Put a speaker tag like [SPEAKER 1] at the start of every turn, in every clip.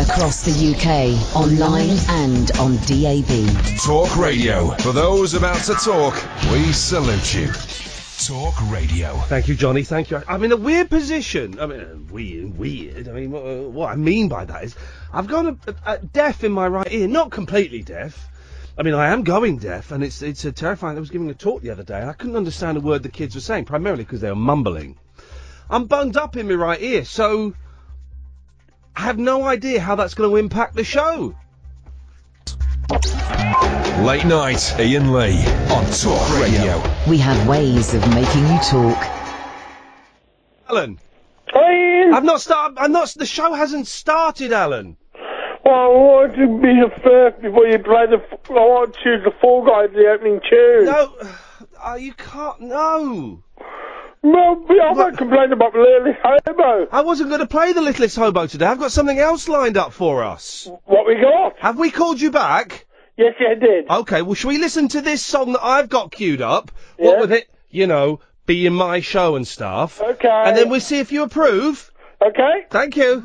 [SPEAKER 1] across the UK, online and on DAB.
[SPEAKER 2] Talk Radio. For those about to talk, we salute you. Talk Radio.
[SPEAKER 3] Thank you, Johnny. Thank you. I'm in a weird position. I mean, weird, weird. I mean, what, uh, what I mean by that is, I've gone a, a, deaf in my right ear. Not completely deaf. I mean, I am going deaf, and it's it's a terrifying. I was giving a talk the other day, and I couldn't understand a word the kids were saying, primarily because they were mumbling. I'm bunged up in my right ear, so I have no idea how that's going to impact the show.
[SPEAKER 2] Late night, Ian Lee on Talk Radio.
[SPEAKER 1] We have ways of making you talk.
[SPEAKER 3] Alan. I've not started. I'm not. The show hasn't started, Alan.
[SPEAKER 4] Well, I wanted to be the first before you play the. f- I want to choose the Fall Guy for the opening tune.
[SPEAKER 3] No, uh, you can't. No.
[SPEAKER 4] Well, I won't complain about Lily Hobo.
[SPEAKER 3] I wasn't going to play the Littlest Hobo today. I've got something else lined up for us.
[SPEAKER 4] What we got?
[SPEAKER 3] Have we called you back?
[SPEAKER 4] Yes, I did.
[SPEAKER 3] Okay. Well, should we listen to this song that I've got queued up? What with it, you know, being my show and stuff.
[SPEAKER 4] Okay.
[SPEAKER 3] And then we'll see if you approve.
[SPEAKER 4] Okay.
[SPEAKER 3] Thank you.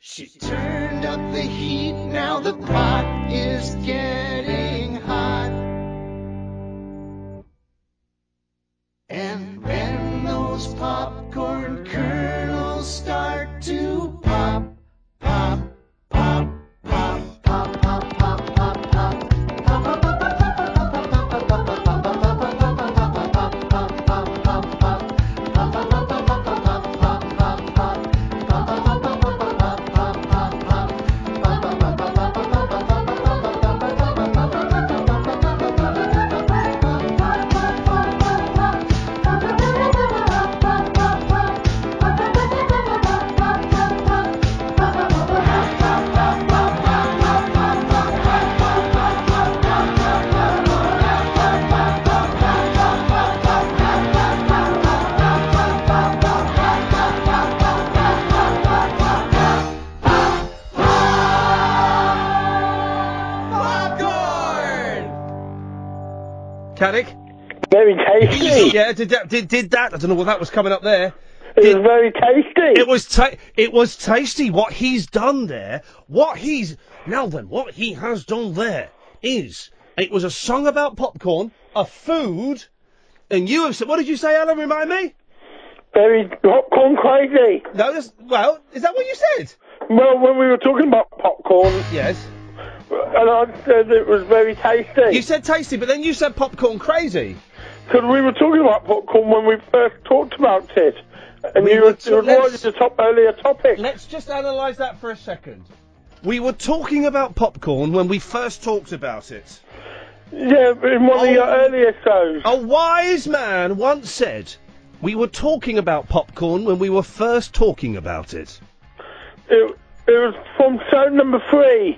[SPEAKER 5] She turned up the heat, now the pot is getting hot. And when those popcorn kernels start to pop, pop, pop, pop, pop, pop, pop, pop, pop.
[SPEAKER 3] Caddick?
[SPEAKER 4] Very tasty.
[SPEAKER 3] Yeah, did that, did, did that. I don't know what that was coming up there.
[SPEAKER 4] It was very tasty.
[SPEAKER 3] It was ta- it was tasty. What he's done there, what he's now then, what he has done there is it was a song about popcorn, a food, and you have said. What did you say, Alan? Remind me.
[SPEAKER 4] Very popcorn crazy.
[SPEAKER 3] No, that's, well, is that what you said?
[SPEAKER 4] Well, when we were talking about popcorn,
[SPEAKER 3] Yes.
[SPEAKER 4] and I said it was very tasty.
[SPEAKER 3] You said tasty, but then you said popcorn crazy.
[SPEAKER 4] Because we were talking about popcorn when we first talked about it. And
[SPEAKER 3] We
[SPEAKER 4] you
[SPEAKER 3] were
[SPEAKER 4] were,
[SPEAKER 3] t-
[SPEAKER 4] you avoided
[SPEAKER 3] let's-
[SPEAKER 4] the top earlier topic.
[SPEAKER 3] Let's just analyse that for a second. We were talking about popcorn when we first talked about it.
[SPEAKER 4] Yeah, but in one
[SPEAKER 3] Oh.
[SPEAKER 4] of your earlier shows.
[SPEAKER 3] A wise man once said, "We were talking about popcorn when we were first talking about it."
[SPEAKER 4] It, it was from show number three.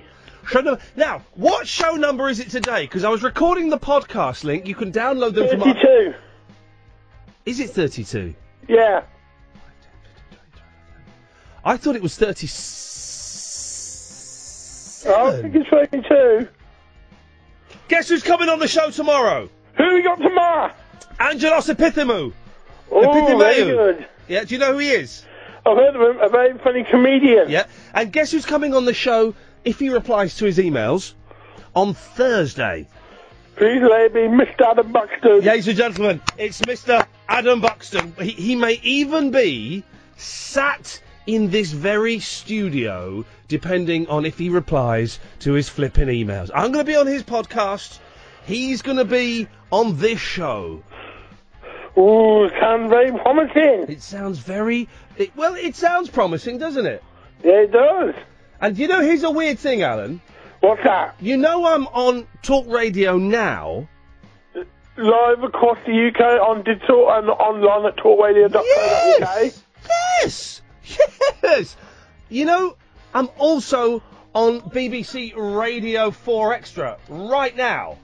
[SPEAKER 3] Show number. Now, what show number is it today? Because I was recording the podcast link. You can download them from. Our...
[SPEAKER 4] 32.
[SPEAKER 3] Is it thirty-two?
[SPEAKER 4] Yeah.
[SPEAKER 3] I thought it was
[SPEAKER 4] Oh, I think
[SPEAKER 3] thirty-seven.
[SPEAKER 4] it's 32.
[SPEAKER 3] Guess who's coming on the show tomorrow?
[SPEAKER 4] Who we got tomorrow?
[SPEAKER 3] Angelos Epithamou.
[SPEAKER 4] Oh,
[SPEAKER 3] Epitome.
[SPEAKER 4] very good.
[SPEAKER 3] Yeah, do you know who he is?
[SPEAKER 4] I've heard of him, a very funny comedian.
[SPEAKER 3] Yeah. And guess who's coming on the show if he replies to his emails on Thursday?
[SPEAKER 4] Please let me, Mr. Adam Buxton.
[SPEAKER 3] Ladies and gentlemen, it's Mr. Adam Buxton. He, he may even be sat in this very studio, depending on if he replies to his flipping emails. I'm going to be on his podcast. He's going to be on this show.
[SPEAKER 4] Ooh, sounds very promising.
[SPEAKER 3] It sounds very. It, well, it sounds promising, doesn't it?
[SPEAKER 4] Yeah, it does.
[SPEAKER 3] And you know, here's a weird thing, Alan.
[SPEAKER 4] What's that?
[SPEAKER 3] You know, I'm on talk radio now.
[SPEAKER 4] Live across the UK on digital and online at talkradio.co.uk.
[SPEAKER 3] Yes! Yes! Yes! You know, I'm also on BBC Radio 4 Extra right now.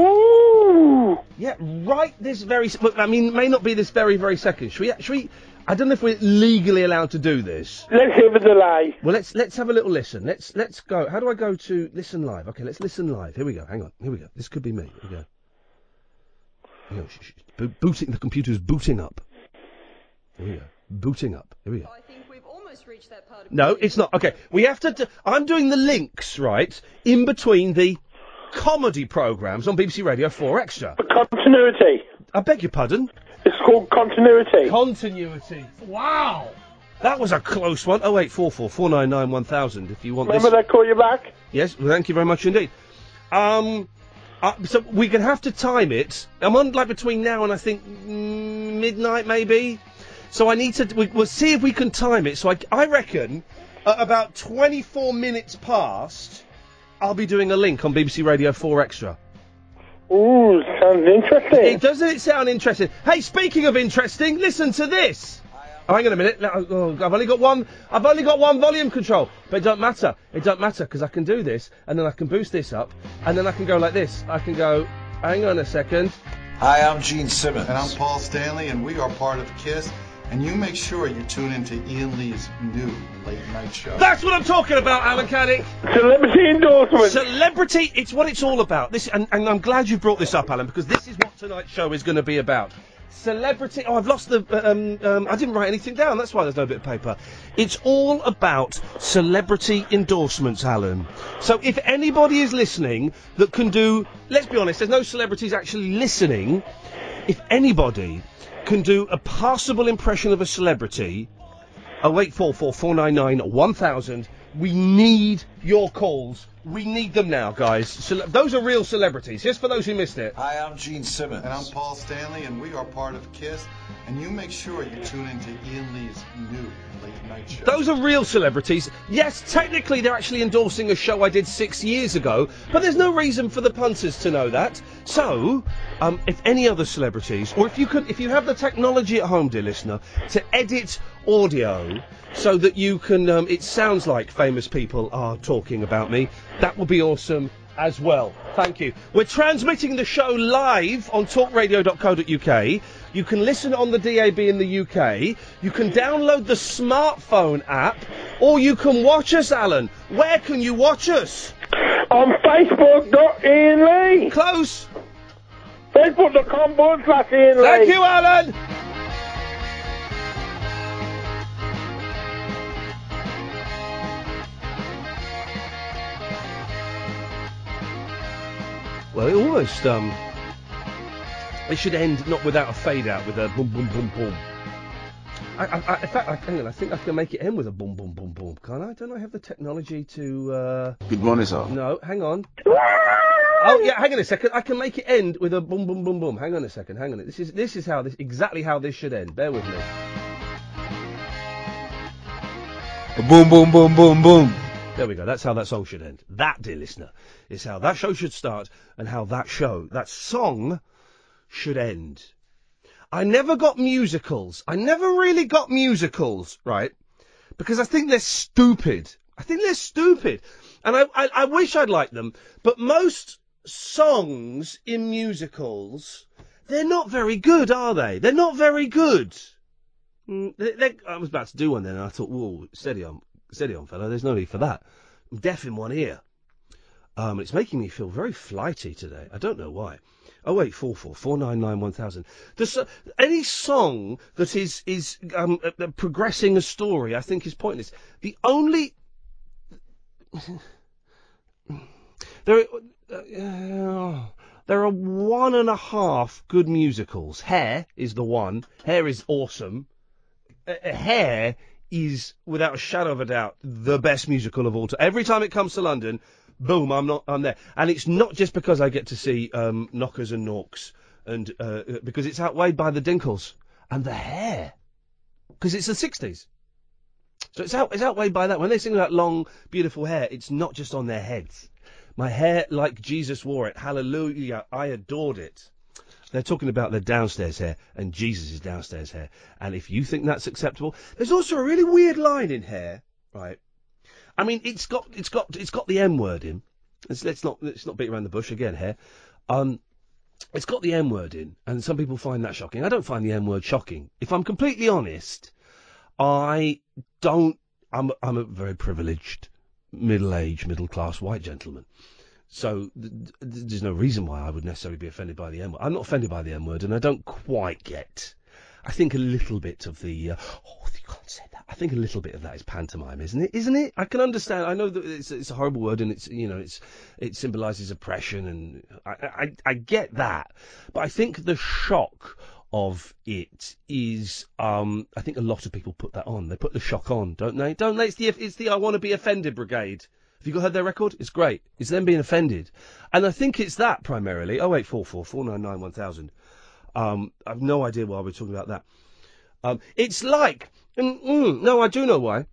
[SPEAKER 4] Ooh.
[SPEAKER 3] Yeah, right this very. s- Look, I mean, it may not be this very, very second. Should we? Should we? I don't know if we're legally allowed to do this.
[SPEAKER 4] Let's hear the delay.
[SPEAKER 3] Well, let's let's have a little listen. Let's let's go. How do I go to listen live? Okay, let's listen live. Here we go. Hang on. Here we go. This could be me. Here we go. Hang on, shh, shh. Bo- booting. The computer's booting up. Here we go. Booting up. Here we go.
[SPEAKER 6] I think we've almost reached that part of
[SPEAKER 3] No, it's not. Okay, we have to. D- I'm doing the links right in between the comedy programs on BBC Radio Four Extra.
[SPEAKER 4] Continuity.
[SPEAKER 3] I beg your pardon.
[SPEAKER 4] It's called continuity.
[SPEAKER 3] Continuity. Wow. That was a close one. Oh eight four four four nine nine one thousand. If you want
[SPEAKER 4] Remember
[SPEAKER 3] this.
[SPEAKER 4] they call you back?
[SPEAKER 3] Yes, well, thank you very much indeed. Um, uh, so we're going to have to time it. I'm on like between now and I think mm, midnight maybe. So I need to. We, we'll see if we can time it. So I, I reckon at about 24 minutes past, I'll be doing a link on BBC Radio 4 Extra.
[SPEAKER 4] Ooh, sounds interesting.
[SPEAKER 3] It doesn't it sound interesting? Hey, speaking of interesting, listen to this. Oh, hang on a minute. Let- oh, I've only got one. I've only got one volume control, but it don't matter. It don't matter because I can do this, and then I can boost this up, and then I can go like this. I can go. Hang on a second.
[SPEAKER 7] Hi, I'm Gene Simmons. And I'm Paul Stanley, and we are part of KISS. And you make sure you tune into Ian Lee's new late night show.
[SPEAKER 3] That's what I'm talking about, Alan Caddick.
[SPEAKER 4] Celebrity endorsement.
[SPEAKER 3] Celebrity. It's what it's all about. This, and, and I'm glad you brought this up, Alan, because this is what tonight's show is going to be about. Celebrity. Oh, I've lost the. Um, um, I didn't write anything down. That's why there's no bit of paper. It's all about celebrity endorsements, Alan. So if anybody is listening that can do, let's be honest, there's no celebrities actually listening. If anybody can do a passable impression of a celebrity, 0844 499 1000. We need your calls. We need them now, guys. Cele- those are real celebrities. Just for those who missed it.
[SPEAKER 7] Hi, I'm Gene Simmons. And I'm Paul Stanley, and we are part of KISS. And you make sure you tune into Ian Lee's new late night show.
[SPEAKER 3] Those are real celebrities. Yes, technically they're actually endorsing a show I did six years ago, but there's no reason for the punters to know that. So, um, if any other celebrities, or if you could, if you have the technology at home, dear listener, to edit audio so that you can, um, it sounds like famous people are talking about me, that would be awesome as well. Thank you. We're transmitting the show live on talkradio.co.uk. You can listen on the DAB in the UK. You can download the smartphone app, or you can watch us, Alan. Where can you watch us?
[SPEAKER 4] On Facebook, dot Ian Lee.
[SPEAKER 3] Close.
[SPEAKER 4] Facebook.com forward slash Ian Lee.
[SPEAKER 3] Thank you, Alan. Well, it almost um, it should end not without a fade out with a boom, boom, boom, boom. I, I, I, in fact, I, hang on, I think I can make it end with a boom, boom, boom, boom. Can't I? Don't I have the technology to? Uh...
[SPEAKER 7] Good morning, sir.
[SPEAKER 3] No, hang on. Oh yeah, hang on a second. I can make it end with a boom, boom, boom, boom. Hang on a second. Hang on. This is this is how this exactly how this should end. Bear with me.
[SPEAKER 7] Boom, boom, boom, boom, boom.
[SPEAKER 3] There we go. That's how that song should end. That, dear listener, is how that show should start and how that show, that song, should end. I never got musicals. I never really got musicals, right? Because I think they're stupid. I think they're stupid. And I, I, I wish I'd liked them, but most songs in musicals, they're not very good, are they? They're not very good. Mm, they, they, I was about to do one then, and I thought, whoa, steady on, steady on, fella. There's no need for that. I'm deaf in one ear. Um, it's making me feel very flighty today. I don't know why. Oh wait, four four four nine nine one thousand. The so- any song that is is um, uh, uh, progressing a story, I think, is pointless. The only there uh, there are one and a half good musicals. Hair is the one. Hair is awesome. Uh, uh, Hair is without a shadow of a doubt the best musical of all time. Every time it comes to London, boom, I'm not I'm there. And it's not just because I get to see um, knockers and norks and uh, uh, because it's outweighed by the Dinkles and the Hair because it's the 60s. So it's out, it's outweighed by that. When they sing about long, beautiful hair, it's not just on their heads. My hair, like Jesus wore it. Hallelujah, I adored it. They're talking about their downstairs hair and Jesus' downstairs hair. And if you think that's acceptable, there's also a really weird line in hair, right? I mean, it's got, it's got, it's got the M word in. Let's, let's not, let's not beat around the bush again here. Um, it's got the M word in, and some people find that shocking. I don't find the M word shocking. If I'm completely honest, I don't. I'm I'm a very privileged, middle-aged, middle-class white gentleman, So th- th- there's no reason why I would necessarily be offended by the N word. I'm not offended by the N word, and I don't quite get. I think a little bit of the. Uh, oh, you can't say that. I think a little bit of that is pantomime, isn't it? Isn't it? I can understand. I know that it's, it's a horrible word, and it's you know it's it symbolises oppression, and I, I I get that, but I think the shock of it is um I think a lot of people put that on. They put the shock on, don't they? Don't they? It's the it's the I want to be offended brigade. Have you got heard their record? It's great. It's them being offended, and I think it's that primarily. Oh eight four four four nine nine one thousand. Um, I've no idea why we're talking about that. Um, it's like, mm, mm, no, I do know why.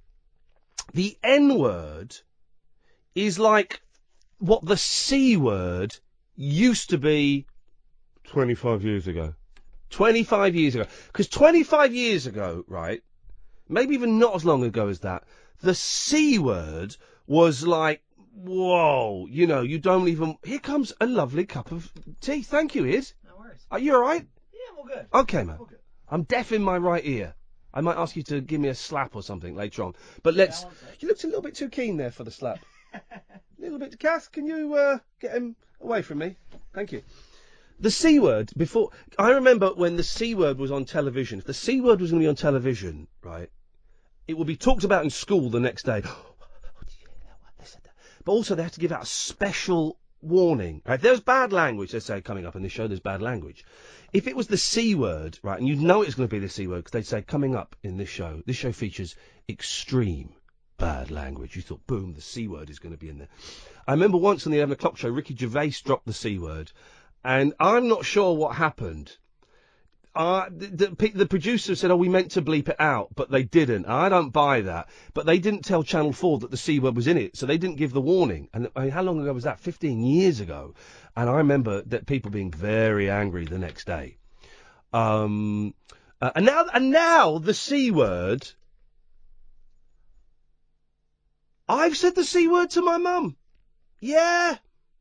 [SPEAKER 3] The N word is like what the C word used to be 25 years ago. 25 years ago. Because 25 years ago, right, maybe even not as long ago as that, the C word was like, whoa, you know, you don't even. Here comes a lovely cup of tea. Thank you, Id. No worries. Are you alright?
[SPEAKER 8] Yeah, I'm all good.
[SPEAKER 3] Okay, man. I'm deaf in my right ear. I might ask you to give me a slap or something later on. But let's. You looked a little bit too keen there for the slap. A little bit. Kath, can you uh, get him away from me? Thank you. The C word, before. I remember when the C word was on television. If the C word was going to be on television, right, it would be talked about in school the next day. Oh, But also, they have to give out a special warning. Right? If there's bad language, they say coming up in this show, there's bad language. If it was the C word, right, and you know it's going to be the C word because they'd say coming up in this show, this show features extreme bad language. You thought, boom, the C word is going to be in there. I remember once on the 11 o'clock show, Ricky Gervais dropped the C word, and I'm not sure what happened. Uh, the, the, pe- the producer said, oh, we meant to bleep it out, but they didn't. I don't buy that. But they didn't tell Channel 4 that the C word was in it, so they didn't give the warning. And I mean, how long ago was that? 15 years ago. And I remember that people being very angry the next day. Um, uh, and now, and now the C word. I've said the C word to my mum. Yeah,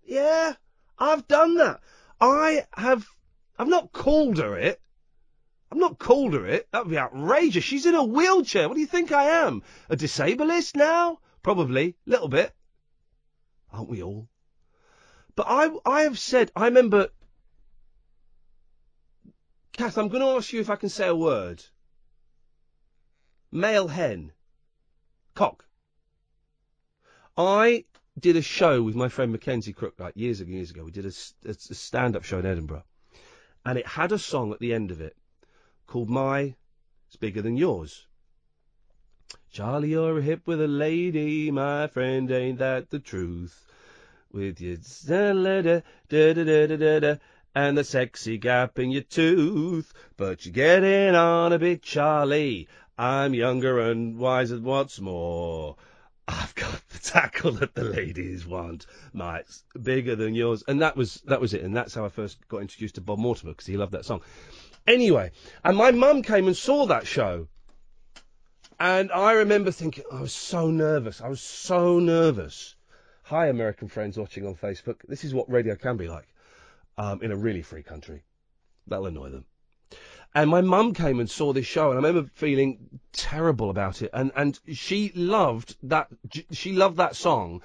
[SPEAKER 3] yeah, I've done that. I have, I've not called her it. I've not called her it. That would be outrageous. She's in a wheelchair. What do you think I am? A disableist now? Probably. A little bit. Aren't we all? But I, I have said, I remember. Kath, I'm going to ask you if I can say a word. Male hen. Cock. I did a show with my friend Mackenzie Crook like years and years ago. We did a, s- a s- a stand-up show in Edinburgh, and it had a song at the end of it called "My It's Bigger Than Yours." Charlie, you're a hip with a lady, my friend. Ain't that the truth? With your da da da da da da da and the sexy gap in your tooth, but you're getting on a bit, Charlie. I'm younger and wiser. What's more? I've got the tackle that the ladies want. Mine's bigger than yours, and that was that was it, and that's how I first got introduced to Bob Mortimer because he loved that song. Anyway, and my mum came and saw that show, and I remember thinking I was so nervous. I was so nervous. Hi, American friends watching on Facebook. This is what radio can be like um, in a really free country. That'll annoy them. And my mum came and saw this show, and I remember feeling terrible about it. And and she loved that j- she loved that song,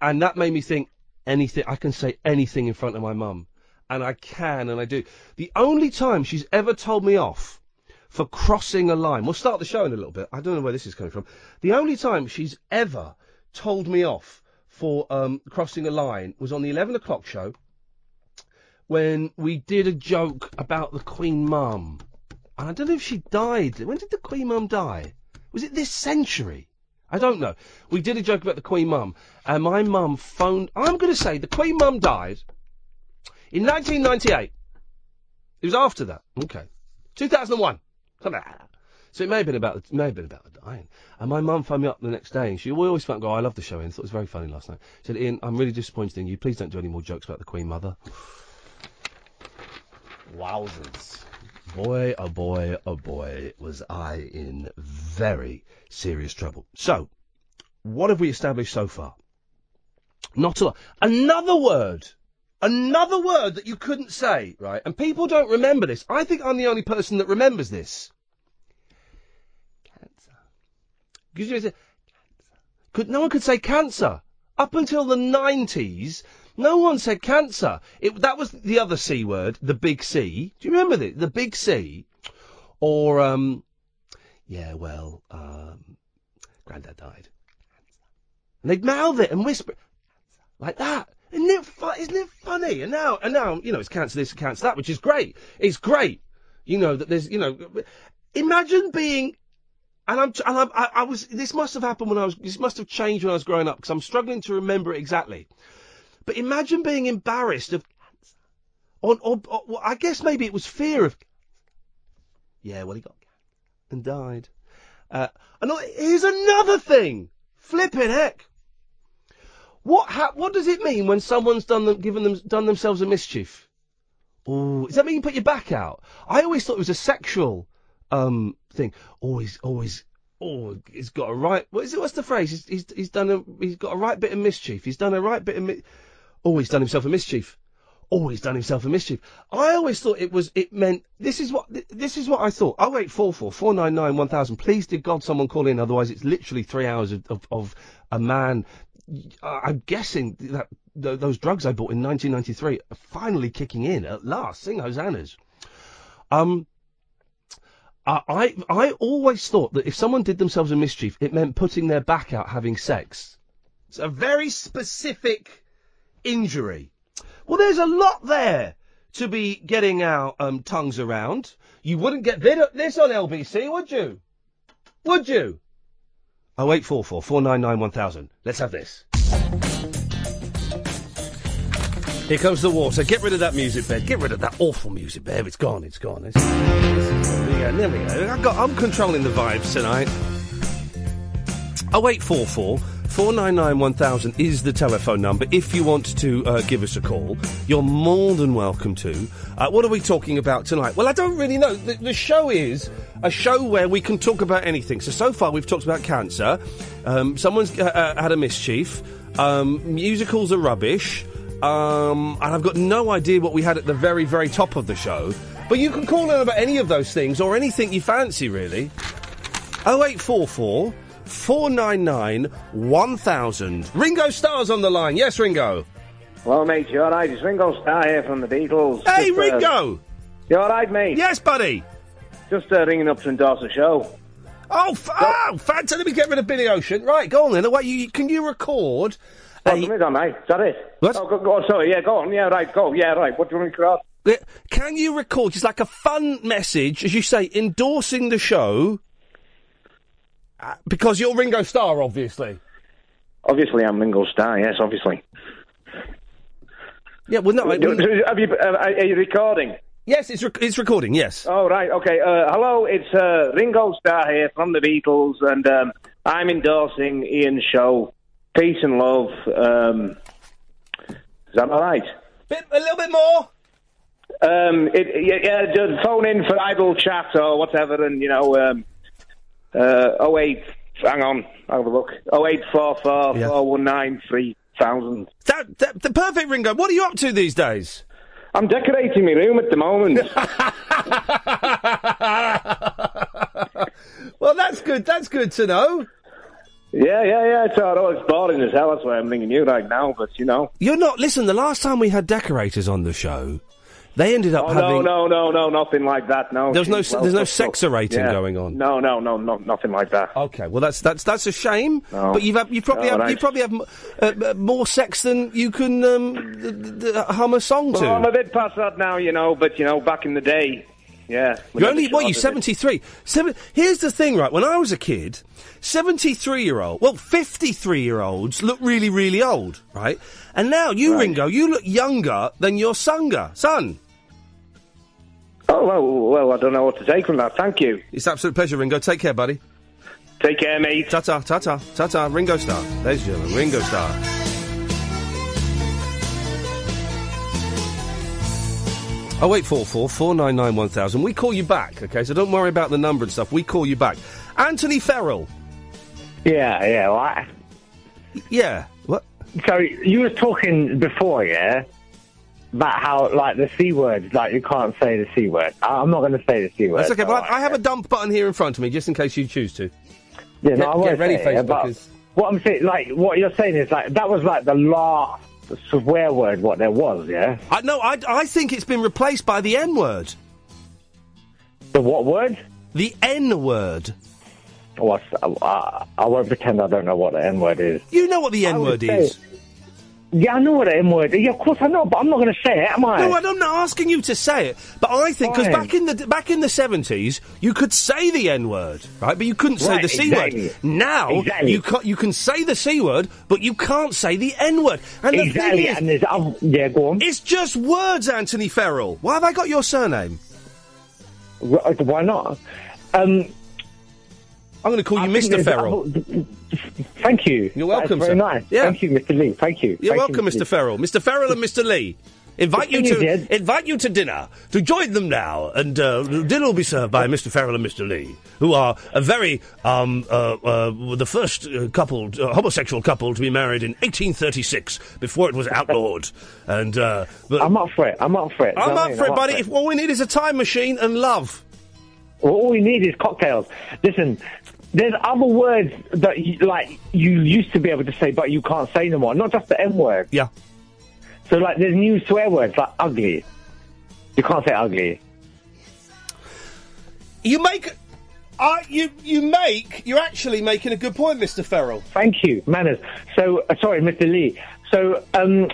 [SPEAKER 3] and that made me think anything I can say anything in front of my mum, and I can and I do. The only time she's ever told me off for crossing a line. We'll start the show in a little bit. I don't know where this is coming from. The only time she's ever told me off for um, crossing a line was on the eleven o'clock show when we did a joke about the Queen Mum. And I don't know if she died. When did the Queen Mum die? Was it this century? I don't know. We did a joke about the Queen Mum, and my mum phoned. I'm going to say the Queen Mum died in 1998. It was after that. Okay. 2001. Something like that. So it may have been about it may have been about the dying. And my mum phoned me up the next day, and she we always phone go. I love the show, Ian. Thought it was very funny last night. She said, Ian, I'm really disappointed in you. Please don't do any more jokes about the Queen Mother. Wowzers. Boy, oh boy, oh boy, was I in very serious trouble. So, what have we established so far? Not a lot. Another word. Another word that you couldn't say, right? And people don't remember this. I think I'm the only person that remembers this. Cancer. Could, no one could say cancer. Up until the 90s, No one said cancer. It, that was the other C word, the big C. Do you remember the, the big C? Or, um, yeah, well, um, Grandad died. And they'd mouth it and whisper it, like that. Isn't it, fu- isn't it funny? And now, and now, you know, it's cancer this, cancer that, which is great. It's great. You know that there's, you know, imagine being, and I'm, and I'm, I, I was. This must have happened when I was. This must have changed when I was growing up because I'm struggling to remember it exactly. But imagine being embarrassed of, on, or, or well, I guess maybe it was fear of. Yeah, well, he got and died. Uh, and I- here's another thing. Flipping heck. What ha- what does it mean when someone's done them, given them, done themselves a mischief? Ooh, does that mean you put your back out? I always thought it was a sexual um thing. Always, always, oh, he's got a right. What is it? What's the phrase? He's, he's, he's done a, he's got a right bit of mischief. He's done a right bit of, mi- oh, he's done himself a mischief. Oh, he's done himself a mischief. I always thought it was, it meant, this is what, th- this is what I thought. Oh wait, four four four nine nine one thousand. Please, did God, someone call in. Otherwise, it's literally three hours of, of, of a man. I- I'm guessing that th- those drugs I bought in 1993 are finally kicking in at last. Sing hosannas. Um, I, I I always thought that if someone did themselves a mischief, it meant putting their back out having sex. It's a very specific injury. Well, there's a lot there to be getting our um, tongues around. You wouldn't get vid- this on LBC, would you? Would you? Oh eight four four four nine nine one thousand. Let's have this. Here comes the water. Get rid of that music bed. Get rid of that awful music bed. It's gone. It's gone. It's... There we go. There we go. I got, I'm controlling the vibes tonight. 0844 499 1000 is the telephone number if you want to uh, give us a call. You're more than welcome to. Uh, what are we talking about tonight? Well, I don't really know. The, the show is a show where we can talk about anything. So, so far we've talked about cancer. Um, someone's uh, uh, had a mischief. Um, musicals are rubbish. Um, and I've got no idea what we had at the very, very top of the show. But you can call in about any of those things or anything you fancy, really. 0844 499 1000. Ringo Starr's on the line. Yes, Ringo.
[SPEAKER 8] Hello, mate. You all right? It's Ringo Starr here from the Beatles.
[SPEAKER 3] Hey,
[SPEAKER 8] Just, uh,
[SPEAKER 3] Ringo!
[SPEAKER 8] you all right, mate?
[SPEAKER 3] Yes, buddy.
[SPEAKER 8] Just uh, ringing up to endorse the show.
[SPEAKER 3] Oh, f- oh, fantastic. Let me get rid of Billy Ocean. Right, go on then. What, you, can you record?
[SPEAKER 8] Oh, come here, mate. Is that it? What? Oh, go, go on. Sorry. Yeah, go on. Yeah, right. Go. Yeah, right. What do you want me to record?
[SPEAKER 3] Uh, Can you record just like a fun message, as you say, endorsing the show? Uh, because you're Ringo Starr, obviously.
[SPEAKER 8] Obviously, I'm Ringo Starr. Yes, obviously.
[SPEAKER 3] Yeah, well, no. I,
[SPEAKER 8] have you, uh, are you recording?
[SPEAKER 3] Yes, it's, rec- it's recording, yes.
[SPEAKER 8] Oh, right. Okay. Uh, hello, it's uh, Ringo Starr here from the Beatles, and um, I'm endorsing Ian's show. Peace and love. Um, is that all right?
[SPEAKER 3] Bit, a little bit more.
[SPEAKER 8] Um, it, yeah, yeah, just phone in for idle chat or whatever, and you know, um, uh, 08, hang on, I'll have a look. 0844 419 3000.
[SPEAKER 3] That, that, the perfect Ringo. What are you up to these days?
[SPEAKER 8] I'm decorating my room at the moment.
[SPEAKER 3] well, that's good. That's good to know.
[SPEAKER 8] Yeah, yeah, yeah. It's all right. It's boring as hell. That's why I'm ringing you right now. But you know,
[SPEAKER 3] You're not. Listen, the last time we had decorators on the show, they ended up
[SPEAKER 8] Oh,
[SPEAKER 3] having.
[SPEAKER 8] no, no, no, no, nothing like that. No,
[SPEAKER 3] There's no
[SPEAKER 8] Jeez,
[SPEAKER 3] se- there's no
[SPEAKER 8] well,
[SPEAKER 3] sexerating
[SPEAKER 8] yeah.
[SPEAKER 3] going on.
[SPEAKER 8] No, no, no, no, nothing like that.
[SPEAKER 3] Okay, well that's that's that's a shame. But you've had, you probably
[SPEAKER 8] Oh,
[SPEAKER 3] have,
[SPEAKER 8] right.
[SPEAKER 3] you probably have m- uh, uh, more sex than you can um, th- th- th- hum a song
[SPEAKER 8] Well,
[SPEAKER 3] to.
[SPEAKER 8] I'm a bit past that now, you know. But you know, back in the day, yeah. we never
[SPEAKER 3] You're only what? You
[SPEAKER 8] started it.
[SPEAKER 3] 73. Seven, here's the thing, right? When I was a kid, 73 year old, well, 53 year olds look really, really old, right? And now you, Ringo, you look younger than your sunger, son.
[SPEAKER 8] Oh well, well, I don't know what to take from that. Thank you.
[SPEAKER 3] It's an absolute pleasure, Ringo. Take care, buddy.
[SPEAKER 8] Take care, mate.
[SPEAKER 3] Ta ta ta ta ta ta. Ringo Star. There's your Ringo Star. Oh wait, four four four nine nine one thousand. We call you back, okay? So don't worry about the number and stuff. We call you back. Anthony Ferrell.
[SPEAKER 9] Yeah, yeah. Well, I...
[SPEAKER 3] Yeah. What?
[SPEAKER 9] So you were talking before, yeah, about how like the c word, like you can't say the c word. I- I'm not going to say the c word.
[SPEAKER 3] That's okay,
[SPEAKER 9] so
[SPEAKER 3] but I, I have a dump button here in front of me just in case you choose to.
[SPEAKER 9] Yeah, no,
[SPEAKER 3] Get-
[SPEAKER 9] I won't
[SPEAKER 3] get ready,
[SPEAKER 9] say it,
[SPEAKER 3] Facebookers.
[SPEAKER 9] but What I'm saying, like what you're saying, is like that was like the last swear word what there was, yeah?
[SPEAKER 3] I, no, I, I think it's been replaced by the N word.
[SPEAKER 9] The what word?
[SPEAKER 3] The N word.
[SPEAKER 9] What's, I, I, I won't pretend I don't know what the N word is.
[SPEAKER 3] You know what the N
[SPEAKER 9] would
[SPEAKER 3] word
[SPEAKER 9] say-
[SPEAKER 3] is.
[SPEAKER 9] Yeah, I know what the N word is. Yeah, of course I know, but I'm not going to say it, am I?
[SPEAKER 3] No, uh, I- I'm not asking you to say it, but I think because
[SPEAKER 9] Fine.
[SPEAKER 3] back in the back in the seventies, you could say the N word, right? But you couldn't say
[SPEAKER 9] Right,
[SPEAKER 3] the C
[SPEAKER 9] exactly.
[SPEAKER 3] word. Now
[SPEAKER 9] Exactly.
[SPEAKER 3] you ca- you can say the C word, but you can't say the N word. And the
[SPEAKER 9] Exactly,
[SPEAKER 3] thing is,
[SPEAKER 9] and there's, i yeah, go on.
[SPEAKER 3] it's just words, Anthony Ferrell. Why have I got your surname?
[SPEAKER 9] Wh- Why not? Um,
[SPEAKER 3] I'm going to call you
[SPEAKER 9] think
[SPEAKER 3] Mr.
[SPEAKER 9] there's-
[SPEAKER 3] Ferrell.
[SPEAKER 9] Thank you.
[SPEAKER 3] You're welcome,
[SPEAKER 9] That's very
[SPEAKER 3] sir.
[SPEAKER 9] nice.
[SPEAKER 3] Yeah.
[SPEAKER 9] Thank you, Mr. Lee. Thank you.
[SPEAKER 3] You're
[SPEAKER 9] Thank you,
[SPEAKER 3] welcome, Mr.
[SPEAKER 9] Lee.
[SPEAKER 3] Ferrell. Mr. Ferrell and Mr. Lee. Invite you
[SPEAKER 9] thing
[SPEAKER 3] to
[SPEAKER 9] is,
[SPEAKER 3] invite you to dinner. To join them now, and uh, dinner will be served by Mr. Ferrell and Mr. Lee, who are a very um, uh, uh, the first uh, couple, uh, homosexual couple, to be married in 1836 before it was outlawed. and uh, but
[SPEAKER 9] I'm up for it. I'm up for it.
[SPEAKER 3] I'm
[SPEAKER 9] Do you know what I
[SPEAKER 3] up
[SPEAKER 9] mean?
[SPEAKER 3] for it,
[SPEAKER 9] I'm
[SPEAKER 3] buddy. If all we need is a time machine and love.
[SPEAKER 9] Well, all we need is cocktails. Listen, there's other words that you, like you used to be able to say, but you can't say no more. Not just the M word.
[SPEAKER 3] Yeah.
[SPEAKER 9] So like, there's new swear words like ugly. You can't say ugly.
[SPEAKER 3] You make, uh, you you make. You're actually making a good point, Mr. Ferrell.
[SPEAKER 9] Thank you, manners. So uh, sorry, Mr. Lee. So um,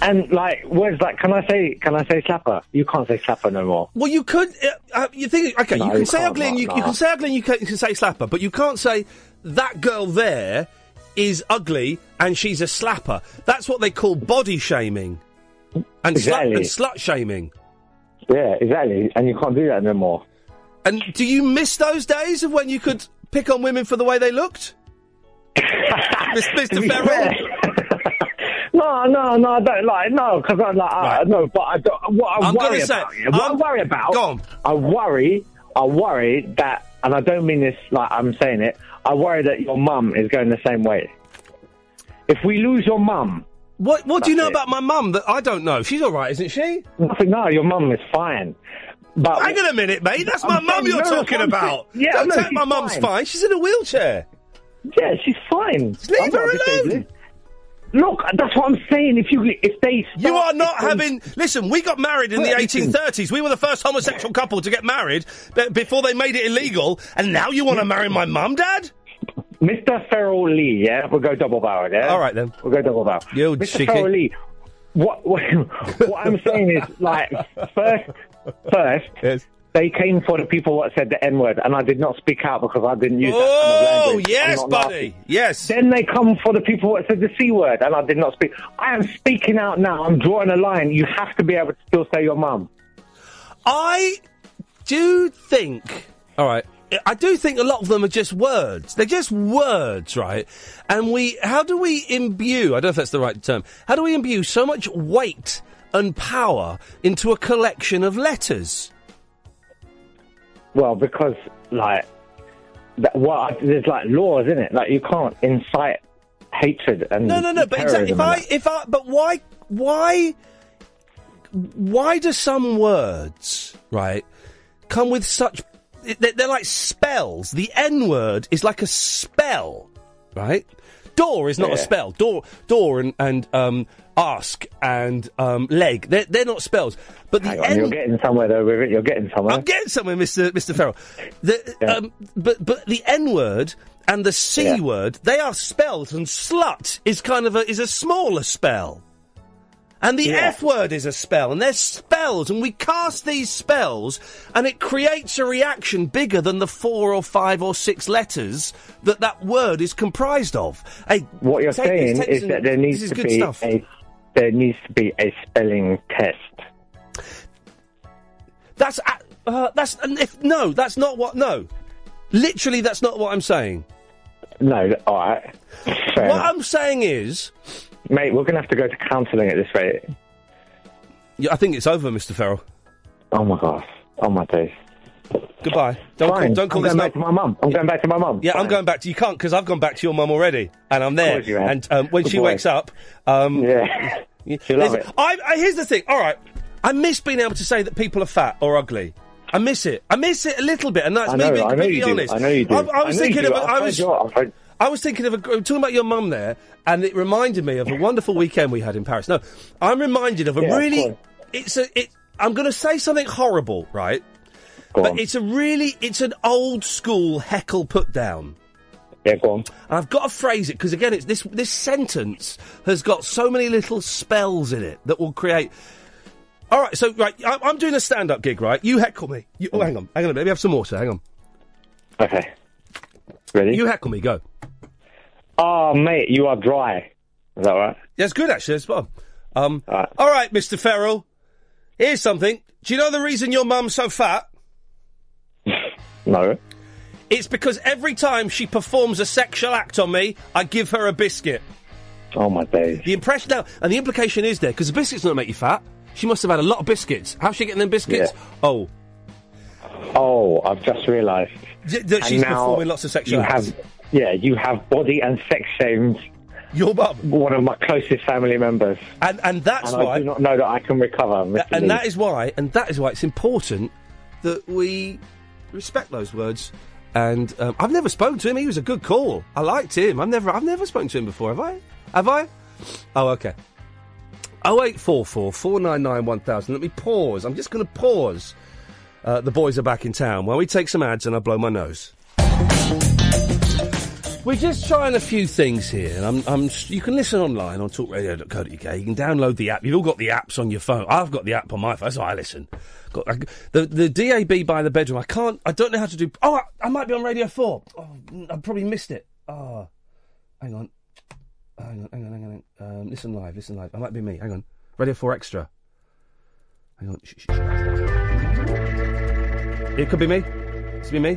[SPEAKER 9] and like words like can I say can I say slapper? You can't say slapper no more.
[SPEAKER 3] Well, you could. Uh, uh, you think? Okay,
[SPEAKER 9] No,
[SPEAKER 3] you can
[SPEAKER 9] you
[SPEAKER 3] say
[SPEAKER 9] can't,
[SPEAKER 3] ugly, and
[SPEAKER 9] no,
[SPEAKER 3] you,
[SPEAKER 9] no.
[SPEAKER 3] you can say ugly, and you can, you can say slapper, but you can't say that girl there is ugly and she's a slapper. That's what they call body shaming and,
[SPEAKER 9] Exactly.
[SPEAKER 3] slut, and slut shaming.
[SPEAKER 9] Yeah, exactly. And you can't do that no more.
[SPEAKER 3] And do you miss those days of when you could pick on women for the way they looked? Miss-
[SPEAKER 9] To
[SPEAKER 3] Mr.
[SPEAKER 9] be
[SPEAKER 3] Ferrell?
[SPEAKER 9] No, no, no, I don't like no, because I'm like I no, but I don't. What I
[SPEAKER 3] I'm gonna
[SPEAKER 9] worry
[SPEAKER 3] say-
[SPEAKER 9] about, yeah, what i
[SPEAKER 3] I'm-
[SPEAKER 9] worry about,
[SPEAKER 3] Go on.
[SPEAKER 9] I worry, I worry that, and I don't mean this like I'm saying it. I worry that your mum is going the same way. If we lose your mum,
[SPEAKER 3] What What do you know
[SPEAKER 9] That's it.
[SPEAKER 3] about my mum that I don't know? She's all right, isn't she?
[SPEAKER 9] nothing. No, your mum is fine, but
[SPEAKER 3] Hang on a minute, mate. That's my
[SPEAKER 9] I'm
[SPEAKER 3] mum
[SPEAKER 9] saying,
[SPEAKER 3] you're
[SPEAKER 9] no, that's
[SPEAKER 3] talking
[SPEAKER 9] what I'm
[SPEAKER 3] about.
[SPEAKER 9] saying. Yeah,
[SPEAKER 3] don't
[SPEAKER 9] no,
[SPEAKER 3] take
[SPEAKER 9] she's
[SPEAKER 3] my mum's
[SPEAKER 9] fine.
[SPEAKER 3] fine. She's in a wheelchair.
[SPEAKER 9] Yeah, she's fine.
[SPEAKER 3] leave
[SPEAKER 9] I'm not
[SPEAKER 3] her
[SPEAKER 9] disabled.
[SPEAKER 3] alone.
[SPEAKER 9] Look, Oh, that's what I'm saying. If you, if they,
[SPEAKER 3] You
[SPEAKER 9] start-
[SPEAKER 3] are not
[SPEAKER 9] if they-
[SPEAKER 3] having. Listen, we got married in the
[SPEAKER 9] Well, listen.
[SPEAKER 3] 1830s. We were the first homosexual couple to get married be- before they made it illegal, and now you want to marry my mum, Dad?
[SPEAKER 9] Mr. Ferrell Lee, yeah? We'll go double barrel, yeah?
[SPEAKER 3] All right, then.
[SPEAKER 9] We'll go double barrel.
[SPEAKER 3] You old
[SPEAKER 9] Mr.
[SPEAKER 3] cheeky.
[SPEAKER 9] Ferrell Lee, what, what, what I'm saying is, like, first, first,
[SPEAKER 3] Yes.
[SPEAKER 9] they came for the people that said the N word, and I did not speak out because I didn't use that kind of
[SPEAKER 3] Oh,
[SPEAKER 9] language. I'm
[SPEAKER 3] yes,
[SPEAKER 9] not
[SPEAKER 3] buddy.
[SPEAKER 9] nasty.
[SPEAKER 3] Yes.
[SPEAKER 9] Then they come for the people that said the C word, and I did not speak. I am speaking out now. I'm drawing a line. You have to be able to still say your mum.
[SPEAKER 3] I do think. All right. I do think a lot of them are just words. They're just words, right? And we, how do we imbue, I don't know if that's the right term, how do we imbue so much weight and power into a collection of letters?
[SPEAKER 9] Well, because like, that, well, I- there's like laws in it. Like you can't incite hatred and
[SPEAKER 3] No, no, no. But exactly, if
[SPEAKER 9] terrorism
[SPEAKER 3] I,
[SPEAKER 9] and
[SPEAKER 3] if I, but why, why, why do some words right come with such? They're, they're like spells. The N word is like a spell, right? Door is not
[SPEAKER 9] Yeah.
[SPEAKER 3] a spell. Door, door, and and um, ask and um, leg. They're they're not spells. But the
[SPEAKER 9] that. Hang on, you're
[SPEAKER 3] N
[SPEAKER 9] getting somewhere though with it. You're getting somewhere.
[SPEAKER 3] I'm getting somewhere, Mister Mister Farrell. The,
[SPEAKER 9] Yeah.
[SPEAKER 3] um, but but the N word and the C
[SPEAKER 9] Yeah.
[SPEAKER 3] word they are spelled, and slut is kind of a is a smaller spell, and the
[SPEAKER 9] Yeah.
[SPEAKER 3] F word is a spell, and they're spells, and we cast these spells, and it creates a reaction bigger than the four or five or six letters that that word is comprised of. Hey,
[SPEAKER 9] what you're
[SPEAKER 3] take this,
[SPEAKER 9] saying
[SPEAKER 3] take this
[SPEAKER 9] is
[SPEAKER 3] and-
[SPEAKER 9] that there needs
[SPEAKER 3] this
[SPEAKER 9] to
[SPEAKER 3] is good
[SPEAKER 9] be
[SPEAKER 3] stuff.
[SPEAKER 9] a there needs to be a spelling test.
[SPEAKER 3] That's a- uh, that's and if, no, that's not what no. Literally, that's not what I'm saying.
[SPEAKER 9] No, th- all right, Fair
[SPEAKER 3] What
[SPEAKER 9] enough.
[SPEAKER 3] I'm saying is,
[SPEAKER 9] mate. We're gonna have to go to counselling at this rate.
[SPEAKER 3] Yeah, I think it's over, Mr. Farrell.
[SPEAKER 9] Oh my gosh. Oh my days.
[SPEAKER 3] Goodbye. Don't
[SPEAKER 9] Fine.
[SPEAKER 3] call, don't call
[SPEAKER 9] I'm
[SPEAKER 3] this
[SPEAKER 9] going back to
[SPEAKER 3] number.
[SPEAKER 9] my mum. I'm going back to my mum.
[SPEAKER 3] Yeah, I'm
[SPEAKER 9] Fine.
[SPEAKER 3] going back to you. Can't because I've gone back to your mum already, and I'm there.
[SPEAKER 9] course you have.
[SPEAKER 3] And um, when
[SPEAKER 9] Good
[SPEAKER 3] she
[SPEAKER 9] boy.
[SPEAKER 3] wakes up, um,
[SPEAKER 9] Yeah.
[SPEAKER 3] y-
[SPEAKER 9] She'll love
[SPEAKER 3] listen,
[SPEAKER 9] it.
[SPEAKER 3] I, I here's the thing. All right, I miss being able to say that people are fat or ugly. I miss it. I miss it a little bit, and that's
[SPEAKER 9] I know.
[SPEAKER 3] me
[SPEAKER 9] I
[SPEAKER 3] being
[SPEAKER 9] know
[SPEAKER 3] completely
[SPEAKER 9] you do.
[SPEAKER 3] honest.
[SPEAKER 9] I know you do.
[SPEAKER 3] I, I was
[SPEAKER 9] know you
[SPEAKER 3] thinking
[SPEAKER 9] do. Oh
[SPEAKER 3] about.
[SPEAKER 9] I've
[SPEAKER 3] I
[SPEAKER 9] read
[SPEAKER 3] was.
[SPEAKER 9] your- I've read-
[SPEAKER 3] I was thinking of a, gr- talking about your mum there, and it reminded me of a wonderful weekend we had in Paris. No, I'm reminded of a
[SPEAKER 10] Yeah, of
[SPEAKER 3] really.
[SPEAKER 10] course.
[SPEAKER 3] it's a. It, I'm going to say something horrible, right? but it's a really. It's an old school heckle put down.
[SPEAKER 9] Yeah, go on.
[SPEAKER 3] And I've got to phrase it because again, it's this. This sentence has got so many little spells in it that will create. All right, so right, I, I'm doing a stand-up gig, right? You heckle me. You, oh, hang on, hang on. Maybe have some water. Hang on.
[SPEAKER 9] Okay. Ready?
[SPEAKER 3] You heckle me. Go.
[SPEAKER 9] Oh, mate, you are dry. Is that right?
[SPEAKER 3] That's good, actually. That's spot on. Um, all right, Mr. Farrell. Here's something. Do you know the reason your mum's so fat?
[SPEAKER 9] No.
[SPEAKER 3] It's because every time she performs a sexual act on me, I give her a biscuit.
[SPEAKER 9] Oh my days.
[SPEAKER 3] The impression now, and the implication is there because the biscuits don't make you fat. She must have had a lot of biscuits. How's she getting them biscuits? Oh,
[SPEAKER 9] Oh, I've just realised.
[SPEAKER 3] D- that
[SPEAKER 9] And
[SPEAKER 3] she's
[SPEAKER 9] now
[SPEAKER 3] performing lots of sexual
[SPEAKER 9] you
[SPEAKER 3] acts.
[SPEAKER 9] Have, yeah, you have body and sex shamed.
[SPEAKER 3] Your mum.
[SPEAKER 9] One of my closest family members.
[SPEAKER 3] And and that's
[SPEAKER 9] and
[SPEAKER 3] why-
[SPEAKER 9] I do not know that I can recover. Mr.
[SPEAKER 3] and
[SPEAKER 9] Lee.
[SPEAKER 3] that is why, and that is why it's important that we respect those words. And um, I've never spoken to him. He was a good call. I liked him. I've never, I've never spoken to him before. Have I? Have I? Oh, okay. Oh, 0844 499 1000. Let me pause. I'm just going to pause. Uh, the boys are back in town. While we take some ads and I blow my nose. We're just trying a few things here. and I'm, I'm, you can listen online on talkradio.co.uk. You can download the app. You've all got the apps on your phone. I've got the app on my phone, so I listen. Got, I, the, the DAB by the bedroom, I can't, I don't know how to do. Oh, I, I might be on Radio 4. Oh, I probably missed it. Oh, hang on. Hang on, hang on, hang on. hang on. Um, listen live, listen live. I might be me. Hang on. Radio 4 Extra. Hang on. Shh, shh, shh. It could be me. It's be me.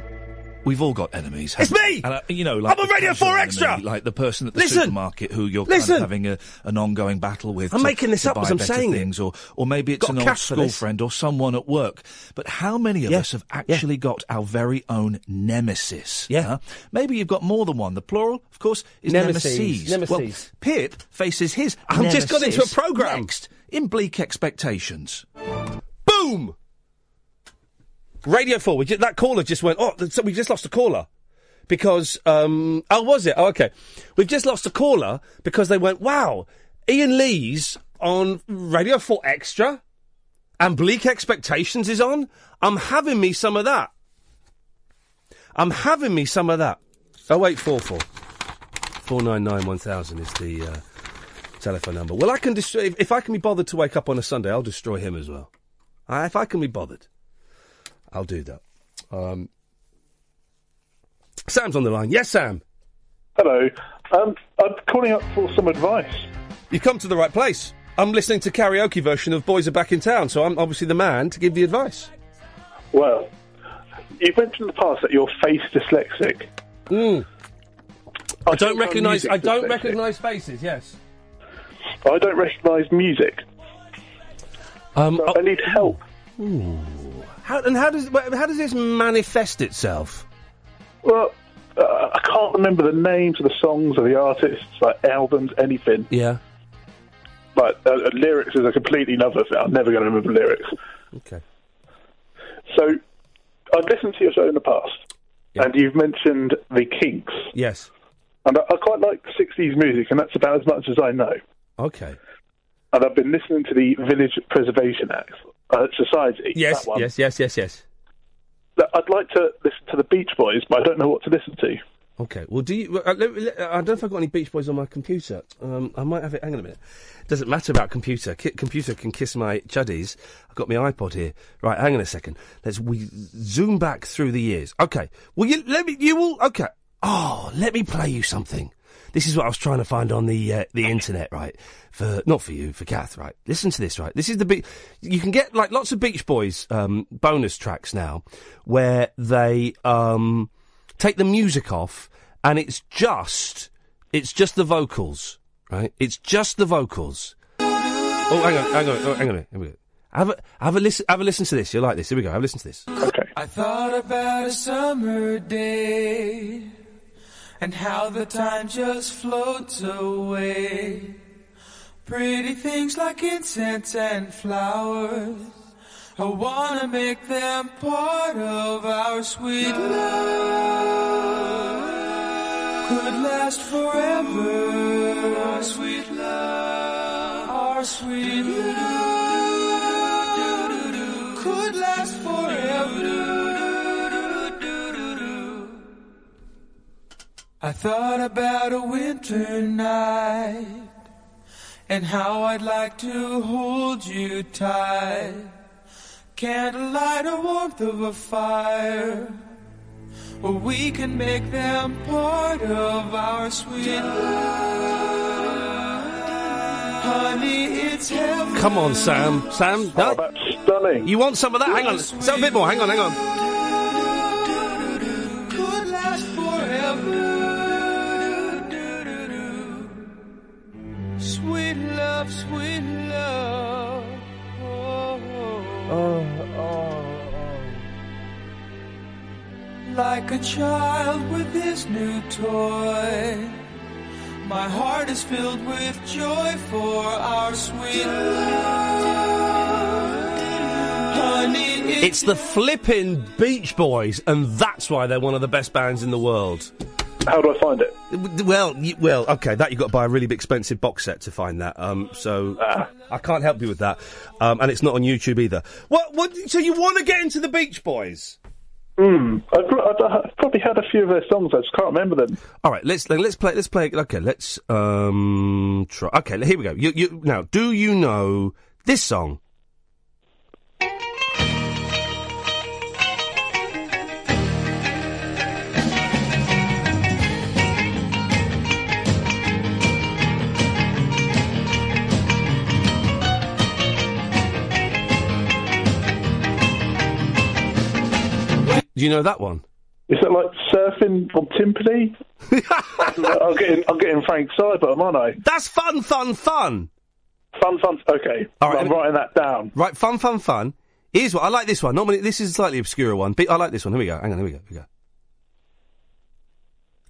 [SPEAKER 11] We've all got enemies.
[SPEAKER 3] It's
[SPEAKER 11] haven't we?
[SPEAKER 3] me!
[SPEAKER 11] And, uh, you know, like
[SPEAKER 3] I'm on
[SPEAKER 11] the
[SPEAKER 3] Radio
[SPEAKER 11] casual
[SPEAKER 3] 4
[SPEAKER 11] enemy,
[SPEAKER 3] Extra!
[SPEAKER 11] like the person at the
[SPEAKER 3] Listen!
[SPEAKER 11] supermarket who you're
[SPEAKER 3] Listen!
[SPEAKER 11] kind of having a, an ongoing battle with.
[SPEAKER 3] I'm
[SPEAKER 11] to-
[SPEAKER 3] making this
[SPEAKER 11] to
[SPEAKER 3] up
[SPEAKER 11] buy
[SPEAKER 3] as I'm
[SPEAKER 11] better
[SPEAKER 3] saying it.
[SPEAKER 11] things, or or maybe it's
[SPEAKER 3] Got
[SPEAKER 11] an old
[SPEAKER 3] cash for
[SPEAKER 11] school
[SPEAKER 3] this.
[SPEAKER 11] friend or someone at work. But how many of us have actually got our very own nemesis? Yeah, maybe you've got more than one. The plural, of course, is
[SPEAKER 3] Nemeses.
[SPEAKER 11] nemesis.
[SPEAKER 3] Nemeses.
[SPEAKER 11] Well, Pip faces his.
[SPEAKER 3] I've just got
[SPEAKER 11] nemesis
[SPEAKER 3] into a programme.
[SPEAKER 11] next in bleak expectations.
[SPEAKER 3] Boom! Radio 4. We ju- that caller just went, oh, th- so we just lost a caller. Because, um, oh, was it? Oh, okay. We've just lost a caller because they went, wow, Ian Lee's on Radio 4 Extra and Bleak Expectations is on. I'm having me some of that. I'm having me some of that. Oh, 0844 499 1000 is the uh, telephone number. Well, I can destroy, if, if I can be bothered to wake up on a Sunday, I'll destroy him as well. I, if I can be bothered, I'll do that. Um, Sam's on the line. Yes, Sam.
[SPEAKER 12] Hello. Um, I'm calling up for some advice.
[SPEAKER 3] You've come to the right place. I'm listening to karaoke version of Boys Are Back in Town, so I'm obviously the man to give the advice.
[SPEAKER 12] Well, you've mentioned in the past that your face dyslexic.
[SPEAKER 3] Mm. I don't
[SPEAKER 12] think I'm
[SPEAKER 3] recognise.
[SPEAKER 12] music
[SPEAKER 3] I don't
[SPEAKER 12] dyslexic.
[SPEAKER 3] recognise faces. Yes.
[SPEAKER 12] I don't recognise music.
[SPEAKER 3] Um,
[SPEAKER 12] so I need help.
[SPEAKER 3] How, and how does wh- how does this manifest itself?
[SPEAKER 12] Well, uh, I can't remember the names of the songs or the artists, like albums, anything.
[SPEAKER 3] Yeah.
[SPEAKER 12] But uh, uh, lyrics is a completely another thing. I'm never going to remember lyrics.
[SPEAKER 3] Okay.
[SPEAKER 12] So I've listened to your show in the past, and you've mentioned the Kinks,
[SPEAKER 3] Yes.
[SPEAKER 12] and I, I quite like 60s music, and that's about as much as I know.
[SPEAKER 3] Okay.
[SPEAKER 12] and I've been listening to the Village Preservation Act uh, Society.
[SPEAKER 3] Yes.
[SPEAKER 12] that one.
[SPEAKER 3] Yes. Yes. Yes. Yes.
[SPEAKER 12] Look, I'd like to listen to the Beach Boys, but I don't know what to listen to.
[SPEAKER 3] Okay. Well, do you? Uh, let, let- I don't know if I've got any Beach Boys on my computer. Um, I might have it. Hang on a minute. Doesn't matter about computer. Ki- computer can kiss my chuddies. I've got my iPod here. Right. Hang on a second. Let's we zoom back through the years. Okay. Well, you let me. You will. Okay. Oh, let me play you something. This is what I was trying to find on the uh, the internet, right? For not for you, for Kath, right? Listen to this, right? This is the be- you can get like lots of Beach Boys um, bonus tracks now, where they um, take the music off and it's just it's just the vocals, right? It's just the vocals. Oh, hang on, hang on, oh, hang on a minute. Here we go. Have a have a listen. Have a listen to this. You'll like this. Here we go. Have a listen to this.
[SPEAKER 13] I thought about a summer day and how the time just floats away. Pretty things like incense and flowers. I wanna make them part of our sweet love. Could last forever. Our sweet love, our sweet love, could last forever. I thought about a winter night and how I'd like to hold you tight. Candlelight or warmth of a fire. Or we can make them part of our sweet love. Honey, it's heaven.
[SPEAKER 3] Come on, Sam. Sam, no. Oh, that's stunning. You want some of that? Hang on, some a bit more. Hang on, hang on.
[SPEAKER 13] Could last forever. Sweet love, sweet love.
[SPEAKER 12] Oh,
[SPEAKER 13] Like a child with his new toy, my heart is filled with joy for our sweet love. Honey,
[SPEAKER 3] It's the flippin' Beach Boys, and that's why they're one of the best bands in the world.
[SPEAKER 12] How do I find it?
[SPEAKER 3] Well, you, well, okay. That you've got to buy a really expensive box set to find that. Um, so
[SPEAKER 12] Ah.
[SPEAKER 3] I can't help you with that, um, and it's not on YouTube either. What? What? So you want to get into the Beach Boys?
[SPEAKER 12] Mm, I've, pro- I've probably heard a few of their songs. I just can't remember them.
[SPEAKER 3] All right, let's let's play let's play. Okay, let's um try. Okay, here we go. You, you now, do you know this song? Do you know that one?
[SPEAKER 12] Is that like surfing on timpani? I'm getting I'm getting Frank Cyber, aren't I?
[SPEAKER 3] That's fun, fun, fun.
[SPEAKER 12] Fun, fun. Okay,
[SPEAKER 3] All right,
[SPEAKER 12] I'm writing that down.
[SPEAKER 3] Right, fun, fun, fun. Here's what I like. This one. Normally, this is a slightly obscure one, but I like this one. Here we go. Hang on. Here we go.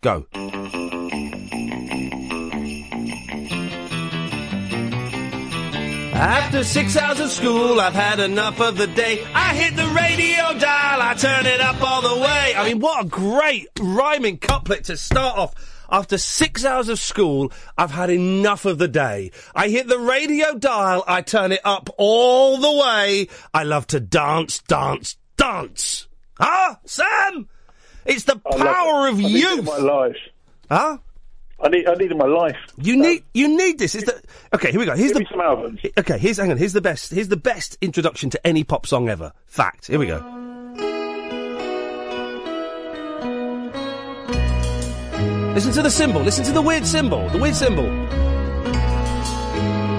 [SPEAKER 3] Here we go. Go. After six hours of school, I've had enough of the day. I hit the radio dial, I turn it up all the way. I mean, what a great rhyming couplet to start off. After six hours of school, I've had enough of the day. I hit the radio dial, I turn it up all the way. I love to dance, dance, dance. Huh, Sam? It's the power of
[SPEAKER 12] I need it
[SPEAKER 3] youth.
[SPEAKER 12] in my life.
[SPEAKER 3] Huh?
[SPEAKER 12] I need I need it in my life. Um,
[SPEAKER 3] You need you need this. Is the okay? Here we go. Here's the some albums. Okay, here's hang on. Here's the best. Here's the best introduction to any pop song ever. Fact. Here we go. Listen to the symbol. Listen to the weird symbol. The weird symbol.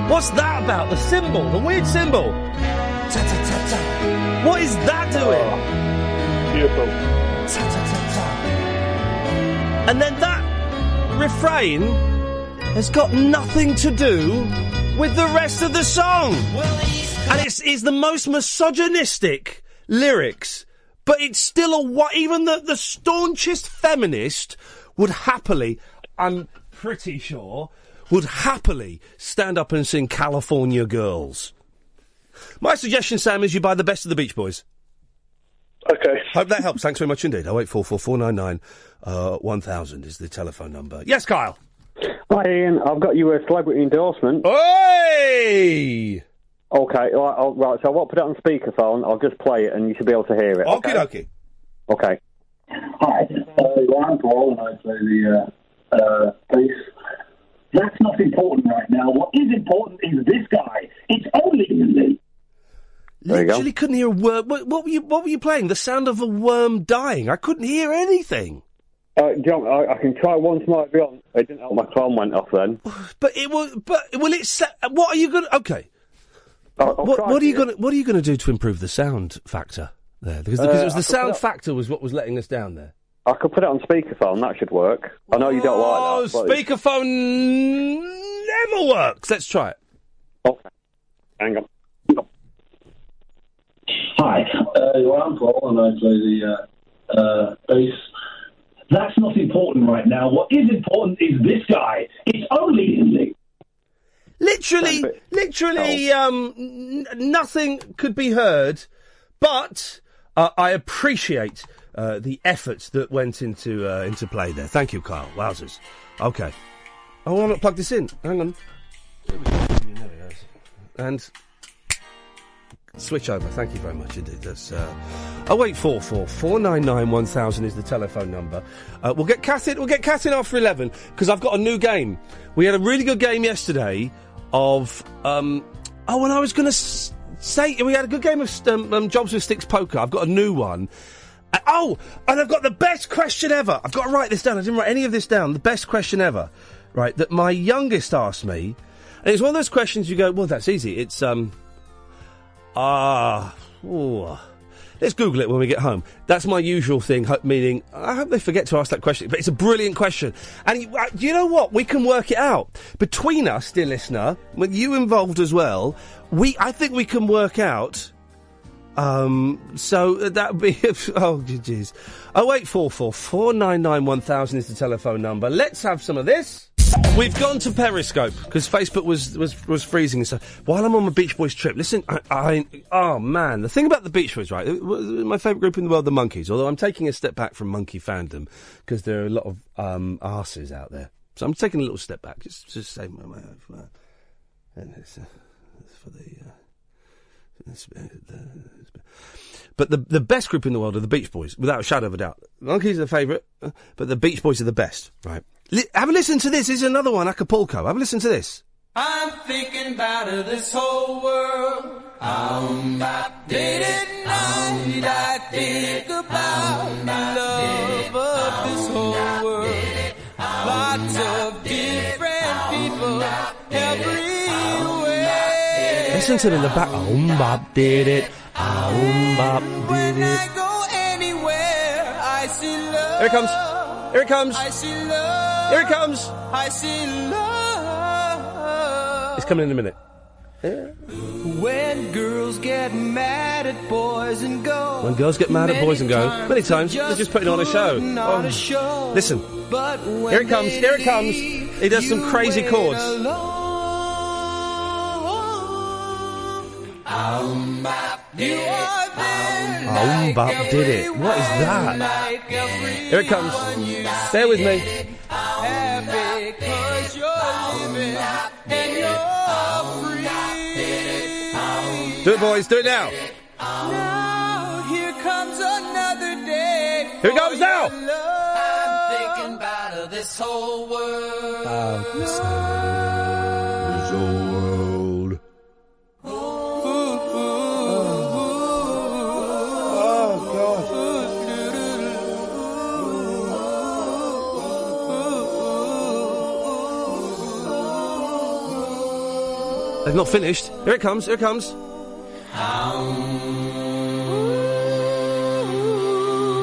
[SPEAKER 3] What's that about? The symbol. The weird symbol. Ta-ta-ta-ta. What is that doing?
[SPEAKER 12] Beautiful.
[SPEAKER 3] And then that refrain has got nothing to do with the rest of the song. And it's, it's the most misogynistic lyrics, but it's still a wa- even the, the staunchest feminist would happily, I'm pretty sure, would happily stand up and sing California Girls. My suggestion, Sam, is you buy the best of the Beach Boys.
[SPEAKER 12] Okay.
[SPEAKER 3] Hope that helps. Thanks very much indeed. 0844 499 uh, 1000 is the telephone number. Yes, Kyle.
[SPEAKER 10] Hi, Ian. I've got you a celebrity endorsement.
[SPEAKER 3] Hey!
[SPEAKER 10] Okay, all right, all right, so I won't put it on speakerphone. I'll just play it and you should be able to hear it.
[SPEAKER 3] Okay, okay.
[SPEAKER 10] Okay.
[SPEAKER 14] Hi, uh, I'm Paul, and I play the uh, uh, bass. That's not important right now. What is important is this guy. It's only me.
[SPEAKER 10] you go.
[SPEAKER 3] Literally couldn't hear a word. What, what were you? What were you playing? The sound of a worm dying. I couldn't hear anything.
[SPEAKER 10] Uh, John, I, I can try once more if you want. It didn't help. My phone went off then.
[SPEAKER 3] But it will. But will it? sa- What are you gonna? Okay. what, what are you gonna? What are you gonna do to improve the sound factor there? Because, because
[SPEAKER 10] Uh,
[SPEAKER 3] it was
[SPEAKER 10] I
[SPEAKER 3] the
[SPEAKER 10] could
[SPEAKER 3] sound
[SPEAKER 10] put it-
[SPEAKER 3] factor was what was letting us down there.
[SPEAKER 10] I could put it on speakerphone. That should work. I know you don't
[SPEAKER 3] Oh,
[SPEAKER 10] like that. but it's-
[SPEAKER 3] speakerphone never works. Let's try it.
[SPEAKER 10] Hang on.
[SPEAKER 14] Hi, uh, I'm Paul, and I play the uh, uh, bass. That's not important right now. What is important is this guy. It's only me.
[SPEAKER 3] Literally, literally,
[SPEAKER 9] Oh.
[SPEAKER 3] um, n- nothing could be heard. But uh, I appreciate uh, the efforts that went into uh, into play there. Thank you, Kyle. Wowzers. Okay. Oh, I'm not plugged this in. Hang on. There we go. There we go. And switch over. Thank you very much indeed. That's uh, 0844 499 1000 is the telephone number. Uh, we'll get Kath in. We'll get Kath in after eleven because I've got a new game. We had a really good game yesterday. Of um, oh, and I was going to s- say we had a good game of st- um, um, jobs with sticks poker. I've got a new one. Uh, oh, and I've got the best question ever. I've got to write this down. I didn't write any of this down. The best question ever, right? That my youngest asked me, and it's one of those questions you go, well, that's easy. It's um, Ah, ooh. let's Google it when we get home. That's my usual thing, ho- meaning I hope they forget to ask that question. But it's a brilliant question, and you, uh, you know what? We can work it out between us, dear listener. With you involved as well, we I think we can work out. Um, so that would be oh jeez, oh eight four four four nine nine one thousand is the telephone number. Let's have some of this. We've gone to Periscope because Facebook was, was was freezing and stuff. While I'm on my Beach Boys trip, listen, I, I oh man, the thing about the Beach Boys, right? it was My favourite group in the world, the Monkeys. Although I'm taking a step back from Monkey fandom because there are a lot of um, arses out there, so I'm taking a little step back. Just just say my, my, my and it's, uh, it's for the. Uh, it's, uh, the but the the best group in the world are the Beach Boys, without a shadow of a doubt. Monkeys are the favourite, uh, but the Beach Boys are the best. Right. Li- have a listen to this. This is another one, Acapulco. Have a listen to this.
[SPEAKER 13] I'm thinking about her this whole world. Um, I didn't know did I think about love of this whole world. Lots of different people everywhere.
[SPEAKER 3] Listen to it in the back. Um, bop did it. Um, bop did it.
[SPEAKER 13] Go anywhere, I see love.
[SPEAKER 3] Here it comes. Here it comes.
[SPEAKER 13] I see love.
[SPEAKER 3] Here it comes.
[SPEAKER 13] I see love.
[SPEAKER 3] It's coming in a minute.
[SPEAKER 13] When girls get mad at boys and go.
[SPEAKER 3] When girls get mad at boys and go, many times they're just putting on a show.
[SPEAKER 13] putting on a
[SPEAKER 3] Oh.
[SPEAKER 13] show.
[SPEAKER 3] Listen.
[SPEAKER 13] But when
[SPEAKER 3] Here it comes.
[SPEAKER 13] they
[SPEAKER 3] Here it comes.
[SPEAKER 13] leave,
[SPEAKER 3] He does some
[SPEAKER 13] you
[SPEAKER 3] crazy
[SPEAKER 13] wait
[SPEAKER 3] chords.
[SPEAKER 13] alone. You are there
[SPEAKER 3] Um, bop did it. What is that?
[SPEAKER 13] like every
[SPEAKER 3] Here it comes. Bear with me.
[SPEAKER 13] happy 'cause you're living and you're free.
[SPEAKER 3] Do it, boys. Do it now.
[SPEAKER 13] Now here comes another day.
[SPEAKER 3] Here it comes
[SPEAKER 13] for
[SPEAKER 3] now.
[SPEAKER 13] your love. I'm thinking about this whole world.
[SPEAKER 3] They've not finished. Here it comes. Here it comes.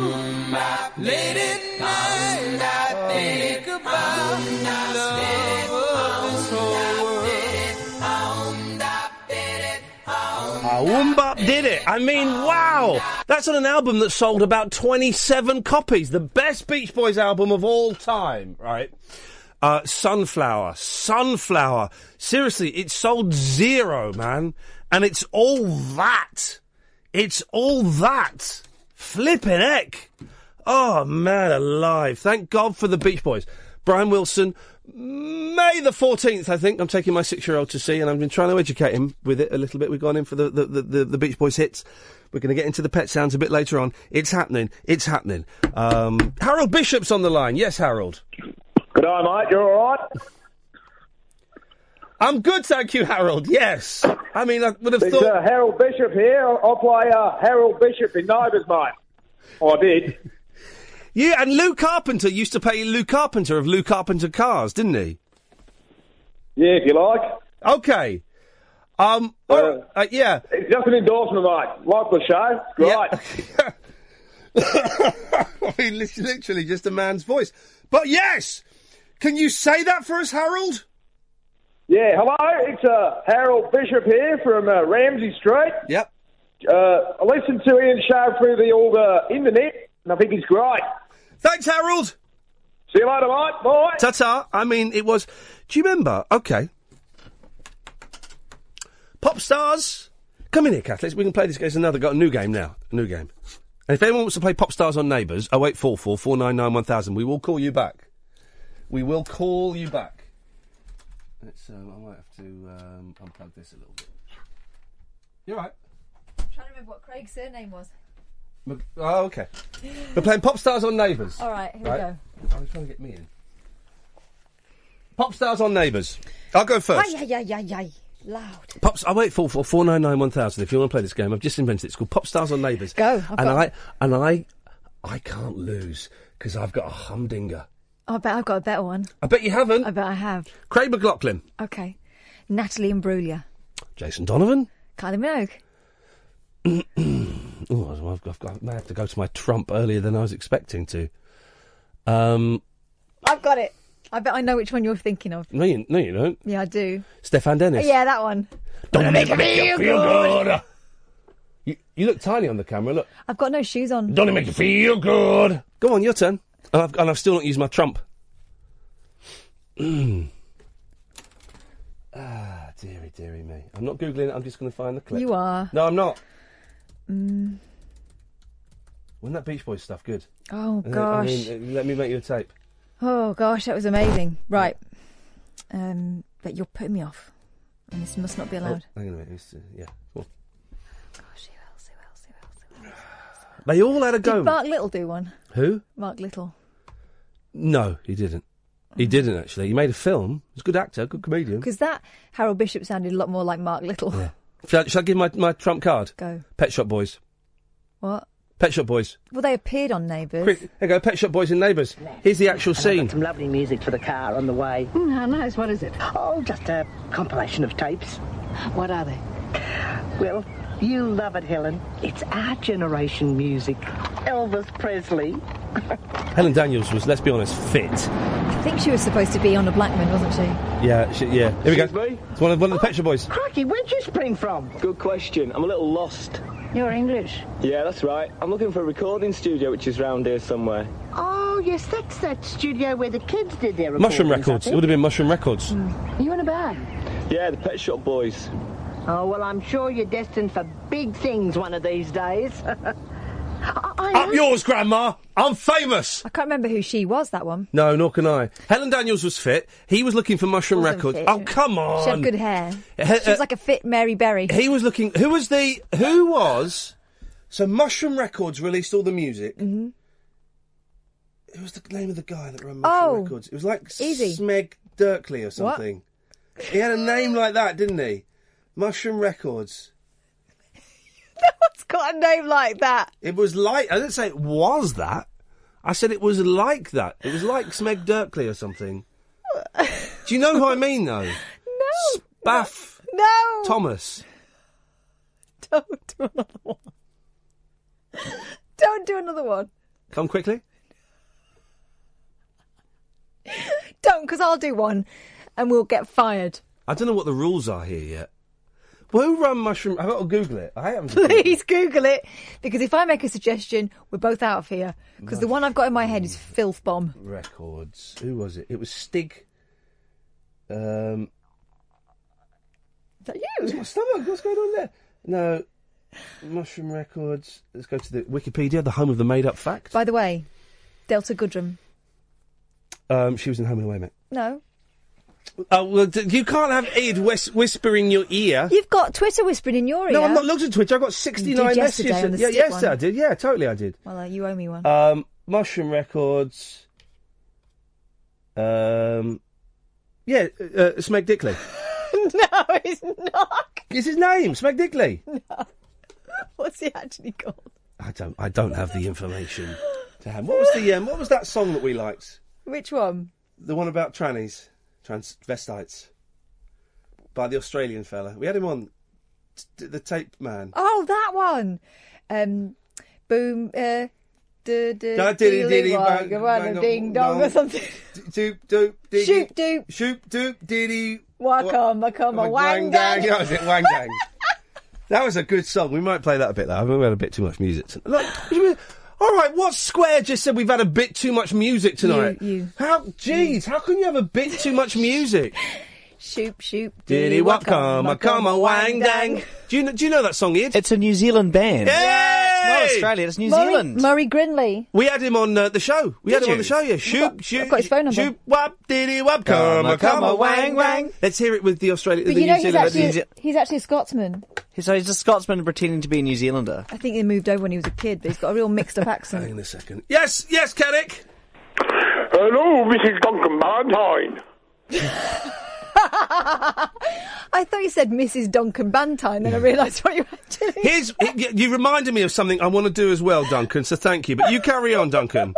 [SPEAKER 13] Late at night, I think about the love of this whole world.
[SPEAKER 3] Ah, Wumbop did it. I mean, wow. That's on an album that sold about 27 copies. The best Beach Boys album of all time, right? Uh, Sunflower. Sunflower. Seriously, it sold zero, man. And it's all that. It's all that. Flippin' heck. Oh, man alive. Thank God for the Beach Boys. Brian Wilson, May the 14th, I think. I'm taking my six year old to see, and I've been trying to educate him with it a little bit. We've gone in for the, the, the, the, the Beach Boys hits. We're going to get into the pet sounds a bit later on. It's happening. It's happening. Um, Harold Bishop's on the line. Yes, Harold. Good eye, mate. You're all right? I'm good, thank you, Harold. Yes. I mean, I would have
[SPEAKER 15] It's
[SPEAKER 3] thought.
[SPEAKER 15] uh, Harold Bishop here. I play uh, Harold Bishop in Neighbours, mate.
[SPEAKER 3] Oh, I did. yeah, and Lou Carpenter used to pay Lou Carpenter of Lou Carpenter Cars, didn't he?
[SPEAKER 15] Yeah, if you like.
[SPEAKER 3] Okay. Um, uh, yeah.
[SPEAKER 15] It's just an endorsement, mate. Like the show. Great.
[SPEAKER 3] I mean, lit- literally just a man's voice. But yes, can you say that for us, Harold?
[SPEAKER 15] Yeah, hello. It's uh, Harold Bishop here from uh, Ramsey Street.
[SPEAKER 3] Yep.
[SPEAKER 15] Uh, I listened to Ian's show through the old uh, internet, and I think he's great.
[SPEAKER 3] Thanks, Harold.
[SPEAKER 15] See you later, mate. Bye.
[SPEAKER 3] Ta ta. I mean, it was. Do you remember? Okay. Pop stars. Come in here, Kath. Let's- We can play this. It's another got a new game now. A new game. And if anyone wants to play Pop Stars on Neighbours, 0844 499 1000, we will call you back. We will call you back. Let's, um, I might have to um, unplug this a little bit. You're right.
[SPEAKER 16] I'm trying to remember what Craig's surname was.
[SPEAKER 3] Mc- Oh, okay. We're playing Pop Stars on Neighbours.
[SPEAKER 16] All right, here we go.
[SPEAKER 3] we go. I'm trying to get me in. Pop Stars on Neighbours. I'll go first.
[SPEAKER 16] Ay, ay, ay, ay, ay. Loud.
[SPEAKER 3] Pops, I wait four four four nine nine one thousand. If you want to play this game, I've just invented it. It's called Pop Stars on Neighbours.
[SPEAKER 16] Go, I've
[SPEAKER 3] and
[SPEAKER 16] got-
[SPEAKER 3] I and I, I can't lose because I've got a humdinger.
[SPEAKER 16] I bet I've got a better one.
[SPEAKER 3] I bet you haven't. I
[SPEAKER 16] bet I have.
[SPEAKER 3] Craig McLaughlin,
[SPEAKER 16] Okay. Natalie Imbruglia.
[SPEAKER 3] Jason Donovan.
[SPEAKER 16] Kylie Minogue.
[SPEAKER 3] Oh, I've, I've got, I may have to go to my Trump earlier than I was expecting to. Um,
[SPEAKER 16] I've got it. I bet I know which one you're thinking of.
[SPEAKER 3] no, you, no, you don't.
[SPEAKER 16] Yeah, I do.
[SPEAKER 3] Stefan Dennis.
[SPEAKER 16] Yeah, that one.
[SPEAKER 3] Don't make me
[SPEAKER 16] feel
[SPEAKER 3] feel good. You, you look tiny on the camera. Look.
[SPEAKER 16] I've got no shoes on.
[SPEAKER 3] Don't it make you feel good? Go on, your turn. And I've, and I've still not used my trump. ah, dearie, dearie me. I'm not googling it. I'm just going to find the clip.
[SPEAKER 16] You are.
[SPEAKER 3] No, I'm not.
[SPEAKER 16] Mm.
[SPEAKER 3] Wasn't that Beach Boys stuff good?
[SPEAKER 16] Oh,
[SPEAKER 3] Uh, I
[SPEAKER 16] gosh.
[SPEAKER 3] mean, uh, let me make you a tape.
[SPEAKER 16] Oh gosh, that was amazing. Right. Um, but you're putting me off. And this must not be allowed.
[SPEAKER 3] Oh, hang on a minute. It's, uh, yeah. Go on. They all had a go.
[SPEAKER 16] Did Mark Little do one?
[SPEAKER 3] Who?
[SPEAKER 16] Mark Little.
[SPEAKER 3] No, he didn't. He didn't actually. He made a film. He's a good actor, good comedian.
[SPEAKER 16] Because that Harold Bishop sounded a lot more like Mark Little.
[SPEAKER 3] Shall I, shall I give my, my trump card?
[SPEAKER 16] Go.
[SPEAKER 3] Pet Shop Boys.
[SPEAKER 16] What?
[SPEAKER 3] Pet Shop Boys.
[SPEAKER 16] Well, they appeared on Neighbours.
[SPEAKER 3] Quick, there you go. Pet Shop Boys and Neighbours. Here's the actual scene.
[SPEAKER 17] Some lovely music for the car on the way. Mm, how nice. What is it? Oh, just a compilation of tapes. What are they? Well, you love it, Helen. It's our generation music. Elvis Presley.
[SPEAKER 3] Helen Daniels was, let's be honest, fit.
[SPEAKER 16] I think she was supposed to be on a Blackman, wasn't she?
[SPEAKER 3] Yeah, she, yeah. Here we go. It's one of one of the Pet Shop Boys.
[SPEAKER 17] Crikey, where'd you spring from?
[SPEAKER 18] Good question. I'm a little lost.
[SPEAKER 17] You're English.
[SPEAKER 18] Yeah, that's right. I'm looking for a recording studio which is round here somewhere.
[SPEAKER 17] Oh, yes, that's that studio where the kids did their
[SPEAKER 3] Mushroom
[SPEAKER 17] recordings,
[SPEAKER 3] Records.
[SPEAKER 17] I
[SPEAKER 3] It would have been Mushroom Records.
[SPEAKER 17] think. Are you in a band?
[SPEAKER 18] Yeah, the Pet Shop Boys.
[SPEAKER 17] Oh, well, I'm sure you're destined for big things one of these days. I- I know-
[SPEAKER 3] Up yours, Grandma. I'm famous.
[SPEAKER 16] I can't remember who she was, that one.
[SPEAKER 3] No, nor can I. Helen Daniels was fit. He was looking for Mushroom
[SPEAKER 16] Wasn't
[SPEAKER 3] Records.
[SPEAKER 16] fit.
[SPEAKER 3] Oh, come on.
[SPEAKER 16] She had good hair.
[SPEAKER 3] Uh,
[SPEAKER 16] She was
[SPEAKER 3] uh,
[SPEAKER 16] like a fit Mary Berry.
[SPEAKER 3] He was looking. Who was the? Who was? So Mushroom Records released all the music. Mm-hmm. Who was the name of the guy that ran Mushroom
[SPEAKER 16] Oh.
[SPEAKER 3] Records? It was like
[SPEAKER 16] Easy.
[SPEAKER 3] Smeg Dirkley or
[SPEAKER 16] What?
[SPEAKER 3] something. He had a name like that, didn't he? Mushroom Records.
[SPEAKER 16] no one's got a name like that.
[SPEAKER 3] It was like. I didn't say it was that. I said it was like that. It was like Smeg Dirkley or something. Do you know who I mean though? No. Spaff
[SPEAKER 16] No.
[SPEAKER 3] Thomas.
[SPEAKER 16] Don't do another one. Don't do another one.
[SPEAKER 3] Come quickly.
[SPEAKER 16] Don't, because I'll do one and we'll get fired.
[SPEAKER 3] I don't know what the rules are here yet. Well, who run mushroom? I've got to Google it. I haven't.
[SPEAKER 16] Please Google it, because if I make a suggestion, we're both out of here. Because the one I've got in my head is Filth Bomb.
[SPEAKER 3] Records. Who was it? It was Stig. Um,
[SPEAKER 16] Is that you?
[SPEAKER 3] my stomach. What's going on there? no, Mushroom Records. Let's go to the Wikipedia, the home of the made-up fact.
[SPEAKER 16] By the way, Delta Goodrum.
[SPEAKER 3] Um, she was in Home and Away, mate.
[SPEAKER 16] No.
[SPEAKER 3] Oh well, d- you can't have Ed whis- whisper in your ear.
[SPEAKER 16] You've got Twitter whispering in your ear.
[SPEAKER 3] No, I'm not looked at Twitter. I got 69
[SPEAKER 16] You did yesterday
[SPEAKER 3] messages.
[SPEAKER 16] on the
[SPEAKER 3] yeah,
[SPEAKER 16] stick
[SPEAKER 3] yes,
[SPEAKER 16] one.
[SPEAKER 3] I did. Yeah, totally, I did.
[SPEAKER 16] Well, uh, you owe me one.
[SPEAKER 3] Um, Mushroom Records. Um, yeah, uh, uh, Smeg Dickley.
[SPEAKER 16] no, it's not.
[SPEAKER 3] Is his name Smeg Dickley?
[SPEAKER 16] What's he actually called?
[SPEAKER 3] I don't. I don't have the information to hand. What was the? Um, what was that song that we liked?
[SPEAKER 16] Which one?
[SPEAKER 3] The one about trannies, transvestites, by the Australian fella. We had him on t- t- the tape man.
[SPEAKER 16] Oh, that one. Um, boom. Uh, do, do,
[SPEAKER 3] Da- diddy,
[SPEAKER 16] dealy
[SPEAKER 3] diddy,
[SPEAKER 16] wagga,
[SPEAKER 3] bang, oh,
[SPEAKER 16] wagga,
[SPEAKER 3] bang,
[SPEAKER 16] ding dong
[SPEAKER 3] dong.
[SPEAKER 16] or something.
[SPEAKER 3] Doop doop diggy.
[SPEAKER 16] Shoop doop.
[SPEAKER 3] Shoop doop diddy.
[SPEAKER 16] Whack on, whack on,
[SPEAKER 3] Wang,
[SPEAKER 16] wang
[SPEAKER 3] dang.
[SPEAKER 16] dang.
[SPEAKER 3] That was Oh, it. Wang dang. that was a good song. We might play that a bit though. I think we had a bit too much music. tonight. Look, what do you mean- all right. What square just said we've had a bit too much music tonight?
[SPEAKER 16] You, you.
[SPEAKER 3] How? Jeez, how can you have a bit too much music?
[SPEAKER 16] Shoop, shoop.
[SPEAKER 3] Diddy wakama, kama, wang, dang. Do you, kn- do you know that song, Id?
[SPEAKER 19] It's a New Zealand band.
[SPEAKER 3] Yeah!
[SPEAKER 19] not Australia, it's New
[SPEAKER 16] Murray,
[SPEAKER 19] Zealand.
[SPEAKER 16] Murray Grinley.
[SPEAKER 3] We had him on uh, the show. We had
[SPEAKER 19] Did
[SPEAKER 3] him on
[SPEAKER 19] you?
[SPEAKER 3] the show, yeah. Shoop, shoop.
[SPEAKER 16] I've got his phone number.
[SPEAKER 3] Shoop, wap, diddy, wap,
[SPEAKER 19] Come
[SPEAKER 3] come,
[SPEAKER 19] a,
[SPEAKER 3] a,
[SPEAKER 19] come
[SPEAKER 3] come,
[SPEAKER 19] a,
[SPEAKER 3] a,
[SPEAKER 19] wang,
[SPEAKER 3] wang,
[SPEAKER 19] wang.
[SPEAKER 3] wang. Let's hear it with the Australia,
[SPEAKER 16] But
[SPEAKER 3] the
[SPEAKER 16] you know
[SPEAKER 3] New
[SPEAKER 16] he's
[SPEAKER 3] Zealand.
[SPEAKER 16] actually, he's actually a Scotsman.
[SPEAKER 19] So he's a Scotsman pretending to be a New Zealander.
[SPEAKER 16] I think he moved over when he was a kid, but he's got a real mixed up accent. Hang
[SPEAKER 3] on a second. Yes, yes, Kennick.
[SPEAKER 4] Hello, Mrs. Duncan Valentine.
[SPEAKER 16] I thought you said Mrs. Duncan Bantine, then I realised what you were actually.
[SPEAKER 3] Here's, y- y- you reminded me of something I want to do as well, Duncan, so thank you. But you carry on, Duncan.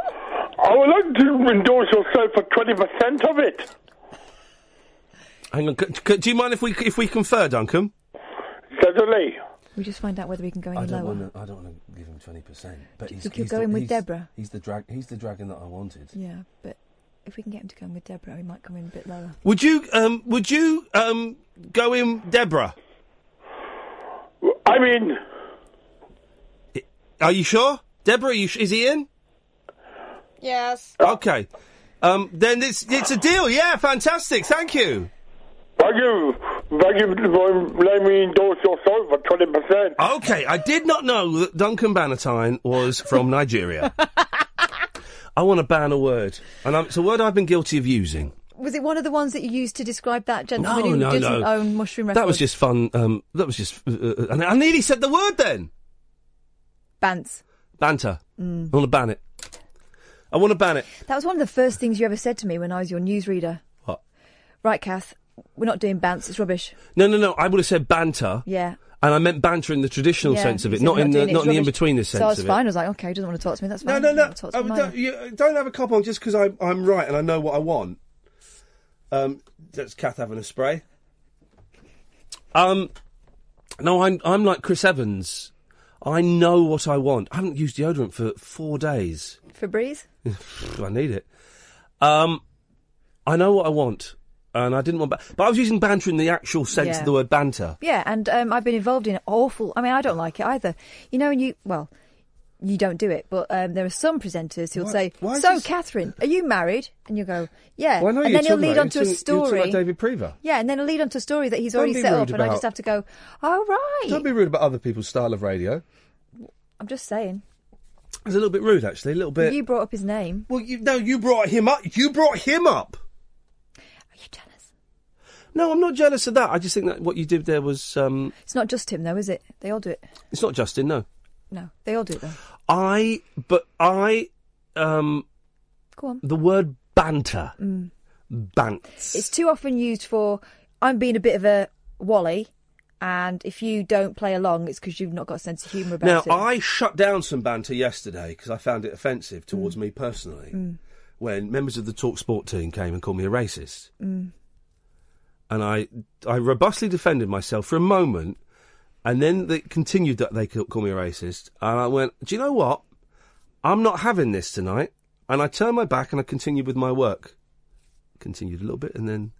[SPEAKER 4] I would like to endorse yourself for 20% of it.
[SPEAKER 3] Hang on. C- c- do you mind if we if we confer, Duncan?
[SPEAKER 4] Certainly.
[SPEAKER 16] We just find out whether we can go any
[SPEAKER 20] I don't
[SPEAKER 16] lower.
[SPEAKER 20] want to. I don't want to give him twenty percent. But he's,
[SPEAKER 16] Look, you're
[SPEAKER 20] he's the-
[SPEAKER 16] going with
[SPEAKER 20] he's-
[SPEAKER 16] Deborah.
[SPEAKER 20] He's the drag. He's the dragon that I wanted.
[SPEAKER 16] Yeah, but if we can get him to come with Deborah, we might come in a bit lower.
[SPEAKER 3] Would you um would you um go in Deborah?
[SPEAKER 4] I mean,
[SPEAKER 3] Are you sure? Deborah, are you sh- is he in?
[SPEAKER 6] Yes.
[SPEAKER 3] Okay. Um then it's it's a deal. Yeah, fantastic. Thank you.
[SPEAKER 4] thank you. Thank you for letting me endorse yourself for 20%.
[SPEAKER 3] Okay, I did not know that Duncan Bannatyne was from Nigeria. I want to ban a word, and i it's a word I've been guilty of using.
[SPEAKER 16] Was it one of the ones that you used to describe that gentleman
[SPEAKER 3] No,
[SPEAKER 16] who
[SPEAKER 3] no,
[SPEAKER 16] doesn't
[SPEAKER 3] no.
[SPEAKER 16] own mushroom records?
[SPEAKER 3] That was just fun. Um, that was just, uh, uh, and I nearly said the word then.
[SPEAKER 16] Bants.
[SPEAKER 3] Banter.
[SPEAKER 16] Mm.
[SPEAKER 3] I want to ban it. I want to ban it.
[SPEAKER 16] That was one of the first things you ever said to me when I was your newsreader.
[SPEAKER 3] What?
[SPEAKER 16] Right, Kath, we're not doing bants. It's rubbish.
[SPEAKER 3] No, no, no. I would have said banter,
[SPEAKER 16] Yeah.
[SPEAKER 3] and I meant banter in the traditional
[SPEAKER 16] yeah.
[SPEAKER 3] sense of it,
[SPEAKER 16] So
[SPEAKER 3] not
[SPEAKER 16] we're
[SPEAKER 3] in the
[SPEAKER 16] doing it,
[SPEAKER 3] not
[SPEAKER 16] it's
[SPEAKER 3] in the in
[SPEAKER 16] rubbish.
[SPEAKER 3] between the sense
[SPEAKER 16] So I was
[SPEAKER 3] of
[SPEAKER 16] fine.
[SPEAKER 3] it.
[SPEAKER 16] I was like, okay, he doesn't want to talk to me. That's
[SPEAKER 3] No,
[SPEAKER 16] fine.
[SPEAKER 3] no,
[SPEAKER 16] he
[SPEAKER 3] no.
[SPEAKER 16] doesn't want
[SPEAKER 3] I
[SPEAKER 16] to talk to
[SPEAKER 3] don't,
[SPEAKER 16] me.
[SPEAKER 3] you, don't have a cop on just because I I'm right and I know what I want. Um, that's Kath having a spray. Um, no, I'm I'm like Chris Evans. I know what I want. I haven't used deodorant for four days.
[SPEAKER 16] Febreze.
[SPEAKER 3] I need it. Um, I know what I want, and I didn't want. Ba- but I was using banter in the actual sense
[SPEAKER 16] Yeah.
[SPEAKER 3] of the word banter.
[SPEAKER 16] Yeah, and um, I've been involved in awful. I mean, I don't like it either. You know, and you well, you don't do it, but um, there are some presenters who'll
[SPEAKER 3] Why-
[SPEAKER 16] say,
[SPEAKER 3] why is
[SPEAKER 16] "So,
[SPEAKER 3] this-
[SPEAKER 16] Catherine, are you married?" And you go, "Yeah,"
[SPEAKER 3] Well, I know
[SPEAKER 16] and
[SPEAKER 3] you're
[SPEAKER 16] then he'll
[SPEAKER 3] talking
[SPEAKER 16] lead
[SPEAKER 3] about-
[SPEAKER 16] on to a
[SPEAKER 3] you're talking- you're talking
[SPEAKER 16] story.
[SPEAKER 3] about David Prever.
[SPEAKER 16] Yeah, and then he'll lead on to a story that he's
[SPEAKER 3] Don't
[SPEAKER 16] already
[SPEAKER 3] be
[SPEAKER 16] set up,
[SPEAKER 3] rude
[SPEAKER 16] and I just
[SPEAKER 3] about-
[SPEAKER 16] have to go, "All right."
[SPEAKER 3] Don't be rude about other people's style of radio.
[SPEAKER 16] I'm just saying.
[SPEAKER 3] It's a little bit rude, actually. A little bit.
[SPEAKER 16] you brought up his name.
[SPEAKER 3] Well, you no, you brought him up. You brought him up. No, I'm not jealous of that. I just think that what you did there was. Um,
[SPEAKER 16] It's not just him, though, is it? They all do it.
[SPEAKER 3] it's not Justin. No,
[SPEAKER 16] No, they all do it though.
[SPEAKER 3] I. But I. Um,
[SPEAKER 16] Go on.
[SPEAKER 3] The word banter.
[SPEAKER 16] Mm.
[SPEAKER 3] Bant.
[SPEAKER 16] It's too often used for I'm being a bit of a wally, and if you don't play along, it's because you've not got a sense of humour about
[SPEAKER 3] Now,
[SPEAKER 16] it.
[SPEAKER 3] I shut down some banter yesterday because I found it offensive towards me personally
[SPEAKER 16] Mm.
[SPEAKER 3] when members of the Talk Sport team came and called me a racist.
[SPEAKER 16] Mm.
[SPEAKER 3] And I, I robustly defended myself for a moment and then they continued that they could call me a racist. And I went, Do you know what? I'm not having this tonight. And I turned my back and I continued with my work. Continued a little bit and then.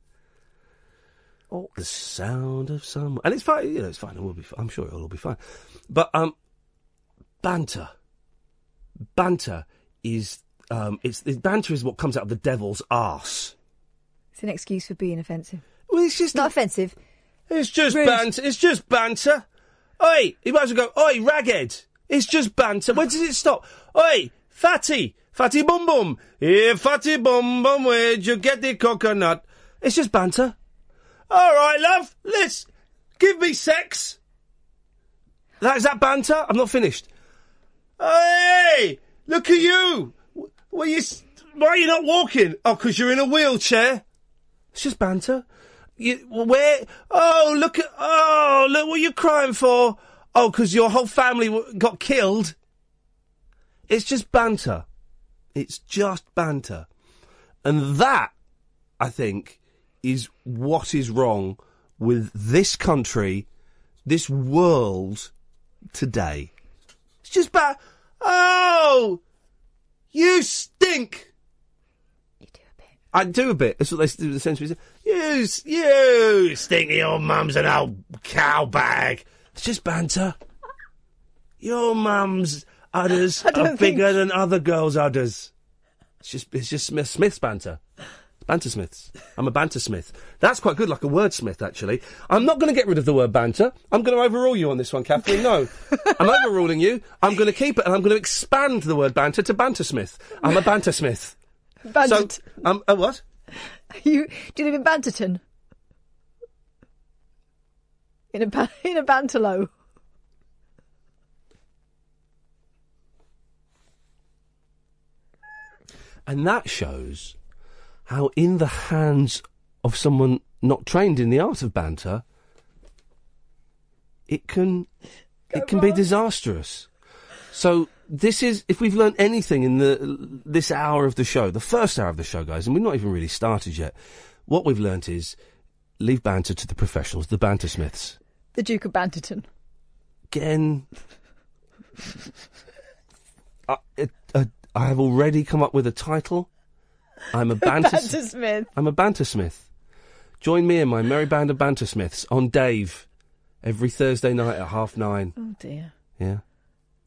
[SPEAKER 3] The sound of someone, and it's fine. You know, it's fine. It will be. fi- I'm sure it'll all be fine. But um, banter, banter is um, it's, it's banter is what comes out of the devil's arse.
[SPEAKER 16] It's an excuse for being offensive.
[SPEAKER 3] Well, it's just
[SPEAKER 16] not offensive.
[SPEAKER 3] It's just banter. It's just banter. Oi, you might as well go. Oi, ragged. It's just banter. When does it stop? Oi, fatty, fatty bum bum. Yeah, fatty bum bum. Where'd you get the coconut? It's just banter. All right, love. Let's give me sex. That is that banter. I'm not finished. Hey, look at you. W- Well, you. s- Why are you not walking? Oh, because you're in a wheelchair. It's just banter. You, where? Oh, look at. Oh, look what you're crying for. Oh, because your whole family w- got killed. It's just banter. It's just banter. And that, I think, is what is wrong with this country, this world today. It's just bad. Oh, you stink. You do a bit. I do a bit. That's what they s- do. The sense you, s- you stinky old mum's an old cow bag. It's just banter. Your mum's udders
[SPEAKER 5] I don't
[SPEAKER 3] are bigger than other girls' udders. It's just, it's just Smith, Smith's banter. Bantersmiths. I'm a bantersmith. That's quite good, like a wordsmith, actually. I'm not going to get rid of the word banter. I'm going to overrule you on this one, Catherine. No. I'm overruling you. I'm going to keep it and I'm going to expand the word banter to bantersmith. I'm a bantersmith.
[SPEAKER 16] Bandit.
[SPEAKER 3] So, um, a what?
[SPEAKER 16] you do you live in Banterton? In a ba- in a banterlow.
[SPEAKER 3] And that shows how, in the hands of someone not trained in the art of banter, it can it can be disastrous. So this is if we've learned anything in the this hour of the show, the first hour of the show, guys, and we've not even really started yet. What we've learnt is leave banter to the professionals, the bantersmiths.
[SPEAKER 16] The Duke of Banterton.
[SPEAKER 3] Again, I, it, uh, I have already come up with a title. I'm a banters-
[SPEAKER 16] Bantersmith.
[SPEAKER 3] I'm a bantersmith. Join me in my merry band of bantersmiths on Dave every Thursday night at half nine.
[SPEAKER 16] Oh dear.
[SPEAKER 3] Yeah.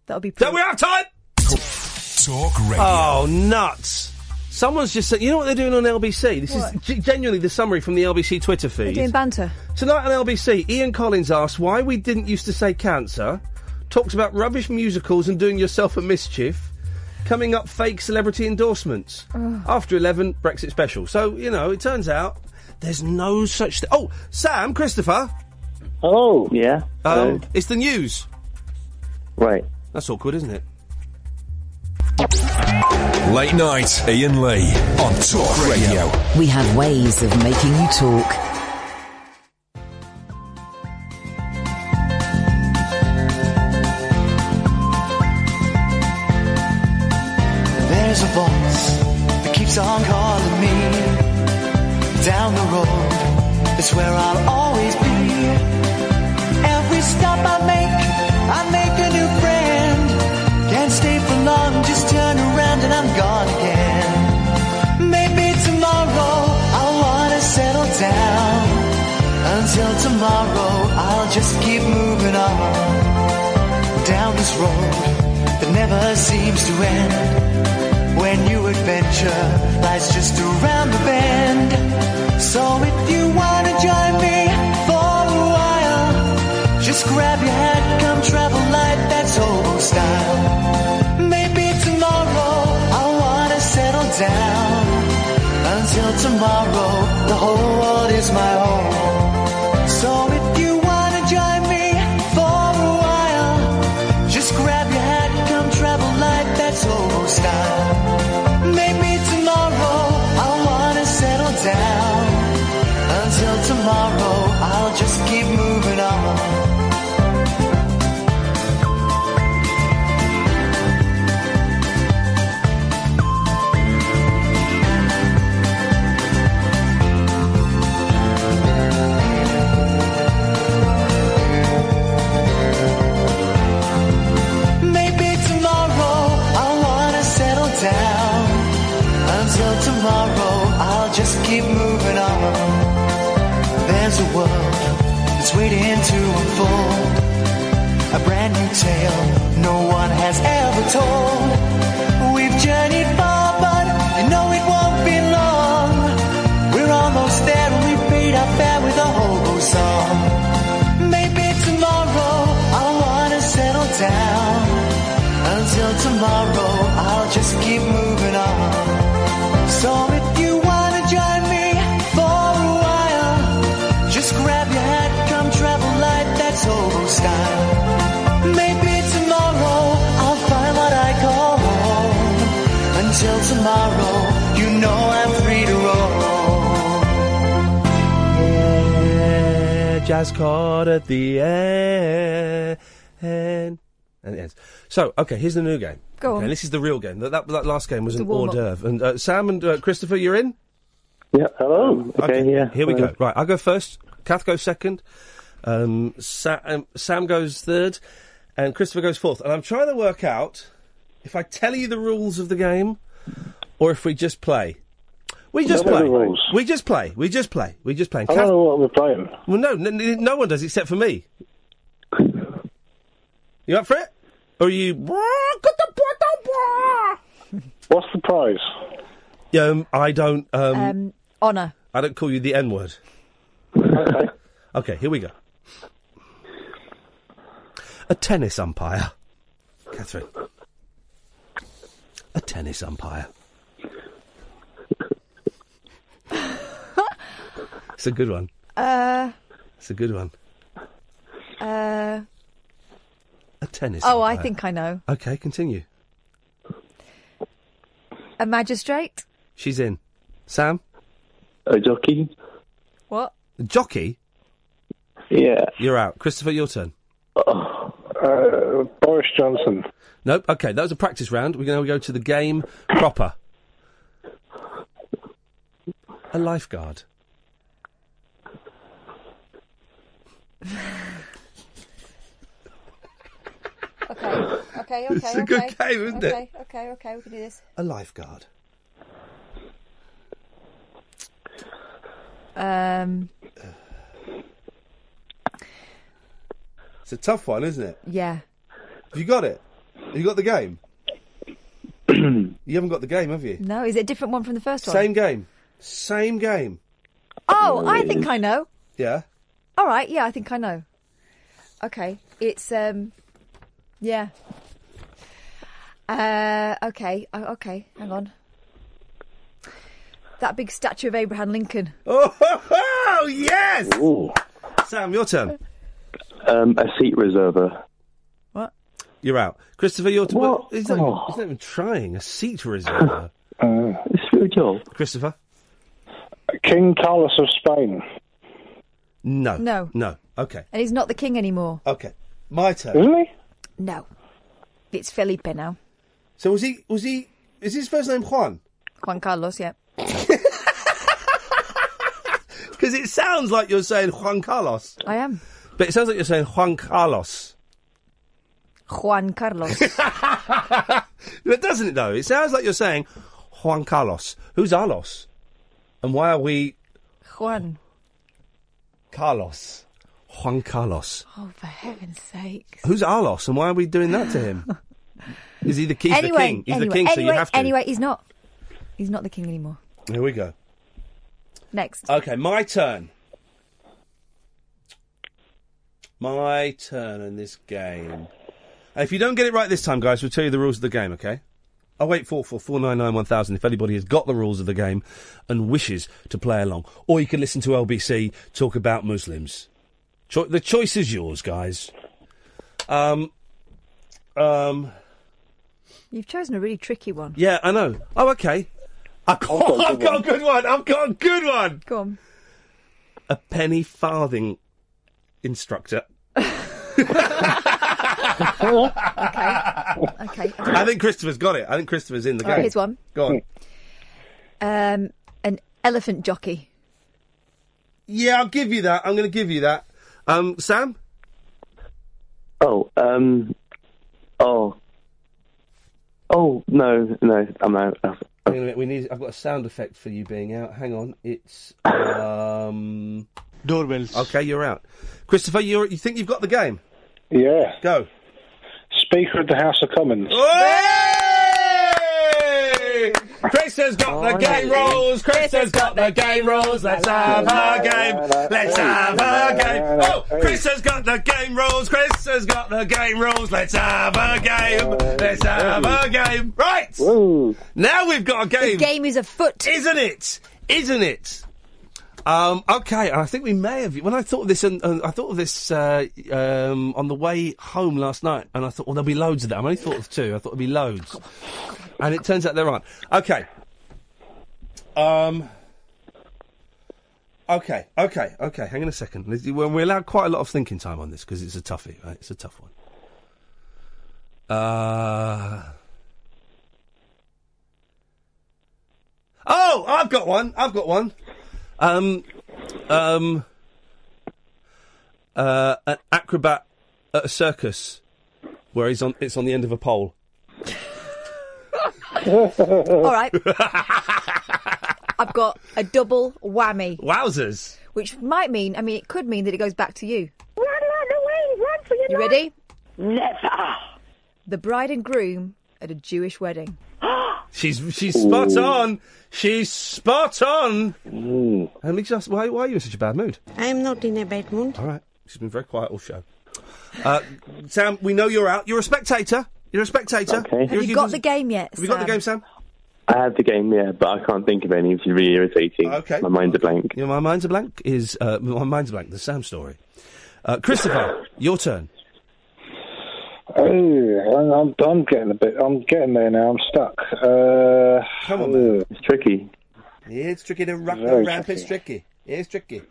[SPEAKER 16] That'll be pretty.
[SPEAKER 3] Don't we have time?
[SPEAKER 2] Talk radio.
[SPEAKER 3] Oh, nuts. Someone's just said, you know what they're doing on LBC? This is
[SPEAKER 16] What?
[SPEAKER 3] g- genuinely the summary from the LBC Twitter
[SPEAKER 16] We're
[SPEAKER 3] feed.
[SPEAKER 16] doing banter.
[SPEAKER 3] Tonight on LBC, Ian Collins asks why we didn't used to say cancer, talks about rubbish musicals and doing yourself a mischief, coming up fake celebrity endorsements.
[SPEAKER 5] Ugh.
[SPEAKER 3] After 11, Brexit special. So, you know, it turns out there's no such thing. Oh, Sam, Christopher.
[SPEAKER 21] Oh, yeah.
[SPEAKER 3] Um, It's the news.
[SPEAKER 21] Right.
[SPEAKER 3] That's awkward, isn't it?
[SPEAKER 2] Late night, Ian Lee on Talk Radio.
[SPEAKER 1] We have ways of making you talk.
[SPEAKER 5] There's a voice that keeps on calling me down the road. It's where I'll always be. Every stop I make, I make a new friend. Can't stay for long, just turn around and I'm gone again. Maybe tomorrow I'll wanna settle down. Until tomorrow, I'll just keep moving on down this road that never seems to end when new adventure lies just around the bend. So if you wanna join me for a while, just grab your hat, come travel light, that's old style. Maybe tomorrow I'll wanna settle down. Until tomorrow, the whole world is my home. So if you wanna join me for a while, just grab your hat, come travel like that's old style. Maybe tomorrow I wanna settle down. Until tomorrow, I'll just keep moving on. Maybe tomorrow I wanna settle down. Until tomorrow, I'll just keep moving on. There's a world that's waiting to unfold. A brand new tale no one has ever told. We've journeyed far, but you know it won't be long. We're almost there and we paid our fare with a hobo song. Maybe tomorrow I wanna settle down. Until tomorrow, I'll just keep moving on. So if you wanna join me for a while, just grab your hat, come travel like that's old style. Maybe tomorrow I'll find what I call home. Until tomorrow, you know I'm free to roam.
[SPEAKER 3] Yeah, jazz chord at the end. And it ends. So, okay, here's the new game.
[SPEAKER 5] Go
[SPEAKER 3] Okay,
[SPEAKER 5] on.
[SPEAKER 3] this is the real game. That, that, that last game was
[SPEAKER 5] The
[SPEAKER 3] an hors
[SPEAKER 5] warm-up.
[SPEAKER 3] d'oeuvre. And uh, Sam and uh, Christopher, you're in?
[SPEAKER 21] Yeah, hello.
[SPEAKER 3] Okay,
[SPEAKER 21] yeah.
[SPEAKER 3] Here we go.
[SPEAKER 21] Hello.
[SPEAKER 3] Right, I'll go first. Kath goes second. Um, Sa- um, Sam goes third. And Christopher goes fourth. And I'm trying to work out if I tell you the rules of the game or if we just play. We just
[SPEAKER 5] What are
[SPEAKER 3] play.
[SPEAKER 5] the
[SPEAKER 3] We just play. We just play. We just play.
[SPEAKER 5] I don't know
[SPEAKER 3] what we're playing. Well, no, no, no one does except for me. You up for it? Or are you? What's the prize? Um, I don't. Um,
[SPEAKER 16] Um, Honour.
[SPEAKER 3] I don't call you the N word. okay, here we go. A tennis umpire. Catherine. A tennis umpire. it's a good one.
[SPEAKER 16] Uh,
[SPEAKER 3] It's a good one.
[SPEAKER 16] uh,
[SPEAKER 3] A tennis
[SPEAKER 16] oh, I
[SPEAKER 3] umpire.
[SPEAKER 16] think I know.
[SPEAKER 3] Okay, continue.
[SPEAKER 16] A magistrate?
[SPEAKER 3] She's in. Sam?
[SPEAKER 21] A jockey.
[SPEAKER 16] What?
[SPEAKER 3] Jockey?
[SPEAKER 21] Yeah.
[SPEAKER 3] You're out. Christopher, your turn.
[SPEAKER 7] Uh, Boris Johnson.
[SPEAKER 3] Nope. Okay, that was a practice round. We're going to go to the game proper. A lifeguard.
[SPEAKER 6] Okay, okay, okay.
[SPEAKER 3] This is a good
[SPEAKER 6] okay.
[SPEAKER 3] game, isn't it?
[SPEAKER 6] okay, Okay, okay, we can do this.
[SPEAKER 3] A lifeguard.
[SPEAKER 16] Um,
[SPEAKER 3] It's a tough one, isn't it?
[SPEAKER 16] yeah.
[SPEAKER 3] Have you got it? Have you got the game? you haven't got the game, have you?
[SPEAKER 16] No, is it a different one from the first one?
[SPEAKER 3] Same game. Same game.
[SPEAKER 16] Oh, I think I know.
[SPEAKER 3] Yeah.
[SPEAKER 16] All right, yeah, I think I know. Okay, it's um, yeah. Uh, okay, o- okay, hang on. That big statue of Abraham Lincoln.
[SPEAKER 3] Oh, yes! Sam, your turn.
[SPEAKER 21] Um, a seat reserver.
[SPEAKER 3] You're out. Christopher, your turn. What? He's, not,
[SPEAKER 21] Oh.
[SPEAKER 3] he's not even trying. A seat reserver.
[SPEAKER 7] Uh, It's your job.
[SPEAKER 3] Christopher?
[SPEAKER 7] King Carlos of Spain.
[SPEAKER 3] No.
[SPEAKER 16] No.
[SPEAKER 3] No. Okay.
[SPEAKER 16] And he's not the king anymore.
[SPEAKER 3] Okay. My turn.
[SPEAKER 21] Hmm?
[SPEAKER 7] Really?
[SPEAKER 16] No, it's Felipe now.
[SPEAKER 3] So was he? Was he? Is his first name Juan?
[SPEAKER 16] Juan Carlos, yeah.
[SPEAKER 3] Because it sounds like you're saying Juan Carlos.
[SPEAKER 16] I am
[SPEAKER 3] But it sounds like you're saying Juan Carlos.
[SPEAKER 16] Juan Carlos.
[SPEAKER 3] But doesn't it though? It sounds like you're saying Juan Carlos. Who's Carlos? And why are we
[SPEAKER 16] Juan.
[SPEAKER 3] Carlos? Juan Carlos.
[SPEAKER 16] Oh, for heaven's sake!
[SPEAKER 3] Who's Carlos? And why are we doing that to him? Is he the king? He's
[SPEAKER 16] anyway,
[SPEAKER 3] the king. He's
[SPEAKER 16] anyway,
[SPEAKER 3] the king,
[SPEAKER 16] anyway,
[SPEAKER 3] so you have to.
[SPEAKER 16] Anyway, he's not. He's not the king anymore.
[SPEAKER 3] Here we go.
[SPEAKER 16] Next.
[SPEAKER 3] Okay, my turn. My turn in this game. If you don't get it right this time, guys, we'll tell you the rules of the game, okay? Oh wait, four four four nine nine one thousand. If anybody has got the rules of the game and wishes to play along, or you can listen to LBC talk about Muslims. Cho- the choice is yours, guys. Um, um,
[SPEAKER 16] You've chosen a really tricky one.
[SPEAKER 3] yeah, I know. Oh, okay. Oh, I've got, I've got a good one. I've got a good one.
[SPEAKER 16] Go on.
[SPEAKER 3] a penny farthing instructor.
[SPEAKER 16] Okay.
[SPEAKER 3] I think Christopher's got it. I think Christopher's in the
[SPEAKER 16] All right,
[SPEAKER 3] game.
[SPEAKER 16] here's one.
[SPEAKER 3] Go on.
[SPEAKER 16] Um, an elephant jockey.
[SPEAKER 3] Yeah, I'll give you that. I'm going to give you that. Um, Sam?
[SPEAKER 21] Oh, um, oh, oh no, no, I'm out.
[SPEAKER 3] Hang on a minute. We need, I've got a sound effect for you being out. Hang on. It's. Um, Doorbells. Okay, you're out. Christopher, you're, you think you've got the game?
[SPEAKER 7] Yeah.
[SPEAKER 3] Go.
[SPEAKER 7] Speaker of the House of Commons.
[SPEAKER 3] Hey! Chris has got the game rules. Chris has got the game rules. Let's have a game. Let's have a game. Oh, Chris has got the game rules. Chris has got the game rules. Let's have a game. Let's have a game. Right. Now we've got a game. The
[SPEAKER 16] game is afoot,
[SPEAKER 3] isn't it? Isn't it? Um, okay, and I think we may have. When I thought of this, and uh, I thought of this uh, um, on the way home last night, and I thought, well, there'll be loads of them. I only thought of two. I thought there'd be loads, and it turns out there aren't. Okay. Um. Okay, okay, okay. Hang on a second. Liz- We're we're allowed quite a lot of thinking time on this because it's a toughie. Right? It's a tough one. Uh. Oh, I've got one. I've got one. Um, um, uh, an acrobat at a circus where he's on. It's on the end of a pole. Oh.
[SPEAKER 16] All right. I've got a double whammy,
[SPEAKER 3] Oh, Wowzers!
[SPEAKER 16] which might mean, I mean, it could mean that it goes back to you. Run, run away, run for your You ready? Never. The bride and groom at a Jewish wedding.
[SPEAKER 3] She's she's spot
[SPEAKER 8] Ooh.
[SPEAKER 3] on. She's spot on. Let me just. Why, why are you in such a bad mood?
[SPEAKER 8] I'm not in a bad mood.
[SPEAKER 3] All right. She's been very quiet all show. Uh, Sam, we know you're out. You're a spectator. You're a spectator.
[SPEAKER 21] Okay.
[SPEAKER 16] Have you got the game yet?
[SPEAKER 3] Have you got the game, Sam?
[SPEAKER 21] I have the game, yeah, but I can't think of any. It's really irritating.
[SPEAKER 3] Okay.
[SPEAKER 21] My mind's a blank.
[SPEAKER 3] Yeah, my mind's a blank. Is uh, my mind's a blank? The Sam story. Uh, Christopher, your turn.
[SPEAKER 7] Oh, I'm, I'm, I'm getting a bit. I'm getting there now. I'm stuck. Uh,
[SPEAKER 3] Come on, man.
[SPEAKER 21] It's tricky.
[SPEAKER 3] It's tricky to wrap
[SPEAKER 7] Very
[SPEAKER 3] wrap. It's tricky. It's tricky.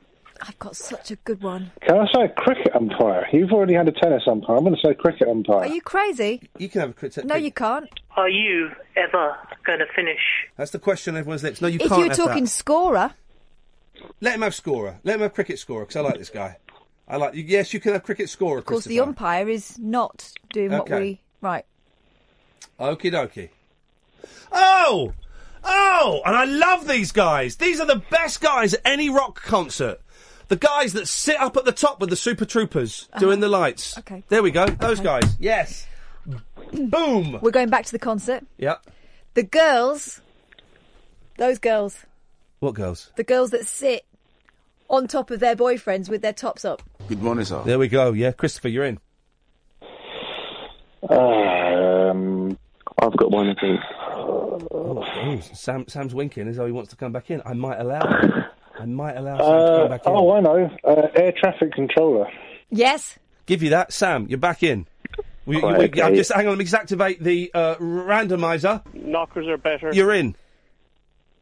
[SPEAKER 16] I've got such a good one.
[SPEAKER 7] Can I say cricket umpire? You've already had a tennis umpire. I'm going to say cricket umpire.
[SPEAKER 16] Are you crazy?
[SPEAKER 3] You can have a cricket.
[SPEAKER 16] No, you can't.
[SPEAKER 3] Oh,
[SPEAKER 22] Are you ever going to finish?
[SPEAKER 3] That's the question on everyone's lips. No, you
[SPEAKER 16] if
[SPEAKER 3] can't.
[SPEAKER 16] you were
[SPEAKER 3] have
[SPEAKER 16] talking
[SPEAKER 3] that.
[SPEAKER 16] scorer,
[SPEAKER 3] let him have scorer. Let him have cricket scorer because I like this guy. I like. Yes, you can have cricket scorer.
[SPEAKER 16] of course, the umpire is not doing what
[SPEAKER 3] Okay.
[SPEAKER 16] we right.
[SPEAKER 3] Okie dokie. Oh! Oh! And I love these guys. These are the best guys at any rock concert. The guys that sit up at the top with the Super Troopers doing the lights.
[SPEAKER 16] Uh-huh. Okay.
[SPEAKER 3] There we go. Those guys. Yes. Boom.
[SPEAKER 16] We're going back to the concert.
[SPEAKER 3] Yeah.
[SPEAKER 16] The girls, those girls,
[SPEAKER 3] What girls?
[SPEAKER 16] the girls that sit on top of their boyfriends with their tops up.
[SPEAKER 3] Good morning, sir. There we go. Yeah, Christopher, you're in.
[SPEAKER 21] Um, I've got one, I think.
[SPEAKER 3] Oh, oh, Sam, Sam's winking as though he wants to come back in. I might allow. him. I might allow Sam to come
[SPEAKER 7] Uh,
[SPEAKER 3] back in.
[SPEAKER 7] oh, I know. Uh, air traffic controller.
[SPEAKER 16] Yes.
[SPEAKER 3] Give you that, Sam. You're back in. We,
[SPEAKER 7] Right,
[SPEAKER 3] we,
[SPEAKER 7] okay.
[SPEAKER 3] I'm just hang on. Let me just activate the uh, randomizer.
[SPEAKER 12] Knockers are better.
[SPEAKER 3] You're in.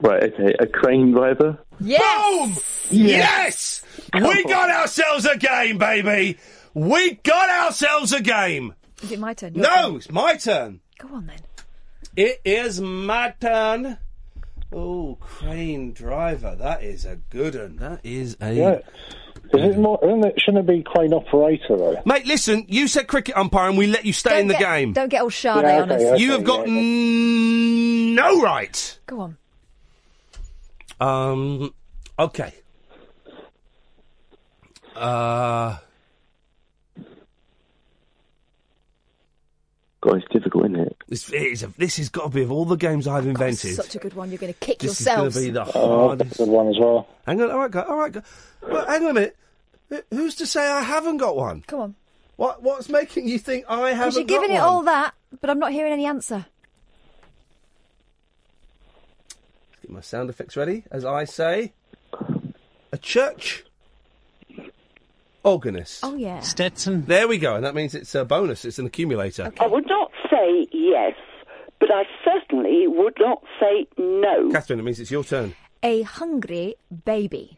[SPEAKER 21] Right, okay. A crane driver?
[SPEAKER 16] Yes!
[SPEAKER 3] Yes! We got ourselves a game, baby! We got ourselves a game!
[SPEAKER 16] Is it my turn? Your
[SPEAKER 3] No, it's my turn.
[SPEAKER 16] turn. Go on then.
[SPEAKER 3] It is my turn. Oh, crane driver. That is a good one. That is a.
[SPEAKER 7] Yeah. Is it more? Isn't it, shouldn't it be crane operator though?
[SPEAKER 3] Mate, listen, you said cricket umpire and we let you stay in the
[SPEAKER 16] Get-
[SPEAKER 3] game.
[SPEAKER 16] Don't get all shardy
[SPEAKER 3] Yeah,
[SPEAKER 16] on
[SPEAKER 3] okay,
[SPEAKER 16] us.
[SPEAKER 3] okay, You have got yeah, okay. no right.
[SPEAKER 16] Go on.
[SPEAKER 3] Um, okay. Uh.
[SPEAKER 21] God, it's difficult, isn't it?
[SPEAKER 3] This it is a, this has got to be of all the games I've invented.
[SPEAKER 16] Such a good one. You're going to kick
[SPEAKER 3] This is
[SPEAKER 16] yourselves.
[SPEAKER 3] going to be the
[SPEAKER 7] Oh,
[SPEAKER 3] hardest.
[SPEAKER 7] that's a good one as well.
[SPEAKER 3] Hang on, all right, go, all right, go. Well, hang on a minute. Wh- Who's to say I haven't got one?
[SPEAKER 16] Come on.
[SPEAKER 3] What What's making you think I haven't?
[SPEAKER 16] Because you're giving
[SPEAKER 3] got
[SPEAKER 16] it
[SPEAKER 3] one?
[SPEAKER 16] all that, but I'm not hearing any answer.
[SPEAKER 3] Get my sound effects ready, as I say. A church. Organist.
[SPEAKER 16] Oh yeah.
[SPEAKER 3] Stetson. There we go, and that means it's a bonus. It's an accumulator.
[SPEAKER 23] I would not say yes, but I certainly would not say no.
[SPEAKER 3] Catherine, it means it's your turn.
[SPEAKER 16] A hungry baby.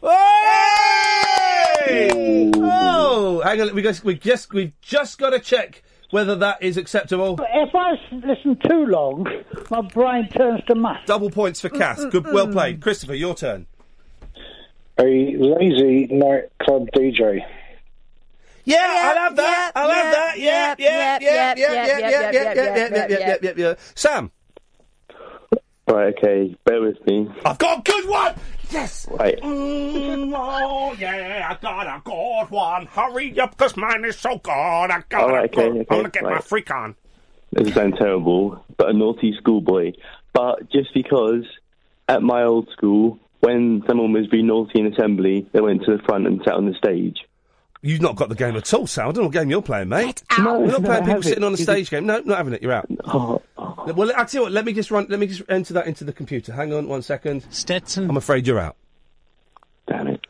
[SPEAKER 3] Hey! Oh, hang on. We just, we just, we've just got to check whether that is acceptable.
[SPEAKER 24] If I s- listen too long, my brain turns to Mm, mush.
[SPEAKER 3] Double points for
[SPEAKER 1] Mm,
[SPEAKER 3] Kath. Good, well played, Christopher. Your turn.
[SPEAKER 7] A lazy nightclub DJ.
[SPEAKER 3] Yeah, I'll have that. I'll have that. Yeah, yeah, yeah, yeah, yeah, yeah, yeah, yeah, yeah, yeah, yeah, yeah, yeah. Sam,
[SPEAKER 21] Right, okay. Bear with me.
[SPEAKER 3] I've got a good one. Yes.
[SPEAKER 21] Right.
[SPEAKER 3] Mm, oh yeah, I got a good one. Hurry up, cause mine is so good. I got
[SPEAKER 21] All right,
[SPEAKER 3] a good.
[SPEAKER 21] okay, okay,
[SPEAKER 3] I wanna get my
[SPEAKER 21] right.
[SPEAKER 3] freak on.
[SPEAKER 21] This sounds terrible, but a naughty schoolboy. But just because at my old school, when someone was being naughty in assembly, they went to the front and sat on the stage.
[SPEAKER 3] You've not got the game at all, Sal. I don't know what game you're playing, mate.
[SPEAKER 21] out.
[SPEAKER 3] We're not
[SPEAKER 21] No, I
[SPEAKER 3] playing people
[SPEAKER 21] have it. Oh,
[SPEAKER 3] sitting on a
[SPEAKER 21] You
[SPEAKER 3] stage game. No, not having it. You're out. Well, I tell you what. Let me just run. Let me just enter that into the computer. Hang on one second. Stetson. I'm afraid you're out.
[SPEAKER 21] Damn it.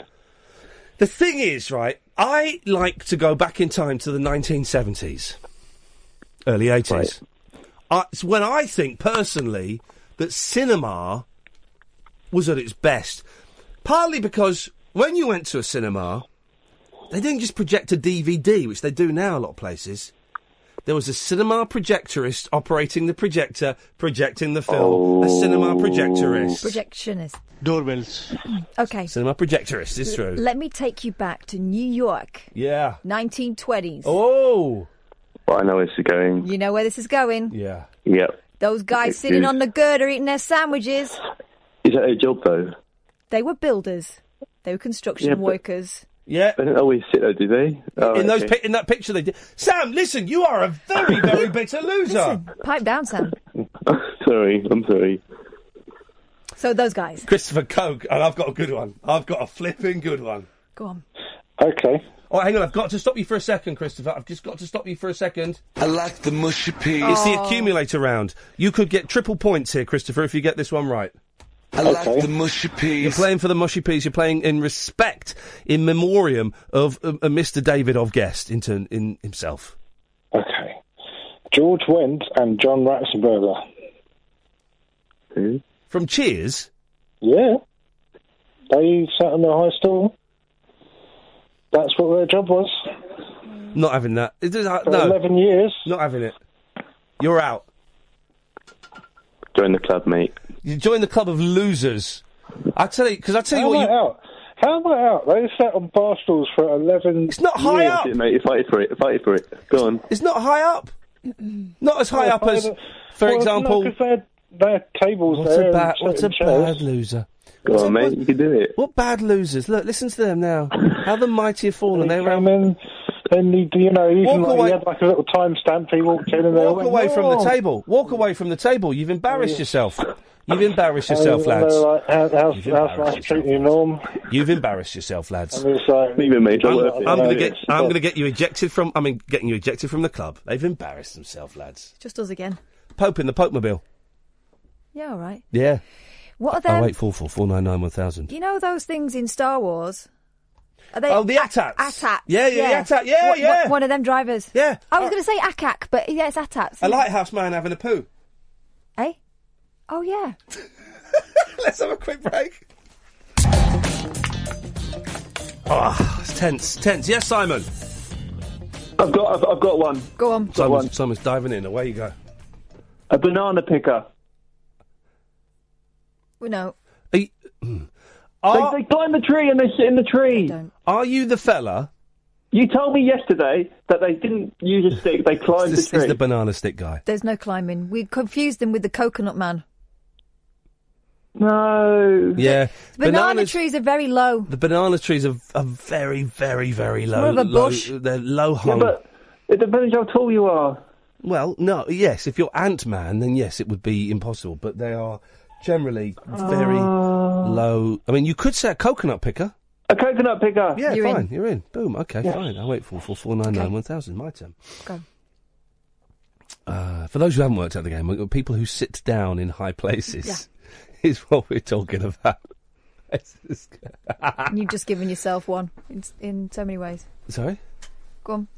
[SPEAKER 3] The thing is, right? I like to go back in time to the 1970s, early 80s. I, it's when I think personally that cinema was at its best, partly because when you went to a cinema, they didn't just project a DVD, which they do now a lot of places. There was a cinema projectorist operating the projector, projecting the film. A cinema projectorist.
[SPEAKER 16] Projectionist.
[SPEAKER 3] Doorbells.
[SPEAKER 16] Okay.
[SPEAKER 3] Cinema projectorist, it's true.
[SPEAKER 16] Let me take you back to New York,
[SPEAKER 3] yeah.
[SPEAKER 16] 1920s.
[SPEAKER 3] Oh.
[SPEAKER 21] But I know where this is going.
[SPEAKER 16] You know where this is going.
[SPEAKER 3] Yeah.
[SPEAKER 21] Yep.
[SPEAKER 16] Those guys sitting on the girder eating their sandwiches.
[SPEAKER 21] Is that a job though?
[SPEAKER 16] They were builders. They were construction
[SPEAKER 21] Yeah, but-
[SPEAKER 16] workers.
[SPEAKER 3] Yeah.
[SPEAKER 21] They don't always sit there, do they? Oh,
[SPEAKER 3] in those
[SPEAKER 21] okay.
[SPEAKER 3] pi- in that picture they did. Sam, listen, you are a very very bitter loser.
[SPEAKER 16] Pipe down, Sam.
[SPEAKER 21] sorry, I'm sorry.
[SPEAKER 16] So those guys.
[SPEAKER 3] Christopher Coke, and I've got a good one. I've got a flipping good one.
[SPEAKER 16] Go on.
[SPEAKER 3] Okay. Oh, hang on, I've got to stop you for a second, Christopher. I've just got to stop you for a second. I like the mushy peas. It's the
[SPEAKER 8] Oh.
[SPEAKER 3] accumulator round. You could get triple points here, Christopher, if you get this one right. I like the mushy peas. You're playing for the mushy peas. You're playing in respect, in memoriam of uh, uh, Mr. David of Guest in, turn- in himself.
[SPEAKER 7] Okay. George Wendt and John Ratzenberger.
[SPEAKER 21] Who?
[SPEAKER 3] From Cheers?
[SPEAKER 7] Yeah. They sat in the high stool. That's what their job was.
[SPEAKER 3] Not having that. It is, uh,
[SPEAKER 7] For
[SPEAKER 3] no.
[SPEAKER 7] 11 years.
[SPEAKER 3] Not having it. You're out.
[SPEAKER 21] Join the club, mate.
[SPEAKER 3] You join the club of losers. I tell you, because I tell you
[SPEAKER 7] How
[SPEAKER 3] what
[SPEAKER 7] am
[SPEAKER 3] you.
[SPEAKER 7] I out? How am I out? They sat on bar stools for 11 It's
[SPEAKER 3] not high
[SPEAKER 21] That's it, mate. Fight for it. Fight for it. Go on.
[SPEAKER 3] It's not high up. Not as high
[SPEAKER 7] Well,
[SPEAKER 3] up as,
[SPEAKER 7] well,
[SPEAKER 3] for
[SPEAKER 7] well,
[SPEAKER 3] example.
[SPEAKER 7] no, 'cause they had, they had tables
[SPEAKER 3] What
[SPEAKER 7] there.
[SPEAKER 3] a bad,
[SPEAKER 7] and
[SPEAKER 3] what a
[SPEAKER 7] certain chairs.
[SPEAKER 3] bad loser.
[SPEAKER 21] Go
[SPEAKER 3] What
[SPEAKER 21] on,
[SPEAKER 3] a-
[SPEAKER 21] mate. You can do it.
[SPEAKER 3] What bad losers? Look, listen to them now. How the mighty have fallen. They came
[SPEAKER 7] in, and he, you know, even
[SPEAKER 3] walk
[SPEAKER 7] like,
[SPEAKER 3] away,
[SPEAKER 7] he had like a little timestamp. He walked in and they all
[SPEAKER 3] walk
[SPEAKER 7] went,
[SPEAKER 3] away from the
[SPEAKER 7] "Oh."
[SPEAKER 3] table. Walk away from the table. You've embarrassed
[SPEAKER 7] Yeah.
[SPEAKER 3] yourself. You've embarrassed
[SPEAKER 7] And
[SPEAKER 3] yourself,
[SPEAKER 7] they were
[SPEAKER 3] lads.
[SPEAKER 7] Like, How, how's,
[SPEAKER 3] You've
[SPEAKER 7] how's
[SPEAKER 3] embarrassed
[SPEAKER 7] life treating you, Norm?
[SPEAKER 3] You've embarrassed yourself, lads.
[SPEAKER 7] And it's like,
[SPEAKER 3] I'm, I'm gonna
[SPEAKER 7] Yeah.
[SPEAKER 3] get. I'm gonna get you ejected from. I mean, getting you ejected from the club. They've embarrassed themselves, lads.
[SPEAKER 16] Just us again.
[SPEAKER 3] Pope in the Pope mobile.
[SPEAKER 16] Yeah, all right.
[SPEAKER 3] Yeah.
[SPEAKER 16] What are
[SPEAKER 3] Oh
[SPEAKER 16] them?
[SPEAKER 3] wait, four four four nine nine one thousand.
[SPEAKER 16] You know those things in Star Wars? Are they
[SPEAKER 3] Oh, the ATATs.
[SPEAKER 16] ATATs.
[SPEAKER 3] Yeah, yeah, the ATAT. Yeah,
[SPEAKER 16] Wha- wha-
[SPEAKER 3] yeah.
[SPEAKER 16] one of them drivers.
[SPEAKER 3] Yeah. Uh,
[SPEAKER 16] I was going to say ACAC, but yeah, it's ATATs.
[SPEAKER 3] A lighthouse man having a poo.
[SPEAKER 16] Eh? Oh, yeah.
[SPEAKER 3] Let's have a quick break. Oh, it's tense, tense. Yes, Simon.
[SPEAKER 8] I've got, I've, I've got one.
[SPEAKER 16] Go on.
[SPEAKER 8] Got one.
[SPEAKER 3] Simon's, Simon's diving in. Away you go.
[SPEAKER 8] A banana picker.
[SPEAKER 16] Well, no.
[SPEAKER 3] Are-
[SPEAKER 8] They, they climb the tree and they sit in the tree.
[SPEAKER 3] Ah! Are you the fella?
[SPEAKER 8] You told me yesterday that they didn't use a stick. They climbed
[SPEAKER 3] This
[SPEAKER 8] the
[SPEAKER 3] is
[SPEAKER 8] tree.
[SPEAKER 3] the banana stick guy.
[SPEAKER 16] There's no climbing. We confused them with the coconut man.
[SPEAKER 8] No.
[SPEAKER 3] Yeah.
[SPEAKER 16] Banana
[SPEAKER 3] Bananas-
[SPEAKER 16] trees are very low.
[SPEAKER 3] The banana trees are, are very, very, very low.
[SPEAKER 16] more of a
[SPEAKER 3] low-
[SPEAKER 16] bush.
[SPEAKER 3] They're low hung.
[SPEAKER 8] but it depends how tall you are.
[SPEAKER 3] Well, no, yes. If you're Ant Man, then yes, it would be impossible. But they are generally very
[SPEAKER 16] Ah.
[SPEAKER 3] low. I mean, you could say a coconut picker.
[SPEAKER 8] Oh. A coconut picker.
[SPEAKER 3] Yeah, fine. You're in. Boom. Okay, fine. I wait for four four nine nine one thousand. My turn.
[SPEAKER 16] Go.
[SPEAKER 3] Uh, for those who haven't worked out the game, people who sit down in high places is what we're talking about. It's just-
[SPEAKER 16] You've just given yourself one in, in so many ways.
[SPEAKER 3] Sorry.
[SPEAKER 16] Go on.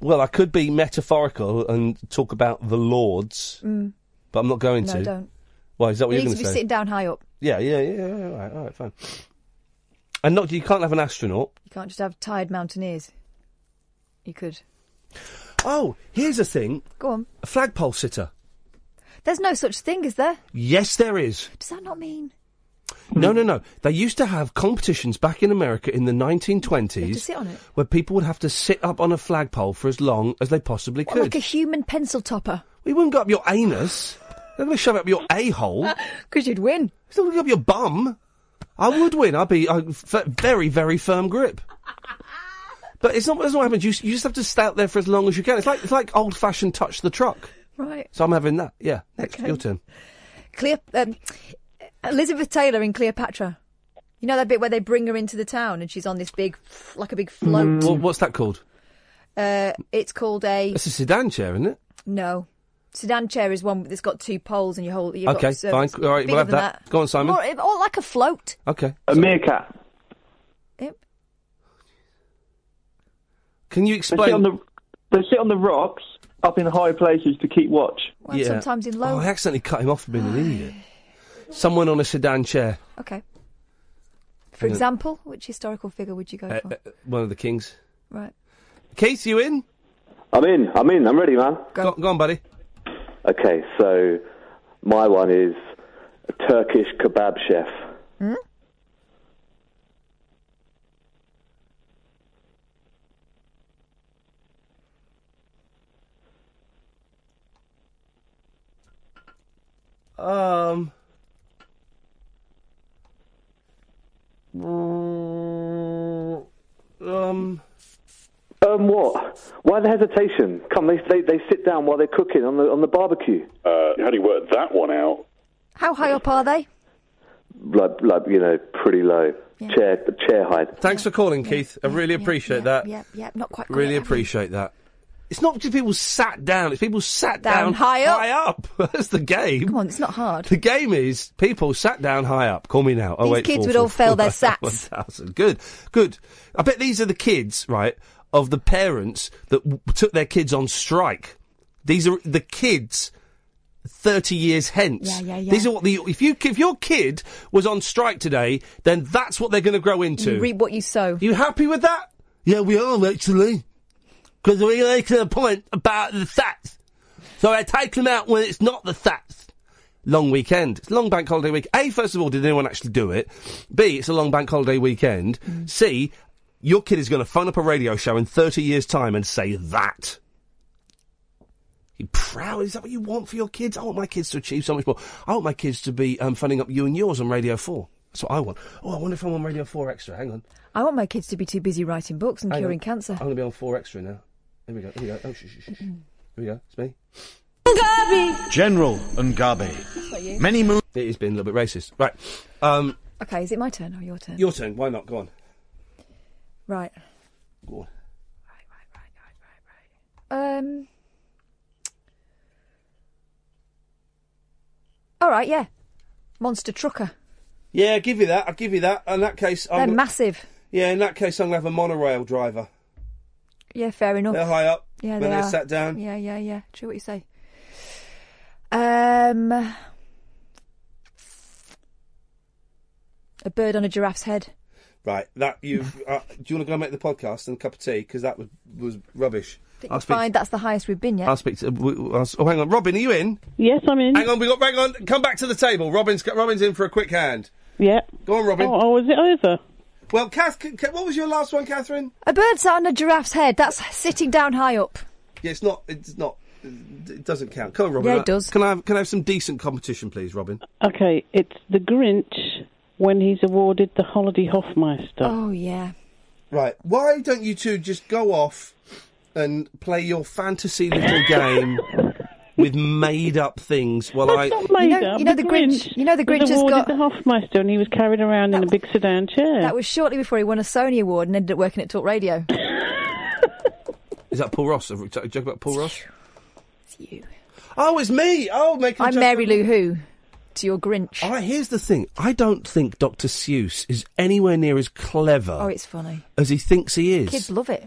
[SPEAKER 3] Well, I could be metaphorical and talk about the lords,
[SPEAKER 16] Mm.
[SPEAKER 3] but I'm not going
[SPEAKER 16] No,
[SPEAKER 3] to.
[SPEAKER 16] don't.
[SPEAKER 3] Why is that? What
[SPEAKER 16] you
[SPEAKER 3] you're
[SPEAKER 16] need
[SPEAKER 3] going
[SPEAKER 16] to be
[SPEAKER 3] say?
[SPEAKER 16] sitting down high up.
[SPEAKER 3] Yeah, yeah, yeah. yeah, All right, all right, fine. And not you can't have an astronaut.
[SPEAKER 16] You can't just have tired mountaineers. You could.
[SPEAKER 3] Oh, here's a thing:
[SPEAKER 16] Go on.
[SPEAKER 3] a flagpole sitter.
[SPEAKER 16] There's no such thing, is there?
[SPEAKER 3] Yes, there is.
[SPEAKER 16] Does that not mean?
[SPEAKER 3] No, no, no. They used to have competitions back in America in the 1920s
[SPEAKER 16] You have to sit on it?
[SPEAKER 3] where people would have to sit up on a flagpole for as long as they possibly
[SPEAKER 16] What,
[SPEAKER 3] could.
[SPEAKER 16] like a human pencil topper?
[SPEAKER 3] We wouldn't go up your anus. They're going to shove up your a hole.
[SPEAKER 16] Because you'd win.
[SPEAKER 3] It's not going to go up your bum. I would win. I'd be a f- very, very firm grip. But it's not. That's not what happens. You, s- you just have to stay out there for as long as you can. It's like it's like old fashioned touch the truck.
[SPEAKER 16] Right.
[SPEAKER 3] So I'm having that. Yeah. Next,
[SPEAKER 16] Okay.
[SPEAKER 3] your turn.
[SPEAKER 16] Cleop um, Elizabeth Taylor in Cleopatra. You know that bit where they bring her into the town and she's on this big, like a big float.
[SPEAKER 3] Wha- what's that called?
[SPEAKER 16] Uh, it's called a
[SPEAKER 3] It's a sedan chair, isn't it?
[SPEAKER 16] no. Sedan chair is one that's got two poles and you hold. You've
[SPEAKER 3] Okay,
[SPEAKER 16] got, so
[SPEAKER 3] fine.
[SPEAKER 16] it's
[SPEAKER 3] All right,
[SPEAKER 16] bigger
[SPEAKER 3] we'll have
[SPEAKER 16] than
[SPEAKER 3] that. Go on, Simon.
[SPEAKER 16] More, or like a float.
[SPEAKER 3] Okay.
[SPEAKER 8] A meerkat.
[SPEAKER 3] Can you
[SPEAKER 8] They sit
[SPEAKER 3] explain?
[SPEAKER 8] on the, they sit on the rocks up in high places to keep watch.
[SPEAKER 16] Well, sometimes in low.
[SPEAKER 3] Oh, I accidentally cut him off for being an idiot. Someone on a sedan chair.
[SPEAKER 16] Okay. For
[SPEAKER 3] Yeah.
[SPEAKER 16] example, which historical figure would you go
[SPEAKER 3] Uh,
[SPEAKER 16] for?
[SPEAKER 3] uh, one of the kings.
[SPEAKER 16] right.
[SPEAKER 3] Keith, you in?
[SPEAKER 9] I'm in. I'm in. I'm ready, man.
[SPEAKER 3] Go, go on, buddy.
[SPEAKER 9] Okay, so my one is a Turkish kebab chef.
[SPEAKER 3] Um. Um.
[SPEAKER 8] Um,
[SPEAKER 9] Um, what? Why Why the hesitation? Come, they, they, they sit down while they're cooking on the on the barbecue.
[SPEAKER 10] Uh, how do you work that one out?
[SPEAKER 16] How high up are they?
[SPEAKER 9] Like, like you know, pretty low. Chair chair height.
[SPEAKER 3] Thanks for calling, Keith. I really appreciate that.
[SPEAKER 16] Yep, yep, not quite.
[SPEAKER 3] Really appreciate that. It's not just people sat down. It's people sat
[SPEAKER 16] Down,
[SPEAKER 3] down,
[SPEAKER 16] high up.
[SPEAKER 3] That's the game.
[SPEAKER 16] Come on, it's not hard.
[SPEAKER 3] The game is people sat down high up. Call me now. Oh,
[SPEAKER 16] These kids would all fail their SATs.
[SPEAKER 3] 1000. Good, good. I bet these are the kids, right, of the parents that w- took their kids on strike. These are the kids. Thirty years hence,
[SPEAKER 11] Yeah, yeah, yeah.
[SPEAKER 3] these are what the if you if your kid was on strike today, then that's what they're going to grow into.
[SPEAKER 16] You reap what you sow.
[SPEAKER 3] You happy with that? Yeah, we are actually. Because we're going to the point about the sats. So I take them out when it's not the sats. Long weekend. It's a long bank holiday week. A, first of all, did anyone actually do it? B, it's a long bank holiday weekend. C, your kid is going to phone up a radio show in 30 years' time and say that. You proud? Is that what you want for your kids? I want my kids to achieve so much more. I want my kids to be um, phoning up you and yours on Radio 4. That's what I want. Oh, I wonder if I'm on Radio 4 Extra. Hang on.
[SPEAKER 16] I want my kids to be too busy writing books and
[SPEAKER 3] Hang
[SPEAKER 16] curing
[SPEAKER 3] on.
[SPEAKER 16] cancer.
[SPEAKER 3] I'm going to be on four extra now. Here we go. Here we go. Oh, shh, shh, shh. shh. Here we go. It's me.
[SPEAKER 13] General Ngabe.
[SPEAKER 16] That's not you.
[SPEAKER 3] Many moons. It has been a little bit racist. Right. Um,
[SPEAKER 16] Okay, is it my turn or your turn?
[SPEAKER 3] your turn. Why not? Go on.
[SPEAKER 16] Right.
[SPEAKER 3] Go on.
[SPEAKER 16] Um. All right, yeah. Monster trucker.
[SPEAKER 3] Yeah, I'll give you that. I'll give you that. In that case,
[SPEAKER 16] They're
[SPEAKER 3] I'm gonna-
[SPEAKER 16] massive.
[SPEAKER 3] yeah. In that case, I'm gonna have a monorail driver.
[SPEAKER 16] Yeah, fair enough.
[SPEAKER 3] They're high up.
[SPEAKER 16] Yeah,
[SPEAKER 3] when
[SPEAKER 16] they
[SPEAKER 3] are
[SPEAKER 16] are.
[SPEAKER 3] sat down.
[SPEAKER 16] Yeah, yeah, yeah. True what you say. Um, a bird on a giraffe's head.
[SPEAKER 3] Right. That you. uh, do you want to go and make the podcast and a cup of tea? Because that was was rubbish.
[SPEAKER 16] Think
[SPEAKER 3] I'll
[SPEAKER 16] you
[SPEAKER 3] speak.
[SPEAKER 16] find that's the highest we've been yet.
[SPEAKER 3] I'll speak to. w- w- I'll s- oh, hang on, Robin. Are you in?
[SPEAKER 14] Yes, I'm in.
[SPEAKER 3] Hang on. We got. Hang on. Come back to the table. Robin's. Robin's in for a quick hand.
[SPEAKER 14] Yeah.
[SPEAKER 3] Go on, Robin.
[SPEAKER 14] Oh, oh, is it over?
[SPEAKER 3] Well, Kath, c- c- what was your last one, Catherine?
[SPEAKER 16] A bird sat on a giraffe's head. That's sitting down high up.
[SPEAKER 3] Yeah, it's not. It's not. It doesn't count. Come on, Robin.
[SPEAKER 14] Yeah, it
[SPEAKER 3] Uh,
[SPEAKER 14] does.
[SPEAKER 3] Can I have, can I have some decent competition, please, Robin?
[SPEAKER 14] Okay, it's the Grinch when he's awarded the Holiday Hofmeister.
[SPEAKER 16] Oh yeah.
[SPEAKER 3] Right. Why don't you two just go off and play your fantasy little game with made-up things while I?
[SPEAKER 14] Made
[SPEAKER 16] you know,
[SPEAKER 14] up.
[SPEAKER 16] you know the Grinch. You know the
[SPEAKER 14] was
[SPEAKER 16] Grinch has
[SPEAKER 14] awarded
[SPEAKER 16] got.
[SPEAKER 14] the Hofmeister, and he was carried around in a big sedan chair.
[SPEAKER 16] That was shortly before he won a Sony award and ended up working at Talk Radio.
[SPEAKER 3] Is that Paul Ross? A r- joke about Paul Ross? It's you. Oh, it's me. Oh, make.
[SPEAKER 16] I'm Mary Lou Who. To your Grinch.
[SPEAKER 3] All right. Here's the thing. I don't think Dr. Seuss is anywhere near as clever
[SPEAKER 16] Oh, it's funny.
[SPEAKER 3] as he thinks he is.
[SPEAKER 16] Kids love it.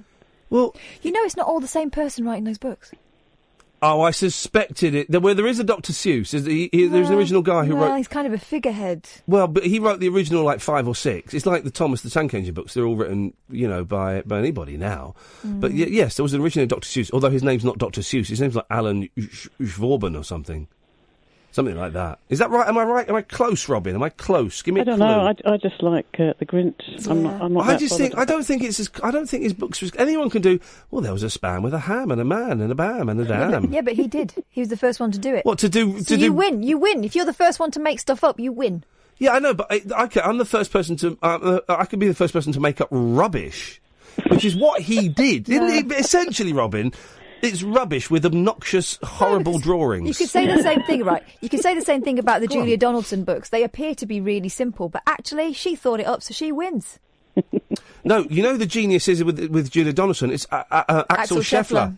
[SPEAKER 3] Well,
[SPEAKER 16] you know, it's not all the same person writing those books.
[SPEAKER 3] Oh, I suspected it. There, well, there is a Dr. Seuss. Is he, he, there's an
[SPEAKER 16] Well,
[SPEAKER 3] original guy who
[SPEAKER 16] well,
[SPEAKER 3] wrote.
[SPEAKER 16] He's kind of a figurehead.
[SPEAKER 3] Well, but he wrote the original like five or six. It's like the Thomas the Tank Engine books. They're all written, you know, by by anybody now.
[SPEAKER 16] Mm.
[SPEAKER 3] But y- yes, there was an original Dr. Seuss. Although his name's not Dr. Seuss. His name's like Alan Sch- Schwarben or something, something like that. Is that right? Am I right? Am I close, Robin? Am I close? Give
[SPEAKER 14] I
[SPEAKER 3] me. a
[SPEAKER 14] don't
[SPEAKER 3] clue.
[SPEAKER 14] know. I, I just like uh, the Grinch. I'm not. I'm not
[SPEAKER 3] I
[SPEAKER 14] that
[SPEAKER 3] just
[SPEAKER 14] bothered
[SPEAKER 3] think I don't think it's as I don't think his books was anyone can do. Well, there was a spam with a ham and a man and a bam and a
[SPEAKER 16] Yeah,
[SPEAKER 3] dam.
[SPEAKER 16] but, yeah, but he did. He was the first one to do it.
[SPEAKER 3] Um, What to do?
[SPEAKER 16] So
[SPEAKER 3] to
[SPEAKER 16] you
[SPEAKER 3] do
[SPEAKER 16] win. You win. If you're the first one to make stuff up, you win.
[SPEAKER 3] Yeah, I know, but I, I ca- I'm the first person to. Uh, uh, I could be the first person to make up rubbish, which is what he did. Didn't he? But Essentially, Robin, it's rubbish with obnoxious, horrible drawings.
[SPEAKER 16] You could say the same thing, right? You could say the same thing about the Julia Donaldson books. They appear to be really simple, but actually, she thought it up, so she wins.
[SPEAKER 3] No, you know the genius is with with Julia Donaldson. It's uh, uh, uh,
[SPEAKER 16] Axel
[SPEAKER 3] Axel, Scheffler.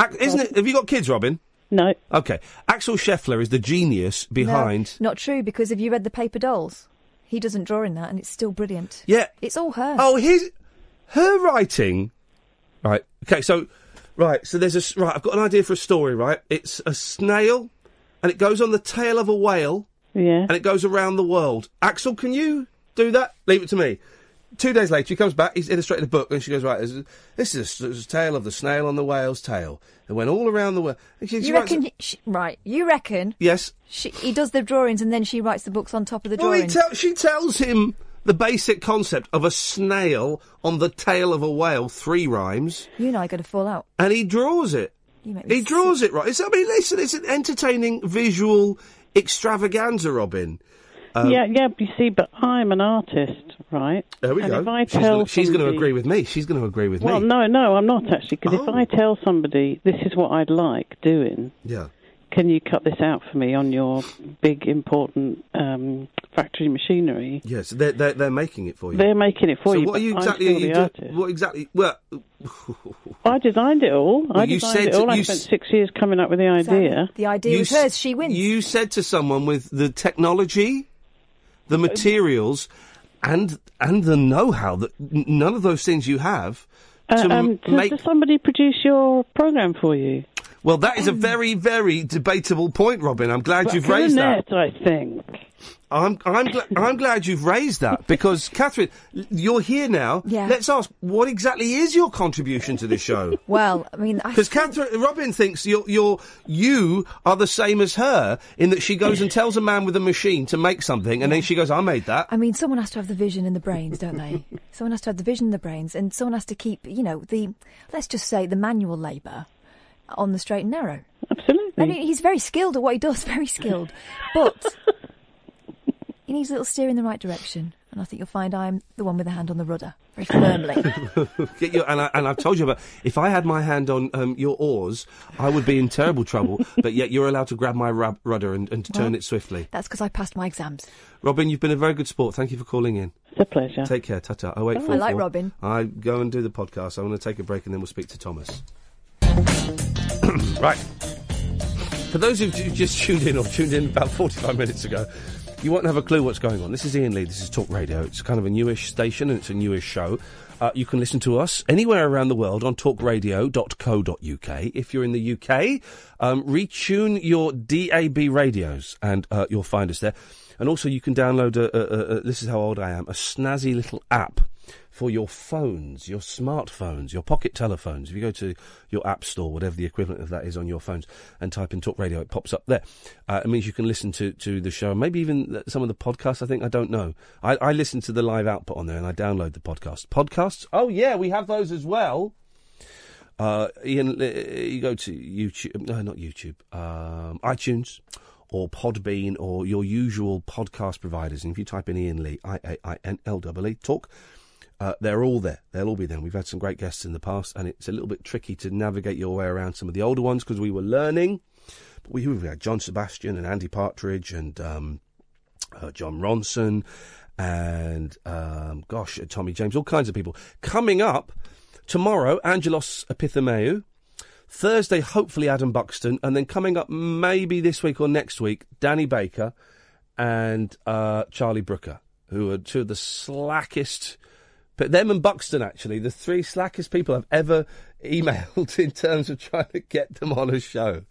[SPEAKER 16] Scheffler.
[SPEAKER 3] Ac- isn't it? Have you got kids, Robin?
[SPEAKER 14] No.
[SPEAKER 3] Okay, Axel Scheffler is the genius
[SPEAKER 16] No,
[SPEAKER 3] behind.
[SPEAKER 16] not true, because have you read the Paper Dolls? He doesn't draw in that, and it's still brilliant.
[SPEAKER 3] Yeah.
[SPEAKER 16] It's all her.
[SPEAKER 3] Oh, his her writing. Right. Okay. So, right. So there's a s- right. I've got an idea for a story. Right. It's a snail, and it goes on the tail of a whale.
[SPEAKER 14] Yeah.
[SPEAKER 3] And it goes around the world. Axel, can you do that? Leave it to me. Two days later, he comes back. He's illustrated a book, and she goes, "Right, this is- this is a s- this is a tale of the snail on the whale's tail." It went all around the world. And she- she
[SPEAKER 16] you
[SPEAKER 3] writes-
[SPEAKER 16] reckon? She, right. You reckon?
[SPEAKER 3] Yes.
[SPEAKER 16] She, he does the drawings, and then she writes the books on top of the
[SPEAKER 3] Well, he
[SPEAKER 16] drawings.
[SPEAKER 3] tell, she tells him the basic concept of a snail on the tail of a whale. Three rhymes.
[SPEAKER 16] you and I are going to fall out.
[SPEAKER 3] and he draws it.
[SPEAKER 16] You make me
[SPEAKER 3] He draws it right. It's, I mean, listen, it's an entertaining visual extravaganza, Robin. Um,
[SPEAKER 14] yeah, yeah, but you see, but I'm an artist, right?
[SPEAKER 3] There we
[SPEAKER 14] and
[SPEAKER 3] go.
[SPEAKER 14] If I
[SPEAKER 3] she's
[SPEAKER 14] tell
[SPEAKER 3] gonna, she's gonna
[SPEAKER 14] somebody-
[SPEAKER 3] agree with me. She's going to agree with
[SPEAKER 14] Well,
[SPEAKER 3] me. Oh.
[SPEAKER 14] no, no, I'm not actually, because if I tell somebody this is what I'd like doing,
[SPEAKER 3] Yeah.
[SPEAKER 14] can you cut this out for me on your big important um, factory machinery?
[SPEAKER 3] Yes, they're, they're they're making it for you.
[SPEAKER 14] They're making it for
[SPEAKER 3] so
[SPEAKER 14] you,
[SPEAKER 3] what are
[SPEAKER 14] but
[SPEAKER 3] you
[SPEAKER 14] I'm
[SPEAKER 3] exactly?
[SPEAKER 14] still
[SPEAKER 3] are you
[SPEAKER 14] the
[SPEAKER 3] do- what exactly? Well,
[SPEAKER 14] I designed it all.
[SPEAKER 3] Well,
[SPEAKER 14] I
[SPEAKER 3] you
[SPEAKER 14] designed
[SPEAKER 3] said
[SPEAKER 14] it all.
[SPEAKER 3] you
[SPEAKER 14] I
[SPEAKER 3] s-
[SPEAKER 14] spent six years coming up with the idea.
[SPEAKER 16] The idea
[SPEAKER 3] You
[SPEAKER 16] was
[SPEAKER 3] s-
[SPEAKER 16] hers. She wins.
[SPEAKER 3] you said to someone with the technology, the materials, and and the know-how that n- none of those things you have to
[SPEAKER 14] Uh,
[SPEAKER 3] m-
[SPEAKER 14] um, does,
[SPEAKER 3] make.
[SPEAKER 14] does somebody produce your program for you?
[SPEAKER 3] Well, that is a very very debatable point, Robin. I'm glad
[SPEAKER 14] Well,
[SPEAKER 3] you've raised that.
[SPEAKER 14] Gwinnett, I think.
[SPEAKER 3] I'm I'm gla- I'm glad you've raised that because Catherine, l- you're here now.
[SPEAKER 16] Yeah.
[SPEAKER 3] Let's ask what exactly is your contribution to the show.
[SPEAKER 16] Well, I mean, I,
[SPEAKER 3] Because Catherine Robin thinks you're, you're, you are the same as her in that she goes and tells a man with a machine to make something, and then she goes, "I made that."
[SPEAKER 16] I mean, someone has to have the vision and the brains, don't they? someone has to have the vision and the brains, and someone has to keep, you know, the let's just say the manual labour on the straight and narrow.
[SPEAKER 14] Absolutely.
[SPEAKER 16] And he- he's very skilled at what he does. Very skilled, but he needs a little steer in the right direction. And I think you'll find I'm the one with the hand on the rudder very firmly.
[SPEAKER 3] Get your, and, I, and I've told you about. If I had my hand on um, your oars, I would be in terrible trouble. but yet you're allowed to grab my rub- rudder and, and to turn
[SPEAKER 16] Well.
[SPEAKER 3] it swiftly.
[SPEAKER 16] That's because I passed my exams.
[SPEAKER 3] Robin, you've been a very good sport. Thank you for calling in.
[SPEAKER 14] It's a pleasure.
[SPEAKER 3] Take care. Tata. Oh wait.
[SPEAKER 16] Oh, I like Robin.
[SPEAKER 3] I go and do the podcast. I want to take a break and then we'll speak to Thomas. right. For those who've ju- just tuned in or tuned in about 45 minutes ago, you won't have a clue what's going on. This is Ian Lee. This is Talk Radio. It's kind of a newish station and it's a newish show. Uh, you can listen to us anywhere around the world on talkradio.co.uk. If you're in the UK, um, retune your DAB radios and uh, you'll find us there. And also, you can download a, a, a, a this is how old I am a snazzy little app for your phones, your smartphones, your pocket telephones. If you go to your app store, whatever the equivalent of that is on your phones, and type in Talk Radio, it pops up there. Uh, it means you can listen to, to the show, maybe even th- some of the podcasts. I think I don't know. I, I listen to the live output on there, and I download the podcast. Podcasts? Oh yeah, we have those as well. Uh, Ian, uh, you go to YouTube, no, not YouTube, um, iTunes or Podbean or your usual podcast providers. And if you type in Ian Lee, I A I N L E E, talk, uh, they're all there. They'll all be there. And We've had some great guests in the past, and it's a little bit tricky to navigate your way around some of the older ones because we were learning. But we, we had John Sebastian and Andy Partridge and um, uh, John Ronson and um, gosh, uh, Tommy James, all kinds of people. Coming up tomorrow, Angelos Epithameu. Thursday, hopefully Adam Buxton, and then coming up maybe this week or next week, Danny Baker and uh, Charlie Brooker, who are two of the slackest. But them and Buxton, actually, the three slackest people I've ever emailed in terms of trying to get them on a show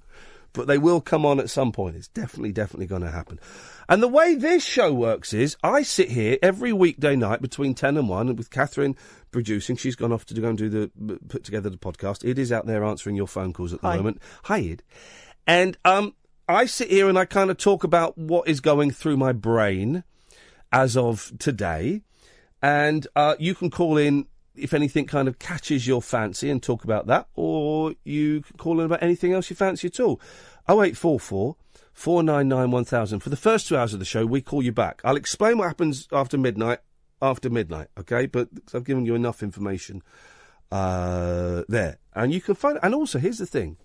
[SPEAKER 3] but they will come on at some point. It's definitely, definitely going to happen. And the way this show works is I sit here every weekday night between 10 and 1 with Catherine producing. She's gone off to go and do the, put together the podcast. Id is out there answering your phone calls at the
[SPEAKER 11] Hi.
[SPEAKER 3] moment. Hi, Id. And, um, I sit here and I kind of talk about what is going through my brain as of today. And uh, you can call in if anything kind of catches your fancy and talk about that, or you can call in about anything else you fancy at all. 0844 499 1000. For the first two hours of the show, we call you back. I'll explain what happens after midnight, after midnight, okay? But 'cause I've given you enough information uh, there. And you can find, and also, here's the thing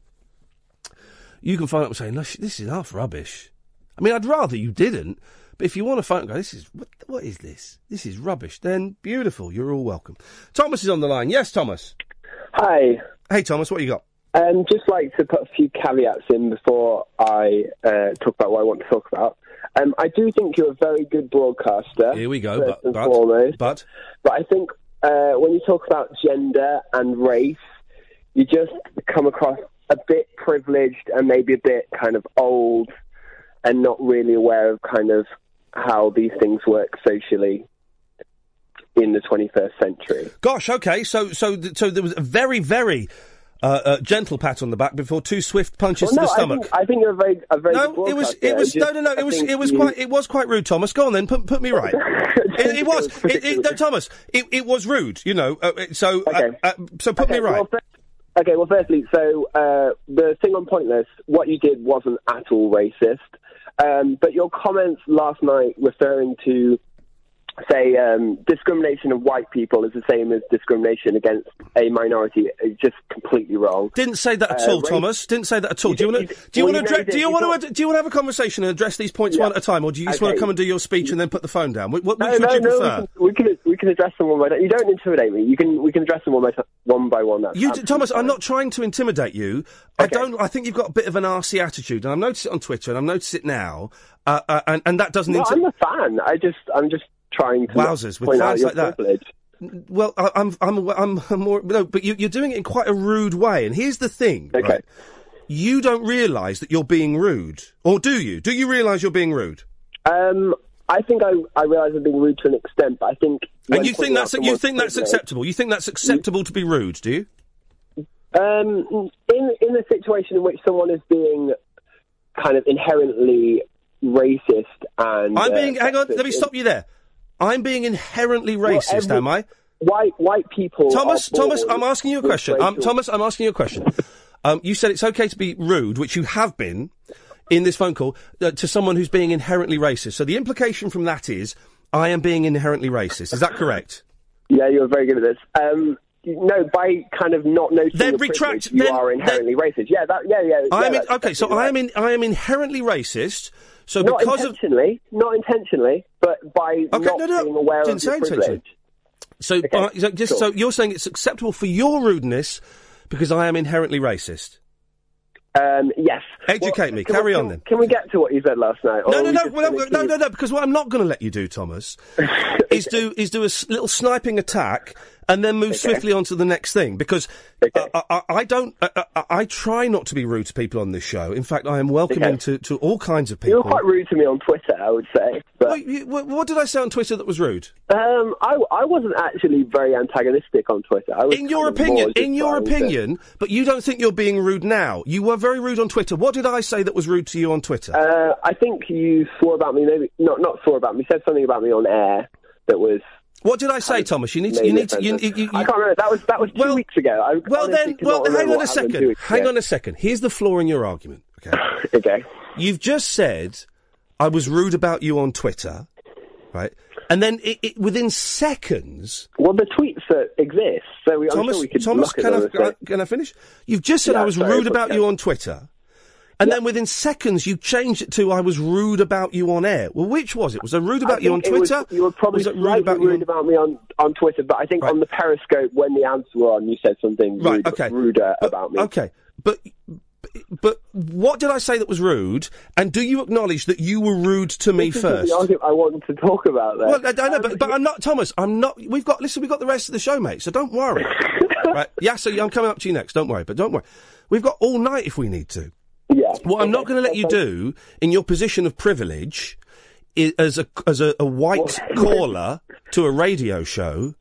[SPEAKER 3] you can phone up and say, "No, sh- this is half rubbish." I mean, I'd rather you didn't, but if you want to phone up and go, "This is what, what is this? This is rubbish," then beautiful, you're all welcome. Thomas is on the line. Yes, Thomas.
[SPEAKER 15] Hi.
[SPEAKER 3] Hey, Thomas. What you got?
[SPEAKER 15] Um, just like to put a few caveats in before I uh, talk about what I want to talk about. Um, I do think you're a very good broadcaster.
[SPEAKER 3] Here we go,
[SPEAKER 15] first
[SPEAKER 3] but-
[SPEAKER 15] and
[SPEAKER 3] but-
[SPEAKER 15] foremost.
[SPEAKER 3] but
[SPEAKER 15] but I think uh, when you talk about gender and race, you just come across a bit privileged and maybe a bit kind of old and not really aware of kind of how these things work socially in the 21st century.
[SPEAKER 3] Gosh, okay. So, so, th- so there was a very, very uh, uh, gentle pat on the back before two swift punches
[SPEAKER 15] Well,
[SPEAKER 3] to the
[SPEAKER 15] no, I
[SPEAKER 3] stomach.
[SPEAKER 15] think, I think you're a very, a very
[SPEAKER 3] No,
[SPEAKER 15] good
[SPEAKER 3] it was,
[SPEAKER 15] broadcaster.
[SPEAKER 3] it was,
[SPEAKER 15] I just-
[SPEAKER 3] no, no, no.
[SPEAKER 15] I
[SPEAKER 3] It was,
[SPEAKER 15] think
[SPEAKER 3] it was
[SPEAKER 15] you-
[SPEAKER 3] quite, it was quite rude, Thomas. Go on then, put, put me right. it, it was, it, it, no, Thomas. It, it was rude, you know. Uh, it- so, uh, uh, so put me right.
[SPEAKER 15] Well, fir- okay, well, firstly, so uh, the thing on Pointless, what you did wasn't at all racist. Um, but your comments last night referring to, say, um, discrimination of white people is the same as discrimination against a minority is just completely wrong.
[SPEAKER 3] Didn't say that at
[SPEAKER 15] Uh,
[SPEAKER 3] all,
[SPEAKER 15] race-
[SPEAKER 3] Thomas. Didn't say that at all. Do you
[SPEAKER 15] Well,
[SPEAKER 3] want to?
[SPEAKER 15] you-
[SPEAKER 3] Do you
[SPEAKER 15] well,
[SPEAKER 3] want
[SPEAKER 15] you know
[SPEAKER 3] to?
[SPEAKER 15] you
[SPEAKER 3] Do you
[SPEAKER 15] did.
[SPEAKER 3] want
[SPEAKER 15] You
[SPEAKER 3] to? Do you want to have a conversation and address these points one at a time, or do you just want to
[SPEAKER 15] Okay.
[SPEAKER 3] come and do your speech and then put the phone down? Which, which
[SPEAKER 15] No,
[SPEAKER 3] would
[SPEAKER 15] no,
[SPEAKER 3] you
[SPEAKER 15] no,
[SPEAKER 3] prefer?
[SPEAKER 15] We can, we can we can address them one by one. You don't intimidate me. You can we can address them one by one by one. That's
[SPEAKER 3] You,
[SPEAKER 15] absolutely
[SPEAKER 3] Thomas,
[SPEAKER 15] fine.
[SPEAKER 3] I'm not trying to intimidate you. I don't. I think you've got a bit of an arsey attitude, and I've noticed it on Twitter, and I've noticed it now, uh, uh, and, and that doesn't.
[SPEAKER 15] No,
[SPEAKER 3] inti-
[SPEAKER 15] I'm a fan. I just I'm just trying to
[SPEAKER 3] Wowzers, with
[SPEAKER 15] point out
[SPEAKER 3] fans
[SPEAKER 15] your
[SPEAKER 3] like that.
[SPEAKER 15] privilege.
[SPEAKER 3] Well, I, I'm, I'm, I'm, I'm more. No, but you, you're doing it in quite a rude way. And here's the thing. Okay. You don't realise that you're being rude, or do you? Do you realise you're being rude?
[SPEAKER 15] Um, I think I I realise I'm being rude to an extent, but I think when
[SPEAKER 3] and you think
[SPEAKER 15] pointing out
[SPEAKER 3] that's you
[SPEAKER 15] someone's
[SPEAKER 3] think that's
[SPEAKER 15] privilege-
[SPEAKER 3] acceptable? You think that's acceptable to be rude? Do you?
[SPEAKER 15] Um, in in a situation in which someone is being kind of inherently racist and
[SPEAKER 3] I'm
[SPEAKER 15] uh,
[SPEAKER 3] being. Hang on.
[SPEAKER 15] sexist
[SPEAKER 3] Let me
[SPEAKER 15] in-
[SPEAKER 3] stop you there. I'm being inherently
[SPEAKER 15] Well,
[SPEAKER 3] racist,
[SPEAKER 15] every-
[SPEAKER 3] am I?
[SPEAKER 15] White white people.
[SPEAKER 3] Thomas,
[SPEAKER 15] are born
[SPEAKER 3] Thomas, I'm asking you a
[SPEAKER 15] with
[SPEAKER 3] question. Um,
[SPEAKER 15] racial-
[SPEAKER 3] Thomas, I'm asking you a question. Um, you said it's okay to be rude, which you have been in this phone call, uh, to someone who's being inherently racist. So the implication from that is, I am being inherently racist. Is that correct?
[SPEAKER 15] Yeah, you're very good at this. Um, no, by kind of not noticing
[SPEAKER 3] Then
[SPEAKER 15] your
[SPEAKER 3] retract-
[SPEAKER 15] privilege, you
[SPEAKER 3] then-
[SPEAKER 15] are inherently racist. Yeah, that, yeah, yeah.
[SPEAKER 3] I'm
[SPEAKER 15] yeah,
[SPEAKER 3] in,
[SPEAKER 15] that's
[SPEAKER 3] okay. So I am in, I am inherently racist. So
[SPEAKER 15] not
[SPEAKER 3] because of
[SPEAKER 15] intentionally, not intentionally, but by not being aware
[SPEAKER 3] Didn't
[SPEAKER 15] of
[SPEAKER 3] say
[SPEAKER 15] your privilege.
[SPEAKER 3] intentionally. so, uh, so just so you're saying it's acceptable for your rudeness because I am inherently racist.
[SPEAKER 15] Um, yes.
[SPEAKER 3] Educate me.
[SPEAKER 15] Can we-
[SPEAKER 3] Carry
[SPEAKER 15] can-
[SPEAKER 3] on then.
[SPEAKER 15] Can we get to what you said last night? or
[SPEAKER 3] No,
[SPEAKER 15] are
[SPEAKER 3] no,
[SPEAKER 15] we
[SPEAKER 3] no,
[SPEAKER 15] just
[SPEAKER 3] well,
[SPEAKER 15] gonna
[SPEAKER 3] no, no,
[SPEAKER 15] keep-
[SPEAKER 3] no, no, because what I'm not going to let you do, Thomas, is do is do a s- little sniping attack and then move swiftly on to the next thing. Because uh, I, I, I don't, I, I, I try not to be rude to people on this show. In fact, I am welcoming to, to all kinds of
[SPEAKER 15] You
[SPEAKER 3] people.
[SPEAKER 15] were quite rude to me on Twitter, I would say. But
[SPEAKER 3] Wait, you- wh- what did I say on Twitter that was rude?
[SPEAKER 15] um, I, I wasn't actually very antagonistic on Twitter. I was
[SPEAKER 3] In your
[SPEAKER 15] kind of more
[SPEAKER 3] opinion,
[SPEAKER 15] just
[SPEAKER 3] in your
[SPEAKER 15] trying to-
[SPEAKER 3] opinion, but you don't think you're being rude now. You were very rude on Twitter. What did I say that was rude to you on Twitter?
[SPEAKER 15] Uh, I think you swore about me. Maybe not. Not swore about me. Said something about me on air that was.
[SPEAKER 3] What did I say, Thomas? You need to.
[SPEAKER 15] maybe
[SPEAKER 3] You need to. You, you,
[SPEAKER 15] offensive.
[SPEAKER 3] you,
[SPEAKER 15] I can't remember. That was that was two weeks ago. I
[SPEAKER 3] well,
[SPEAKER 15] honestly
[SPEAKER 3] then.
[SPEAKER 15] cannot
[SPEAKER 3] Well,
[SPEAKER 15] remember
[SPEAKER 3] hang on
[SPEAKER 15] what
[SPEAKER 3] a
[SPEAKER 15] happened two
[SPEAKER 3] second.
[SPEAKER 15] weeks
[SPEAKER 3] Hang
[SPEAKER 15] ago.
[SPEAKER 3] on a second. Here's the flaw in your argument. Okay.
[SPEAKER 15] okay.
[SPEAKER 3] You've just said I was rude about you on Twitter, right? And then it, it, within seconds.
[SPEAKER 15] Well, the tweets that exist, so we, I'm
[SPEAKER 3] Thomas,
[SPEAKER 15] sure we could
[SPEAKER 3] Thomas,
[SPEAKER 15] look at
[SPEAKER 3] can I,
[SPEAKER 15] them and
[SPEAKER 3] can I
[SPEAKER 15] say-
[SPEAKER 3] can I finish? You've just said
[SPEAKER 15] Yeah,
[SPEAKER 3] I was
[SPEAKER 15] sorry,
[SPEAKER 3] rude
[SPEAKER 15] but-
[SPEAKER 3] about you on Twitter, and then within seconds you changed it to I was rude about you on air. Well, which was it? Was I rude
[SPEAKER 15] I
[SPEAKER 3] about you on
[SPEAKER 15] think it was-
[SPEAKER 3] Twitter?
[SPEAKER 15] you were probably
[SPEAKER 3] was it rude
[SPEAKER 15] slightly
[SPEAKER 3] about you?
[SPEAKER 15] rude about me on, on Twitter, but I think on the Periscope when the ads were on, you said something
[SPEAKER 3] Right,
[SPEAKER 15] rude,
[SPEAKER 3] okay.
[SPEAKER 15] ruder about me.
[SPEAKER 3] Okay, but but what did I say that was rude? And do you acknowledge that you were rude to me
[SPEAKER 15] This is
[SPEAKER 3] first?
[SPEAKER 15] the argument I wanted to talk about Um, there.
[SPEAKER 3] Well, I, I know, but, but I'm not Thomas. I'm not. We've got listen. We've got the rest of the show, mate. So don't worry. right? Yeah. So I'm coming up to you next. Don't worry. But don't worry. We've got all night if we need to.
[SPEAKER 15] Yeah.
[SPEAKER 3] What I'm not going to let you do in your position of privilege, i as a as a, a white caller to a radio show,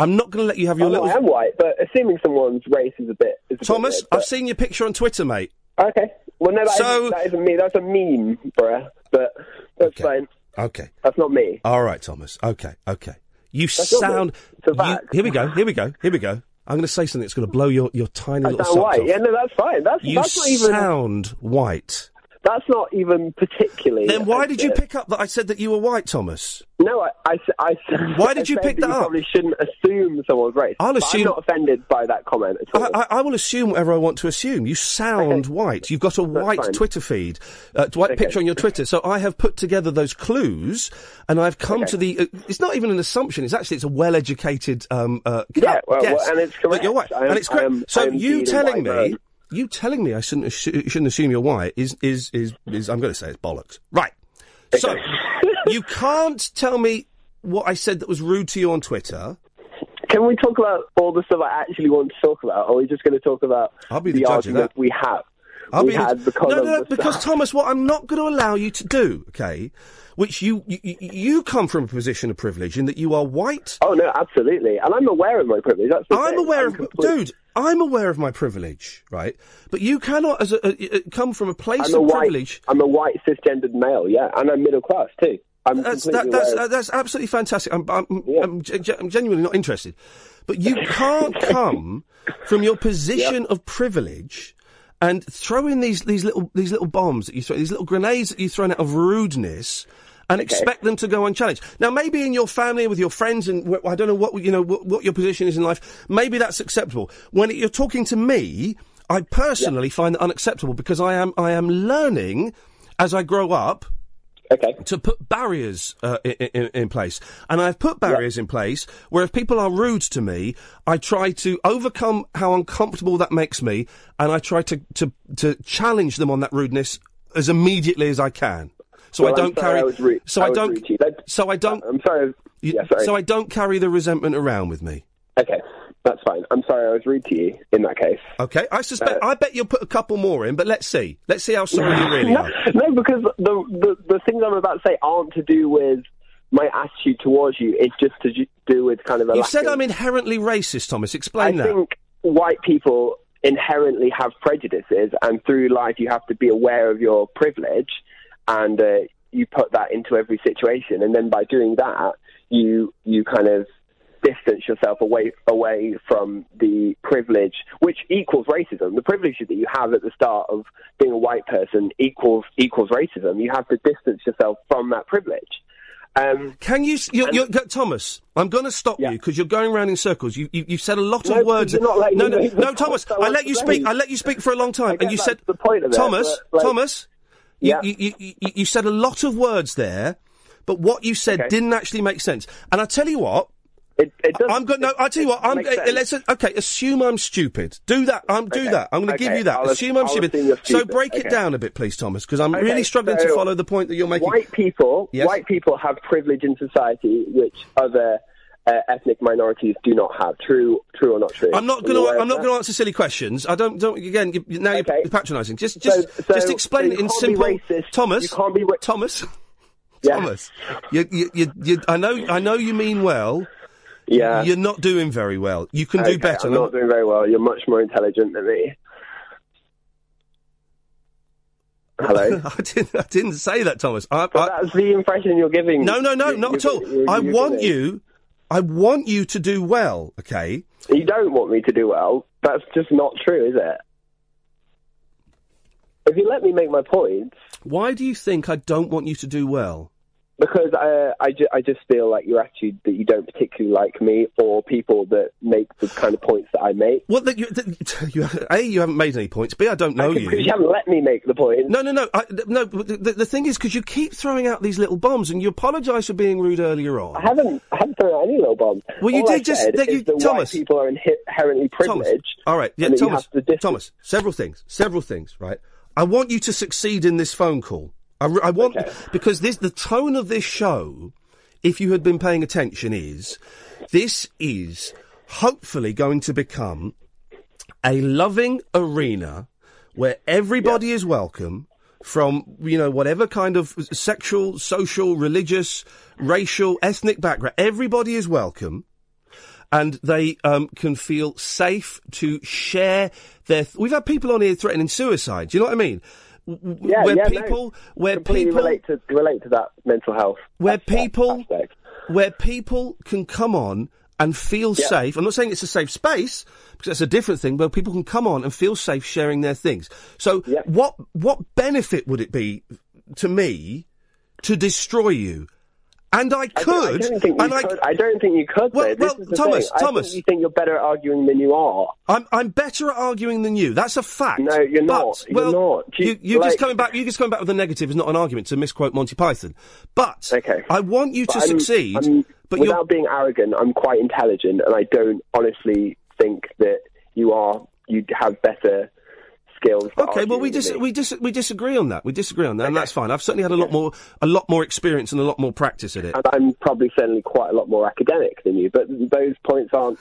[SPEAKER 3] I'm not going to let you have your
[SPEAKER 15] Oh, no,
[SPEAKER 3] little.
[SPEAKER 15] I am white, but assuming someone's race is a bit. Is a
[SPEAKER 3] Thomas,
[SPEAKER 15] bit weird, but-
[SPEAKER 3] I've seen your picture on Twitter, mate.
[SPEAKER 15] Okay. Well, no, that,
[SPEAKER 3] So-
[SPEAKER 15] not that isn't me. That's a meme, bruh. But that's fine.
[SPEAKER 3] Okay.
[SPEAKER 15] That's not me.
[SPEAKER 3] All right, Thomas. Okay, okay. You
[SPEAKER 15] That's not
[SPEAKER 3] sound.
[SPEAKER 15] good. It's a
[SPEAKER 3] you-
[SPEAKER 15] fact.
[SPEAKER 3] here we go. Here we go. Here we go. I'm going to say something that's going to blow your, your tiny
[SPEAKER 15] I
[SPEAKER 3] little
[SPEAKER 15] sound
[SPEAKER 3] socks
[SPEAKER 15] white.
[SPEAKER 3] off.
[SPEAKER 15] Yeah, no, that's fine. That's
[SPEAKER 3] you
[SPEAKER 15] that's not even.
[SPEAKER 3] sound white.
[SPEAKER 15] That's not even particularly.
[SPEAKER 3] Then why did you
[SPEAKER 15] offensive.
[SPEAKER 3] pick up that I said that you were white, Thomas?
[SPEAKER 15] No, I. I, s- I s-
[SPEAKER 3] Why did
[SPEAKER 15] I
[SPEAKER 3] you
[SPEAKER 15] said
[SPEAKER 3] pick that
[SPEAKER 15] you
[SPEAKER 3] up?
[SPEAKER 15] Probably shouldn't assume someone's race.
[SPEAKER 3] I'll
[SPEAKER 15] But
[SPEAKER 3] assume-
[SPEAKER 15] I'm not offended by that comment at all.
[SPEAKER 3] I, I, I will assume whatever I want to assume. You sound white. You've got a white
[SPEAKER 15] fine.
[SPEAKER 3] Twitter feed, uh, white picture on your Twitter. So I have put together those clues, and I've come to the. Uh, it's not even an assumption. It's actually it's a well-educated um, uh, ca-
[SPEAKER 15] Yeah, well, well,
[SPEAKER 3] guess.
[SPEAKER 15] and it's
[SPEAKER 3] that
[SPEAKER 15] correct.
[SPEAKER 3] You're white,
[SPEAKER 15] I am-
[SPEAKER 3] and it's
[SPEAKER 15] I
[SPEAKER 3] correct.
[SPEAKER 15] am- I
[SPEAKER 3] so
[SPEAKER 15] am
[SPEAKER 3] you
[SPEAKER 15] indeed a
[SPEAKER 3] telling
[SPEAKER 15] white
[SPEAKER 3] me,
[SPEAKER 15] man.
[SPEAKER 3] you telling me, I shouldn't assu- shouldn't assume you're white is is is, is I'm going to say it's bollocks. Right. So you can't tell me what I said that was rude to you on Twitter.
[SPEAKER 15] Can we talk about all the stuff I actually want to talk about, or are we just going to talk about
[SPEAKER 3] I'll be the judge of
[SPEAKER 15] argument
[SPEAKER 3] that.
[SPEAKER 15] we have?
[SPEAKER 3] I'll
[SPEAKER 15] we
[SPEAKER 3] be
[SPEAKER 15] had because
[SPEAKER 3] no,
[SPEAKER 15] of
[SPEAKER 3] no, no,
[SPEAKER 15] the
[SPEAKER 3] because Thomas, what I'm not going to allow you to do, okay, which you, you you come from a position of privilege in that you are white.
[SPEAKER 15] Oh no, absolutely, and I'm aware of my privilege. That's the
[SPEAKER 3] I'm
[SPEAKER 15] thing.
[SPEAKER 3] aware
[SPEAKER 15] I'm
[SPEAKER 3] of, dude, I'm aware of my privilege, right? But you cannot, as a, a, a- come from a place
[SPEAKER 15] I'm
[SPEAKER 3] of
[SPEAKER 15] a white,
[SPEAKER 3] privilege.
[SPEAKER 15] I'm a white cisgendered male, yeah, and I'm middle class too. I'm
[SPEAKER 3] That's that,
[SPEAKER 15] completely
[SPEAKER 3] that's
[SPEAKER 15] aware
[SPEAKER 3] uh,
[SPEAKER 15] of-
[SPEAKER 3] that's absolutely fantastic. I'm I'm, I'm, ge- I'm genuinely not interested, but you can't come from your position of privilege and throw in these, these little these little bombs that you throw, these little grenades that you throw in out of rudeness, and expect them to go unchallenged. Now, maybe in your family with your friends, and wh- I don't know what you know what, what your position is in life. Maybe that's acceptable. When you're talking to me, I personally find that unacceptable because I am I am learning as I grow up.
[SPEAKER 15] Okay.
[SPEAKER 3] To put barriers uh, in, in, in place, and I've put barriers in place where if people are rude to me, I try to overcome how uncomfortable that makes me, and I try to to, to challenge them on that rudeness as immediately as I can. So
[SPEAKER 15] Well,
[SPEAKER 3] I
[SPEAKER 15] I'm
[SPEAKER 3] don't
[SPEAKER 15] sorry
[SPEAKER 3] carry.
[SPEAKER 15] I was rude-
[SPEAKER 3] so
[SPEAKER 15] I
[SPEAKER 3] I,
[SPEAKER 15] was
[SPEAKER 3] don't.
[SPEAKER 15] rude to you. That-
[SPEAKER 3] so I don't.
[SPEAKER 15] I'm sorry. Yeah, sorry.
[SPEAKER 3] So I don't carry the resentment around with me.
[SPEAKER 15] Okay, that's fine. I'm sorry I was rude to you in that case.
[SPEAKER 3] Okay, I suspect. I bet you'll put a couple more in, but let's see. Let's see how sorry you really
[SPEAKER 15] no,
[SPEAKER 3] are.
[SPEAKER 15] no, because the, the the things I'm about to say aren't to do with my attitude towards you. It's just to ju- do with kind of a.
[SPEAKER 3] You
[SPEAKER 15] lack
[SPEAKER 3] said
[SPEAKER 15] of-
[SPEAKER 3] I'm inherently racist, Thomas. Explain
[SPEAKER 15] I
[SPEAKER 3] that.
[SPEAKER 15] think white people inherently have prejudices, and through life you have to be aware of your privilege, and uh, you put that into every situation, and then by doing that, you you kind of distance yourself away away from the privilege, which equals racism. The privilege that you have at the start of being a white person equals equals racism. You have to distance yourself from that privilege. Um,
[SPEAKER 3] Can you, s- you you go- Thomas? I'm going to stop you you because you're going round in circles. You, you you've said a lot
[SPEAKER 15] No,
[SPEAKER 3] of
[SPEAKER 15] because
[SPEAKER 3] words.
[SPEAKER 15] you're not letting
[SPEAKER 3] no,
[SPEAKER 15] me
[SPEAKER 3] no,
[SPEAKER 15] make the
[SPEAKER 3] no,
[SPEAKER 15] point
[SPEAKER 3] Thomas.
[SPEAKER 15] I
[SPEAKER 3] I
[SPEAKER 15] want
[SPEAKER 3] let
[SPEAKER 15] to
[SPEAKER 3] you speak.
[SPEAKER 15] make.
[SPEAKER 3] I let you speak for a long time, and you
[SPEAKER 15] that's
[SPEAKER 3] said
[SPEAKER 15] the point of it,
[SPEAKER 3] Thomas,
[SPEAKER 15] but, like-
[SPEAKER 3] Thomas. you- you, you, you, you, you said a lot of words there, but what you said didn't actually make sense. And I tell you what.
[SPEAKER 15] It, it
[SPEAKER 3] does, I'm going. No, I tell you what. I'm.
[SPEAKER 15] makes
[SPEAKER 3] uh,
[SPEAKER 15] sense.
[SPEAKER 3] let's okay. Assume I'm stupid. Do that. I'm do
[SPEAKER 15] Okay.
[SPEAKER 3] that. I'm going to
[SPEAKER 15] Okay,
[SPEAKER 3] give you that.
[SPEAKER 15] I'll ass-
[SPEAKER 3] assume I'm
[SPEAKER 15] I'll
[SPEAKER 3] stupid.
[SPEAKER 15] assume you're
[SPEAKER 3] So
[SPEAKER 15] stupid.
[SPEAKER 3] break it
[SPEAKER 15] Okay.
[SPEAKER 3] down a bit, please, Thomas, because I'm
[SPEAKER 15] Okay,
[SPEAKER 3] really struggling to
[SPEAKER 15] so
[SPEAKER 3] follow the point that you're making.
[SPEAKER 15] White people,
[SPEAKER 3] Yes.
[SPEAKER 15] white people have privilege in society which other uh, ethnic minorities do not have. True, true or not true?
[SPEAKER 3] I'm not
[SPEAKER 15] Are you
[SPEAKER 3] going
[SPEAKER 15] aware
[SPEAKER 3] to.
[SPEAKER 15] of
[SPEAKER 3] I'm not
[SPEAKER 15] that?
[SPEAKER 3] going to answer silly questions. I don't. Don't again. You, you- now you're patronising. Just,
[SPEAKER 15] So-
[SPEAKER 3] just,
[SPEAKER 15] so-
[SPEAKER 3] just explain
[SPEAKER 15] so
[SPEAKER 3] it
[SPEAKER 15] you
[SPEAKER 3] in
[SPEAKER 15] can't be
[SPEAKER 3] simple.
[SPEAKER 15] racist.
[SPEAKER 3] Thomas,
[SPEAKER 15] You can't be ra-
[SPEAKER 3] Thomas,
[SPEAKER 15] Yeah.
[SPEAKER 3] Thomas. You, you, you, you, I know. I know you mean well.
[SPEAKER 15] Yeah.
[SPEAKER 3] You're not doing very well. You can
[SPEAKER 15] Okay,
[SPEAKER 3] do better.
[SPEAKER 15] I'm not doing very well. You're much more intelligent than me. Hello.
[SPEAKER 3] I didn't. I didn't say that, Thomas. I, I-
[SPEAKER 15] That's the impression you're giving.
[SPEAKER 3] no, no, no,
[SPEAKER 15] you-
[SPEAKER 3] not at
[SPEAKER 15] you-
[SPEAKER 3] all.
[SPEAKER 15] you-
[SPEAKER 3] I
[SPEAKER 15] you're
[SPEAKER 3] want
[SPEAKER 15] giving.
[SPEAKER 3] you. I want you to do well. Okay.
[SPEAKER 15] You don't want me to do well. That's just not true, is it? If you let me make my points,
[SPEAKER 3] Why do you think I don't want you to do well?
[SPEAKER 15] because I, I, ju- I just feel like your attitude that you don't particularly like me or people that make the kind of points that I make.
[SPEAKER 3] Well, that you, that you, a you haven't made any points. B I don't know you.
[SPEAKER 15] Because you haven't let me make the point.
[SPEAKER 3] No, no, no, I, th- no. but The, the thing is, because you keep throwing out these little bombs, and you apologise for being rude earlier on.
[SPEAKER 15] I haven't, I haven't thrown out any little bombs.
[SPEAKER 3] Well, you
[SPEAKER 15] All I
[SPEAKER 3] did just-
[SPEAKER 15] said
[SPEAKER 3] that you-
[SPEAKER 15] is that
[SPEAKER 3] Thomas.
[SPEAKER 15] White people are inherently
[SPEAKER 3] Thomas,
[SPEAKER 15] privileged.
[SPEAKER 3] all right, yeah,
[SPEAKER 15] and that you
[SPEAKER 3] Thomas,
[SPEAKER 15] have to dis-
[SPEAKER 3] Thomas. Several things, several things, right? I want you to succeed in this phone call. I, re- I want because this the tone of this show. If you had been paying attention, is this is hopefully going to become a loving arena where everybody is welcome from you know whatever kind of sexual, social, religious, racial, ethnic background. Everybody is welcome and they um, can feel safe to share their. Th- We've had people on here threatening suicide. Do you know what I mean? W- w-
[SPEAKER 15] yeah,
[SPEAKER 3] where
[SPEAKER 15] yeah, no.
[SPEAKER 3] people, where
[SPEAKER 15] Completely
[SPEAKER 3] people,
[SPEAKER 15] relate to relate to that mental health.
[SPEAKER 3] where people, where people can come on and feel safe. I'm not saying it's a safe space because that's a different thing, but people can come on and feel safe sharing their things. So, what what benefit would it be to me to destroy you? And I
[SPEAKER 15] don't-
[SPEAKER 3] could,
[SPEAKER 15] I don't think you
[SPEAKER 3] and I
[SPEAKER 15] could. I don't think you could.
[SPEAKER 3] Well,
[SPEAKER 15] though. This
[SPEAKER 3] well,
[SPEAKER 15] is the
[SPEAKER 3] Thomas,
[SPEAKER 15] thing. I
[SPEAKER 3] Thomas.
[SPEAKER 15] think you think you're better at arguing than you are.
[SPEAKER 3] I'm I'm better at arguing than you. That's a fact.
[SPEAKER 15] No, you're
[SPEAKER 3] But,
[SPEAKER 15] not. You're
[SPEAKER 3] Well,
[SPEAKER 15] not. Do you-
[SPEAKER 3] You, you're just
[SPEAKER 15] like-
[SPEAKER 3] coming back. You just coming back with a negative is not an argument to misquote Monty Python. But I want you to
[SPEAKER 15] But I'm-
[SPEAKER 3] succeed.
[SPEAKER 15] I'm-
[SPEAKER 3] but you're
[SPEAKER 15] without being arrogant, I'm quite intelligent, and I don't honestly think that you are. You have better skills. for
[SPEAKER 3] Okay, well,
[SPEAKER 15] arguing
[SPEAKER 3] we
[SPEAKER 15] than
[SPEAKER 3] dis-
[SPEAKER 15] me.
[SPEAKER 3] we dis- we disagree on that. We disagree on that, and that's fine. I've certainly had a lot more a lot more experience and a lot more practice at it.
[SPEAKER 15] and I'm probably certainly quite a lot more academic than you. But those points aren't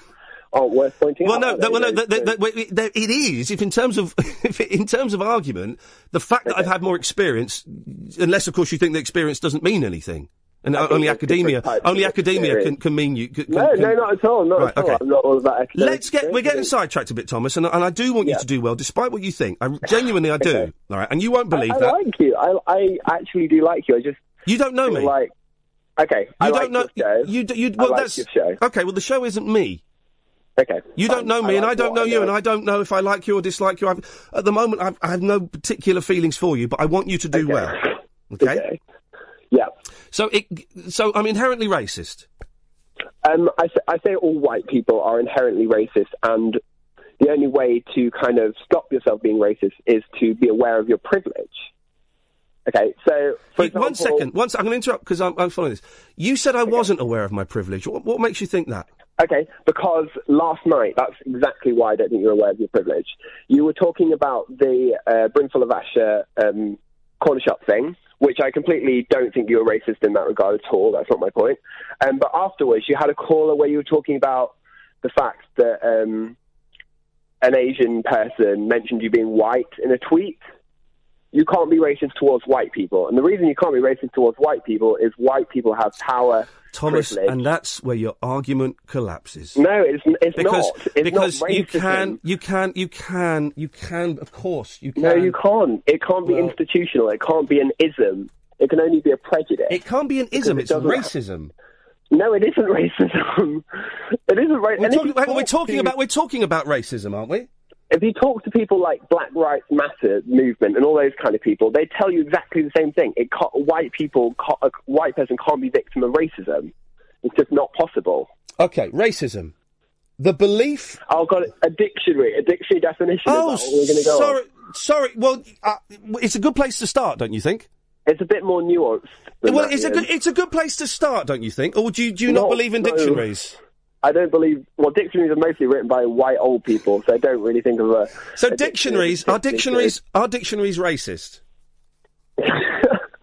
[SPEAKER 15] aren't worth pointing
[SPEAKER 3] Well,
[SPEAKER 15] out.
[SPEAKER 3] no,
[SPEAKER 15] are
[SPEAKER 3] that, well, no,
[SPEAKER 15] Those-
[SPEAKER 3] that, that, that, wait, that, it is. If in terms of if in terms of argument, the fact that I've had more experience, unless of course you think the experience doesn't mean anything, and
[SPEAKER 15] I think
[SPEAKER 3] only
[SPEAKER 15] it's
[SPEAKER 3] academia,
[SPEAKER 15] different types
[SPEAKER 3] only
[SPEAKER 15] of
[SPEAKER 3] academia can,
[SPEAKER 15] experience.
[SPEAKER 3] can mean you. Can,
[SPEAKER 15] no,
[SPEAKER 3] can-
[SPEAKER 15] no, not at all. Not
[SPEAKER 3] Right,
[SPEAKER 15] at all.
[SPEAKER 3] okay.
[SPEAKER 15] I'm not all about academic.
[SPEAKER 3] Let's get we're getting sidetracked a bit, Thomas, and and I do want you to do well, despite what you think. I genuinely I do. All right, and you won't believe
[SPEAKER 15] I, I
[SPEAKER 3] that.
[SPEAKER 15] like you. I, I actually do like you. I just
[SPEAKER 3] you don't know me.
[SPEAKER 15] Like, okay,
[SPEAKER 3] You
[SPEAKER 15] I like
[SPEAKER 3] don't know
[SPEAKER 15] Your show.
[SPEAKER 3] you. d- you
[SPEAKER 15] I
[SPEAKER 3] well,
[SPEAKER 15] like
[SPEAKER 3] that's
[SPEAKER 15] your show.
[SPEAKER 3] okay. Well, the show isn't me.
[SPEAKER 15] Okay.
[SPEAKER 3] You don't know me, and I don't know you, and I don't know if I like you or dislike you. I've, at the moment, I've, I have no particular feelings for you, but I want you to do well. Okay?
[SPEAKER 15] Yeah.
[SPEAKER 3] So, it, so I'm inherently racist.
[SPEAKER 15] Um, I, th- I say all white people are inherently racist, and the only way to kind of stop yourself being racist is to be aware of your privilege. Okay, so for
[SPEAKER 3] Wait, one second. One sec- I'm going to interrupt because I'm, I'm following this. You said I wasn't aware of my privilege. What, what makes you think that?
[SPEAKER 15] Okay, because last night, that's exactly why I don't think you're aware of your privilege. You were talking about the uh, brimful of Asher um, corner shop thing, which I completely don't think you were racist in that regard at all. That's not my point. Um, but afterwards, you had a caller where you were talking about the fact that um, an Asian person mentioned you being white in a tweet. You can't be racist towards white people. And the reason you can't be racist towards white people is white people have power.
[SPEAKER 3] Thomas,
[SPEAKER 15] privilege.
[SPEAKER 3] and that's where your argument collapses.
[SPEAKER 15] No, it's, it's
[SPEAKER 3] because
[SPEAKER 15] not. It's
[SPEAKER 3] because
[SPEAKER 15] not
[SPEAKER 3] you
[SPEAKER 15] racism.
[SPEAKER 3] can, you can, you can, you can. Of course, you can.
[SPEAKER 15] No, you can't. It can't be institutional. It can't be an ism. It can only be a prejudice.
[SPEAKER 3] It can't be an ism. It's racism.
[SPEAKER 15] No, it isn't racism. it isn't racism.
[SPEAKER 3] We're, talking, hang on, we're talking about we're talking about racism, aren't we?
[SPEAKER 15] If you talk to people like Black Rights Matter movement and all those kind of people, they tell you exactly the same thing. It can't, white people, can't, a white person can't be victim of racism. It's just not possible.
[SPEAKER 3] Okay, racism. The belief.
[SPEAKER 15] I've got a dictionary, a dictionary definition.
[SPEAKER 3] Oh,
[SPEAKER 15] is that what we're going to go on?
[SPEAKER 3] sorry, sorry. Well, uh, it's a good place to start, don't you think?
[SPEAKER 15] It's a bit more nuanced. than
[SPEAKER 3] Well,
[SPEAKER 15] that,
[SPEAKER 3] it's a
[SPEAKER 15] Ian.
[SPEAKER 3] good it's a good place to start, don't you think? Or do you, do you not
[SPEAKER 15] No,
[SPEAKER 3] believe in
[SPEAKER 15] no.
[SPEAKER 3] dictionaries?
[SPEAKER 15] I don't believe. Well, dictionaries are mostly written by white old people, so I don't really think of a.
[SPEAKER 3] So
[SPEAKER 15] a
[SPEAKER 3] dictionaries are dictionaries are dictionaries racist?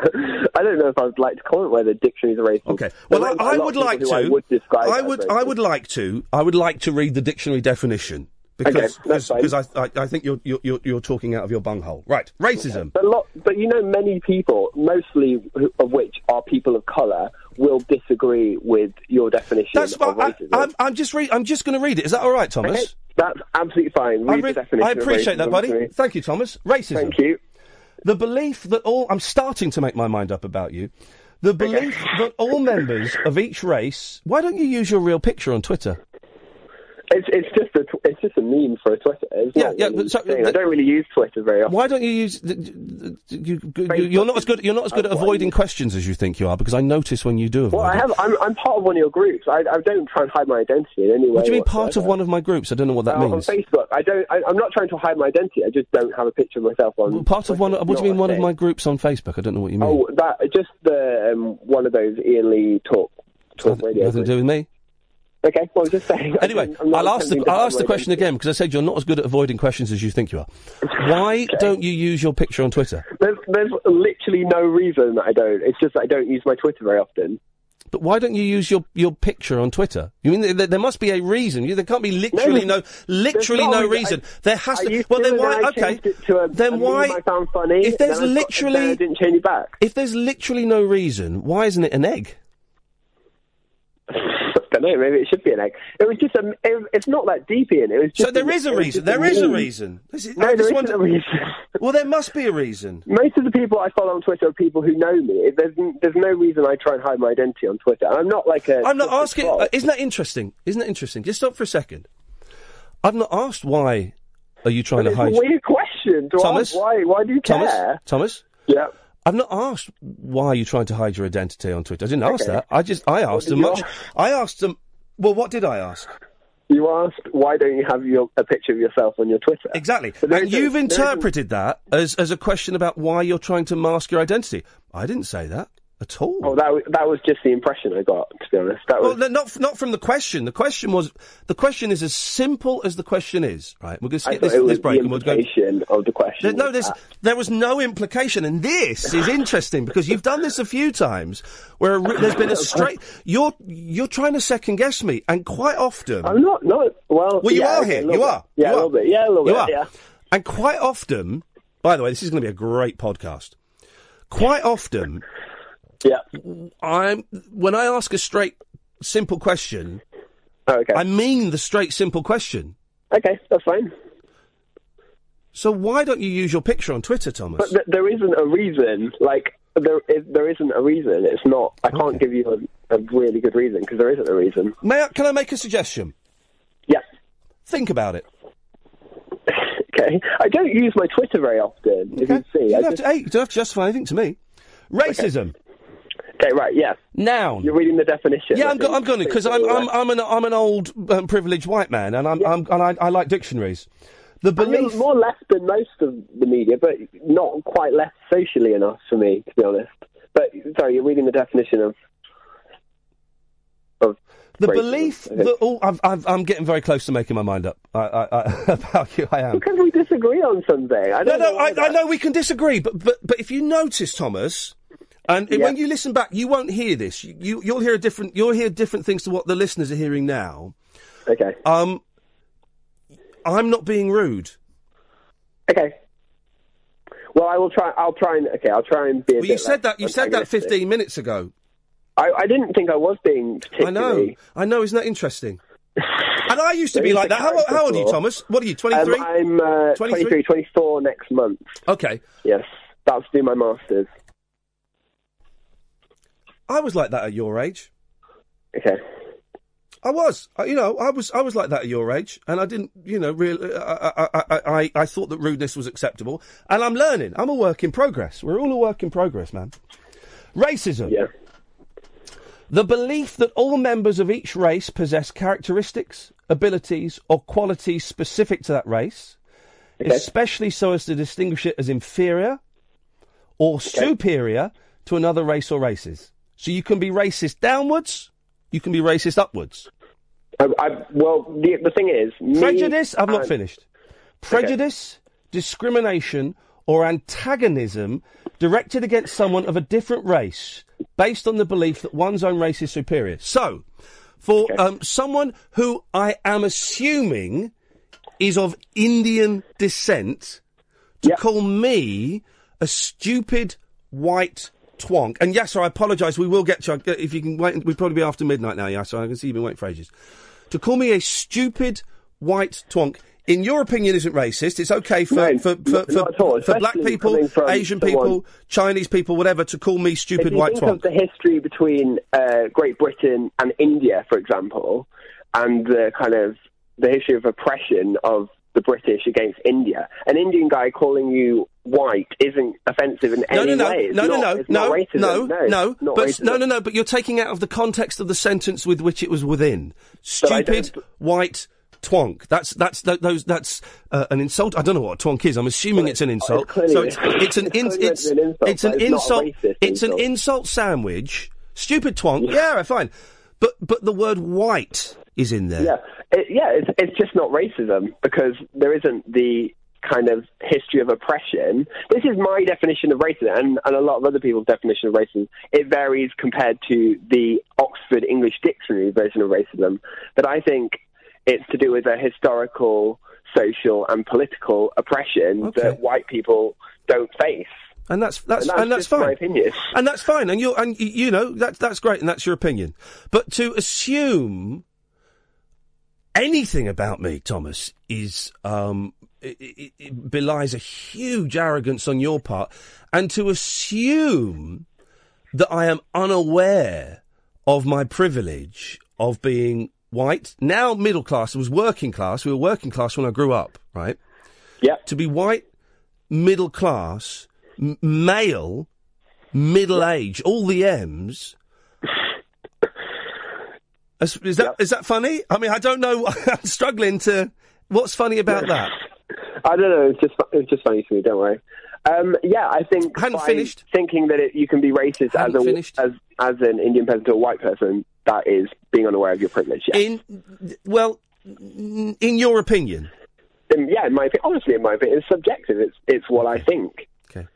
[SPEAKER 15] I don't know if I'd like to comment whether dictionaries are racist.
[SPEAKER 3] Okay. Well, I, I would like to.
[SPEAKER 15] I would describe.
[SPEAKER 3] I
[SPEAKER 15] as
[SPEAKER 3] would.
[SPEAKER 15] racist.
[SPEAKER 3] I would like to. I would like to read the dictionary definition because because I, I I think you're you're you're- you're talking out of your bunghole. Right. Racism.
[SPEAKER 15] But, lot, but you know, many people, mostly who- of which are people of colour, will disagree with your definition of
[SPEAKER 3] I,
[SPEAKER 15] racism.
[SPEAKER 3] I'm, I'm just re- I'm just going to read it. Is that all right, Thomas?
[SPEAKER 15] Okay, That's absolutely fine. Read
[SPEAKER 3] I, re-
[SPEAKER 15] the definition.
[SPEAKER 3] I
[SPEAKER 15] of
[SPEAKER 3] appreciate that,
[SPEAKER 15] racism
[SPEAKER 3] buddy.
[SPEAKER 15] to me.
[SPEAKER 3] Thank you, Thomas. Racism.
[SPEAKER 15] Thank you.
[SPEAKER 3] The belief that all. I'm starting to make my mind up about you. The belief that all members of each race. Why don't you use your real picture on Twitter?
[SPEAKER 15] It's, it's just a tw- it's just a meme for a Twitter. It's
[SPEAKER 3] Yeah,
[SPEAKER 15] not
[SPEAKER 3] yeah,
[SPEAKER 15] really
[SPEAKER 3] but so-
[SPEAKER 15] a thing. I don't really use Twitter very often.
[SPEAKER 3] Why don't you use? th- th- th- You, you, you're not as good. You're not as good at avoiding questions as you think you are, because I notice when you do avoid.
[SPEAKER 15] Well, I have. I'm, I'm part of one of your groups. I, I don't try and hide my identity in any way.
[SPEAKER 3] What do you mean part of
[SPEAKER 15] whatsoever.
[SPEAKER 3] one of my groups? I don't know what that
[SPEAKER 15] Uh,
[SPEAKER 3] means.
[SPEAKER 15] On Facebook, I don't. I, I'm not trying to hide my identity. I just don't have a picture of myself on.
[SPEAKER 3] Part of one. What do
[SPEAKER 15] not
[SPEAKER 3] you mean
[SPEAKER 15] my
[SPEAKER 3] one of
[SPEAKER 15] thing.
[SPEAKER 3] my groups on Facebook? I don't know what you mean.
[SPEAKER 15] Oh, that just the um, one of those Ian Lee talk talk radio.
[SPEAKER 3] Nothing to do with me.
[SPEAKER 15] Okay, well, I'm just saying.
[SPEAKER 3] Anyway,
[SPEAKER 15] I'm not
[SPEAKER 3] I'll ask the
[SPEAKER 15] attempting to
[SPEAKER 3] I'll
[SPEAKER 15] hide
[SPEAKER 3] ask the
[SPEAKER 15] my
[SPEAKER 3] question again because I said you're not as good at avoiding questions as you think you are. Why don't you use your picture on Twitter?
[SPEAKER 15] identity. There's, there's literally no reason that I don't. It's just that I don't use my Twitter very often.
[SPEAKER 3] But why don't you use your, your picture on Twitter? You mean there, there must be a reason? You, there can't be literally no, literally
[SPEAKER 15] not
[SPEAKER 3] no
[SPEAKER 15] a reason.
[SPEAKER 3] reason.
[SPEAKER 15] I-
[SPEAKER 3] there has
[SPEAKER 15] I
[SPEAKER 3] to.
[SPEAKER 15] used
[SPEAKER 3] Well,
[SPEAKER 15] to,
[SPEAKER 3] then
[SPEAKER 15] and
[SPEAKER 3] why?
[SPEAKER 15] I
[SPEAKER 3] okay,
[SPEAKER 15] changed it to a- a
[SPEAKER 3] then
[SPEAKER 15] meme
[SPEAKER 3] why?
[SPEAKER 15] I found funny,
[SPEAKER 3] if there's
[SPEAKER 15] then I got-
[SPEAKER 3] literally,
[SPEAKER 15] then I didn't change it back.
[SPEAKER 3] If there's literally no reason, why isn't it an egg?
[SPEAKER 15] I don't know. Maybe it should be an egg. It was just a. It, it's not that deep, Ian. It was just.
[SPEAKER 3] So there is a
[SPEAKER 15] it was
[SPEAKER 3] reason.
[SPEAKER 15] just
[SPEAKER 3] There is a
[SPEAKER 15] meme.
[SPEAKER 3] reason. This is-
[SPEAKER 15] no,
[SPEAKER 3] I
[SPEAKER 15] there
[SPEAKER 3] just
[SPEAKER 15] isn't
[SPEAKER 3] wonder-
[SPEAKER 15] a reason.
[SPEAKER 3] Well, there must be a reason.
[SPEAKER 15] Most of the people I follow on Twitter are people who know me. It- There's, n- there's no reason I try and hide my identity on Twitter. And I'm not like a.
[SPEAKER 3] I'm not
[SPEAKER 15] Twitter
[SPEAKER 3] asking.
[SPEAKER 15] troll.
[SPEAKER 3] Uh, isn't that interesting? Isn't that interesting? Just stop for a second. I've not asked why are you trying
[SPEAKER 15] But
[SPEAKER 3] to
[SPEAKER 15] it's a
[SPEAKER 3] hide.
[SPEAKER 15] weird question. To
[SPEAKER 3] Thomas?
[SPEAKER 15] ask why? Why do you
[SPEAKER 3] Thomas,
[SPEAKER 15] care?
[SPEAKER 3] Thomas.
[SPEAKER 15] Yeah.
[SPEAKER 3] I've not asked why are you trying to hide your identity on Twitter. I didn't ask
[SPEAKER 15] Okay.
[SPEAKER 3] that. I just I asked
[SPEAKER 15] did
[SPEAKER 3] them
[SPEAKER 15] you
[SPEAKER 3] much. I asked them. Well, what did I ask?
[SPEAKER 15] You asked why don't you have your, a picture of yourself on your Twitter?
[SPEAKER 3] Exactly.
[SPEAKER 15] But there
[SPEAKER 3] And
[SPEAKER 15] isn't-
[SPEAKER 3] you've
[SPEAKER 15] there isn't-
[SPEAKER 3] interpreted that as as a question about why you're trying to mask your identity. I didn't say that at all.
[SPEAKER 15] Oh, that w- that was just the impression I got. To be honest, that was
[SPEAKER 3] Well, no, not f- not from the question. The question was the question is as simple as the question is. Right. We're going to
[SPEAKER 15] I
[SPEAKER 3] skip
[SPEAKER 15] thought
[SPEAKER 3] this,
[SPEAKER 15] it was
[SPEAKER 3] this break
[SPEAKER 15] the
[SPEAKER 3] and we'll go.
[SPEAKER 15] implication of the question. Uh,
[SPEAKER 3] There, no,
[SPEAKER 15] was
[SPEAKER 3] there's,
[SPEAKER 15] that.
[SPEAKER 3] there was no implication, and this is interesting because you've done this a few times where a re- there's been a straight. You're you're trying to second guess me, and quite often I'm
[SPEAKER 15] not. No, well,
[SPEAKER 3] well, you
[SPEAKER 15] yeah,
[SPEAKER 3] are
[SPEAKER 15] okay, a
[SPEAKER 3] here.
[SPEAKER 15] little
[SPEAKER 3] You
[SPEAKER 15] bit.
[SPEAKER 3] are.
[SPEAKER 15] Yeah,
[SPEAKER 3] you
[SPEAKER 15] a
[SPEAKER 3] are.
[SPEAKER 15] little bit. Yeah, a little
[SPEAKER 3] You
[SPEAKER 15] bit,
[SPEAKER 3] are.
[SPEAKER 15] yeah.
[SPEAKER 3] And quite often, by the way, this is going to be a great podcast. Quite often,
[SPEAKER 15] yeah,
[SPEAKER 3] I'm when I ask a straight, simple question.
[SPEAKER 15] okay.
[SPEAKER 3] I mean the straight, simple question.
[SPEAKER 15] Okay, that's fine.
[SPEAKER 3] So why don't you use your picture on Twitter, Thomas?
[SPEAKER 15] But th- there isn't a reason. Like there, is, there isn't a reason. It's not. I can't give you a, a really good reason because there isn't a reason.
[SPEAKER 3] May I, can I make a suggestion?
[SPEAKER 15] Yeah.
[SPEAKER 3] Think about it.
[SPEAKER 15] Okay. I don't use my Twitter very often, if you see.
[SPEAKER 3] You
[SPEAKER 15] I
[SPEAKER 3] don't, have
[SPEAKER 15] just-
[SPEAKER 3] to, hey, you don't have to justify anything to me. Racism.
[SPEAKER 15] Okay, right, yeah.
[SPEAKER 3] Noun.
[SPEAKER 15] You're reading the definition.
[SPEAKER 3] Yeah,
[SPEAKER 15] I
[SPEAKER 3] I'm, go-
[SPEAKER 15] think.
[SPEAKER 3] I'm going to because I'm I'm I'm an I'm an old um, privileged white man, and I'm, I'm and I, I like dictionaries. The
[SPEAKER 15] I mean,
[SPEAKER 3] belief.
[SPEAKER 15] more left than most of the media, but not quite left socially enough for me, to be honest. But sorry, you're reading the definition of of
[SPEAKER 3] The
[SPEAKER 15] racism,
[SPEAKER 3] belief
[SPEAKER 15] I think.
[SPEAKER 3] that all I've, I've, I'm getting very close to making my mind up I, I, I, about you. I am
[SPEAKER 15] because we disagree on something. I
[SPEAKER 3] no,
[SPEAKER 15] don't
[SPEAKER 3] no,
[SPEAKER 15] know why
[SPEAKER 3] I, I know we can disagree, but but but if you notice, Thomas, and when you listen back, you won't hear this. You, you you'll hear a different you'll hear different things to what the listeners are hearing now.
[SPEAKER 15] Okay.
[SPEAKER 3] Um, I'm not being rude.
[SPEAKER 15] Okay. Well, I will try. I'll try and okay. I'll try and be. A
[SPEAKER 3] Well, you said that you said that 15 minutes ago.
[SPEAKER 15] I, I didn't think I was being.
[SPEAKER 3] I know, I know. Isn't that interesting? And I used to be like that. How, how old are you, Thomas? What are you? 23?
[SPEAKER 15] Um, I'm uh,
[SPEAKER 3] 23?
[SPEAKER 15] 23, 24 next month.
[SPEAKER 3] Okay.
[SPEAKER 15] Yes, that's do my masters.
[SPEAKER 3] I was like that at your age.
[SPEAKER 15] Okay.
[SPEAKER 3] I was, I, you know, I was, I was like that at your age, and I didn't, you know, uh, really, I, I, I, I, I thought that rudeness was acceptable, and I'm learning. I'm a work in progress. We're all a work in progress, man. Racism.
[SPEAKER 15] Yeah.
[SPEAKER 3] The belief that all members of each race possess characteristics, abilities, or qualities specific to that race, especially so as to distinguish it as inferior or superior to another race or races. So you can be racist downwards, you can be racist upwards.
[SPEAKER 15] I, I, well, the, the thing is, me
[SPEAKER 3] Prejudice, I've not
[SPEAKER 15] and-
[SPEAKER 3] finished. Prejudice, discrimination, or antagonism directed against someone of a different race based on the belief that one's own race is superior. So, for um, someone who I am assuming is of Indian descent, to call me a stupid white twonk. And yes, sir, I apologise. We will get to if you can wait. We'll probably be after midnight now. Yeah, so I can see you've been waiting for ages. To call me a stupid white twonk, in your opinion, isn't racist. It's okay for for for,
[SPEAKER 15] not
[SPEAKER 3] for,
[SPEAKER 15] at all,
[SPEAKER 3] for black
[SPEAKER 15] especially
[SPEAKER 3] people,
[SPEAKER 15] coming from
[SPEAKER 3] Asian
[SPEAKER 15] someone-
[SPEAKER 3] people, Chinese people, whatever, to call me
[SPEAKER 15] if
[SPEAKER 3] stupid
[SPEAKER 15] you
[SPEAKER 3] white
[SPEAKER 15] think of
[SPEAKER 3] twonk.
[SPEAKER 15] the history between uh, Great Britain and India, for example, and the kind of the history of oppression of the British against India, an Indian guy calling you white isn't offensive in
[SPEAKER 3] No,
[SPEAKER 15] any
[SPEAKER 3] no, no,
[SPEAKER 15] way. It's
[SPEAKER 3] no,
[SPEAKER 15] not,
[SPEAKER 3] no,
[SPEAKER 15] it's
[SPEAKER 3] no,
[SPEAKER 15] not racism.
[SPEAKER 3] no,
[SPEAKER 15] no, it's
[SPEAKER 3] no,
[SPEAKER 15] not
[SPEAKER 3] but
[SPEAKER 15] racism.
[SPEAKER 3] no, no, no. But you're taking out of the context of the sentence with which it was within. Stupid white twonk. That's that's th- those that's uh, an insult. I don't know what a twonk is. I'm assuming it's an insult.
[SPEAKER 15] clearly
[SPEAKER 3] so it's
[SPEAKER 15] is.
[SPEAKER 3] it's an
[SPEAKER 15] It's
[SPEAKER 3] in,
[SPEAKER 15] clearly an insult,
[SPEAKER 3] it's it's an
[SPEAKER 15] but it's not a
[SPEAKER 3] insult.
[SPEAKER 15] racist
[SPEAKER 3] It's an
[SPEAKER 15] insult.
[SPEAKER 3] insult sandwich. Stupid twonk. Yeah, fine. But but the word white is in there.
[SPEAKER 15] Yeah, it, yeah, it's, it's just not racism because there isn't the kind of history of oppression. This is my definition of racism, and, and a lot of other people's definition of racism. It varies compared to the Oxford English Dictionary version of racism, but I think it's to do with a historical, social, and political oppression that white people don't face.
[SPEAKER 3] And that's that's
[SPEAKER 15] And that's
[SPEAKER 3] and that's
[SPEAKER 15] just my
[SPEAKER 3] fine.
[SPEAKER 15] opinion.
[SPEAKER 3] And that's fine. And you and y- you know that's that's great. And that's your opinion. But to assume anything about me, Thomas, is um, it, it, it belies a huge arrogance on your part. And to assume that I am unaware of my privilege of being white, now middle class, I was working class. We were working class when I grew up, right?
[SPEAKER 15] Yeah.
[SPEAKER 3] To be white, middle class, m- male, middle age, all the M's. Is, is that is that funny? I mean, I don't know. I'm struggling to. What's funny about that?
[SPEAKER 15] I don't know. It's just fu- it's just funny to me. Don't worry. Um, yeah, I think by
[SPEAKER 3] finished.
[SPEAKER 15] thinking that it, you can be racist as a, as as an Indian person to a white person. That is being unaware of your privilege. Yeah.
[SPEAKER 3] In well, in your opinion,
[SPEAKER 15] yeah, in my opi- honestly, in my opinion, it's subjective. It's it's what I think.
[SPEAKER 3] Okay.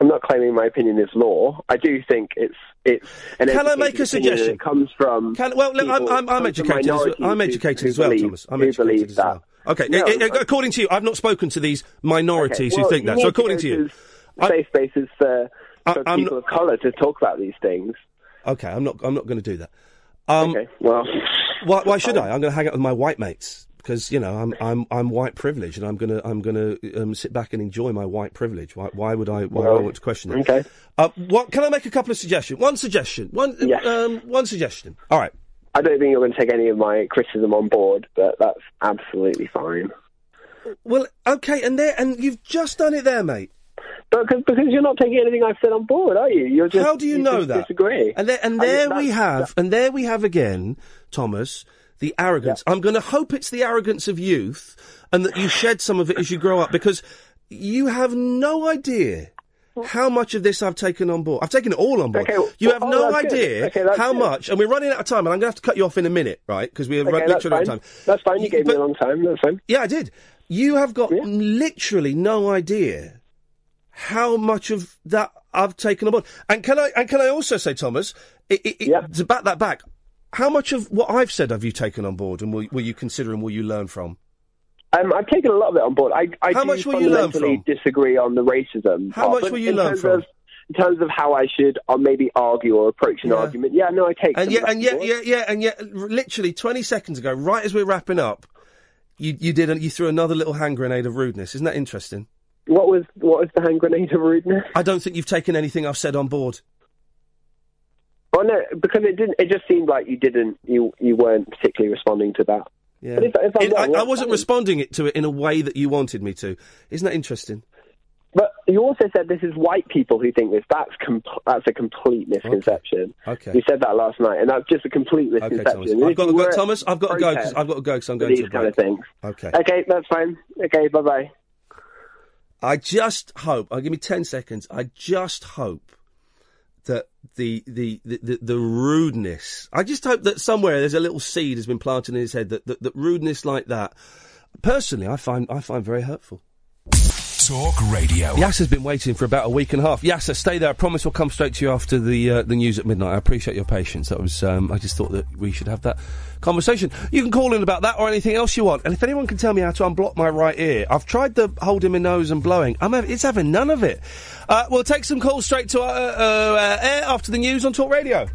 [SPEAKER 15] I'm not claiming my opinion is law. I do think it's it's. An
[SPEAKER 3] Can I
[SPEAKER 15] educated
[SPEAKER 3] make
[SPEAKER 15] opinion
[SPEAKER 3] a
[SPEAKER 15] and
[SPEAKER 3] suggestion?
[SPEAKER 15] It comes from.
[SPEAKER 3] Can, well, look, I'm,
[SPEAKER 15] people-
[SPEAKER 3] I'm, I'm
[SPEAKER 15] comes from
[SPEAKER 3] educated. As well.
[SPEAKER 15] minorities
[SPEAKER 3] I'm
[SPEAKER 15] who-
[SPEAKER 3] educated
[SPEAKER 15] who
[SPEAKER 3] as well,
[SPEAKER 15] believe-
[SPEAKER 3] Thomas. I'm
[SPEAKER 15] who
[SPEAKER 3] educated
[SPEAKER 15] believe
[SPEAKER 3] as
[SPEAKER 15] that.
[SPEAKER 3] well. Okay,
[SPEAKER 15] No,
[SPEAKER 3] eh, eh,
[SPEAKER 15] I-
[SPEAKER 3] according to you, I've not spoken to these minorities
[SPEAKER 15] well,
[SPEAKER 3] who think that.
[SPEAKER 15] need
[SPEAKER 3] So according
[SPEAKER 15] go
[SPEAKER 3] to you,
[SPEAKER 15] to safe spaces for,
[SPEAKER 3] I-
[SPEAKER 15] for
[SPEAKER 3] I'm
[SPEAKER 15] people of colour to talk about these things.
[SPEAKER 3] okay, I'm not, I'm not going to do that. Um, okay.
[SPEAKER 15] Well,
[SPEAKER 3] why, why should I? I'm going to hang out with my white mates because you know I'm, I'm, I'm white privileged, and I'm going to, I'm going to um, sit back and enjoy my white privilege. Why, why would I? Why would I
[SPEAKER 11] Well,
[SPEAKER 3] want to question it? Okay. Uh, what, can I make a couple of suggestions? One suggestion. One, um, one suggestion. All right.
[SPEAKER 15] I don't think you're going to take any of my criticism on board, but that's absolutely fine.
[SPEAKER 3] Well, okay, and there, and you've just done it there, mate.
[SPEAKER 15] But cause, because you're not taking anything I've said on board, are you? You're just
[SPEAKER 3] How do you, know
[SPEAKER 15] just
[SPEAKER 3] that?
[SPEAKER 15] Disagree.
[SPEAKER 3] And there, and
[SPEAKER 15] I mean,
[SPEAKER 3] there we
[SPEAKER 15] that's-
[SPEAKER 3] have, and there we have again, Thomas, the arrogance. I'm going to hope it's the arrogance of youth, and that you shed some of it as you grow up, because you have no idea how much of this I've taken on board. I've taken it all on board.
[SPEAKER 15] Okay, well,
[SPEAKER 3] you have
[SPEAKER 15] oh,
[SPEAKER 3] no
[SPEAKER 15] that's good.
[SPEAKER 3] idea
[SPEAKER 15] Okay, that's
[SPEAKER 3] how
[SPEAKER 15] good.
[SPEAKER 3] much, and we're running out of time, and I'm going to have to cut you off in a minute, right? Because we have
[SPEAKER 15] Okay,
[SPEAKER 3] run
[SPEAKER 15] that's
[SPEAKER 3] literally out
[SPEAKER 15] fine.
[SPEAKER 3] of time.
[SPEAKER 15] That's fine. You gave me a long time. That's fine.
[SPEAKER 3] Yeah, I did. You have got literally no idea how much of that I've taken on board. And can I and can I also say, Thomas, it, it, it- to back that back, how much of what I've said have you taken on board, and will, will you consider and will you learn from?
[SPEAKER 15] Um, I've taken a lot of it on board. I, I
[SPEAKER 3] How
[SPEAKER 15] do
[SPEAKER 3] much will you learn
[SPEAKER 15] fundamentally disagree on the racism.
[SPEAKER 3] How
[SPEAKER 15] part,
[SPEAKER 3] much
[SPEAKER 15] but
[SPEAKER 3] will you
[SPEAKER 15] in
[SPEAKER 3] learn
[SPEAKER 15] terms
[SPEAKER 3] from?
[SPEAKER 15] Of, in terms of how I should uh, maybe argue or approach an
[SPEAKER 3] Yeah.
[SPEAKER 15] argument, yeah, no, I take. some
[SPEAKER 3] And yet,
[SPEAKER 15] of that
[SPEAKER 3] and
[SPEAKER 15] on
[SPEAKER 3] yet,
[SPEAKER 15] board.
[SPEAKER 3] yeah, yeah, and yet, r- literally twenty seconds ago, right as we're wrapping up, you you did a- you threw another little hand grenade of rudeness. Isn't that interesting?
[SPEAKER 15] What was what was the hand grenade of rudeness?
[SPEAKER 3] I don't think you've taken anything I've said on board.
[SPEAKER 15] Well, no, because it didn't. It just seemed like you didn't. You you weren't particularly responding to that.
[SPEAKER 3] Yeah.
[SPEAKER 15] But if, if I'm
[SPEAKER 3] It-
[SPEAKER 15] wrong,
[SPEAKER 3] I, I
[SPEAKER 15] what-
[SPEAKER 3] wasn't responding it to it in a way that you wanted me to. Isn't that interesting?
[SPEAKER 15] But you also said this is white people who think this. That's com- that's a complete misconception.
[SPEAKER 3] Okay.
[SPEAKER 15] You said that last night, and that's just a complete
[SPEAKER 3] Okay,
[SPEAKER 15] misconception.
[SPEAKER 3] Thomas.
[SPEAKER 15] And if
[SPEAKER 3] I've got
[SPEAKER 15] you
[SPEAKER 3] to go,
[SPEAKER 15] were-
[SPEAKER 3] Thomas. I've got to go because
[SPEAKER 15] protest
[SPEAKER 3] I've got to go because I'm going
[SPEAKER 15] these
[SPEAKER 3] to a
[SPEAKER 15] kind of
[SPEAKER 3] break.
[SPEAKER 15] things.
[SPEAKER 3] Okay.
[SPEAKER 15] Okay, that's fine. Okay, bye bye.
[SPEAKER 3] I just hope. I'll give me ten seconds. I just hope that the the, the, the the rudeness. I just hope that somewhere there's a little seed has been planted in his head that, that that rudeness like that. Personally, I find I find very hurtful.
[SPEAKER 2] Talk Radio.
[SPEAKER 3] Yasser's been waiting for about a week and a half. Yasser, stay there. I promise we'll come straight to you after the uh, the news at midnight. I appreciate your patience. That was um, I just thought that we should have that conversation. You can call in about that or anything else you want. And if anyone can tell me how to unblock my right ear, I've tried the holding my nose and blowing. I'm hav- it's having none of it. Uh, we'll take some calls straight to uh, uh, uh, air after the news on Talk Radio.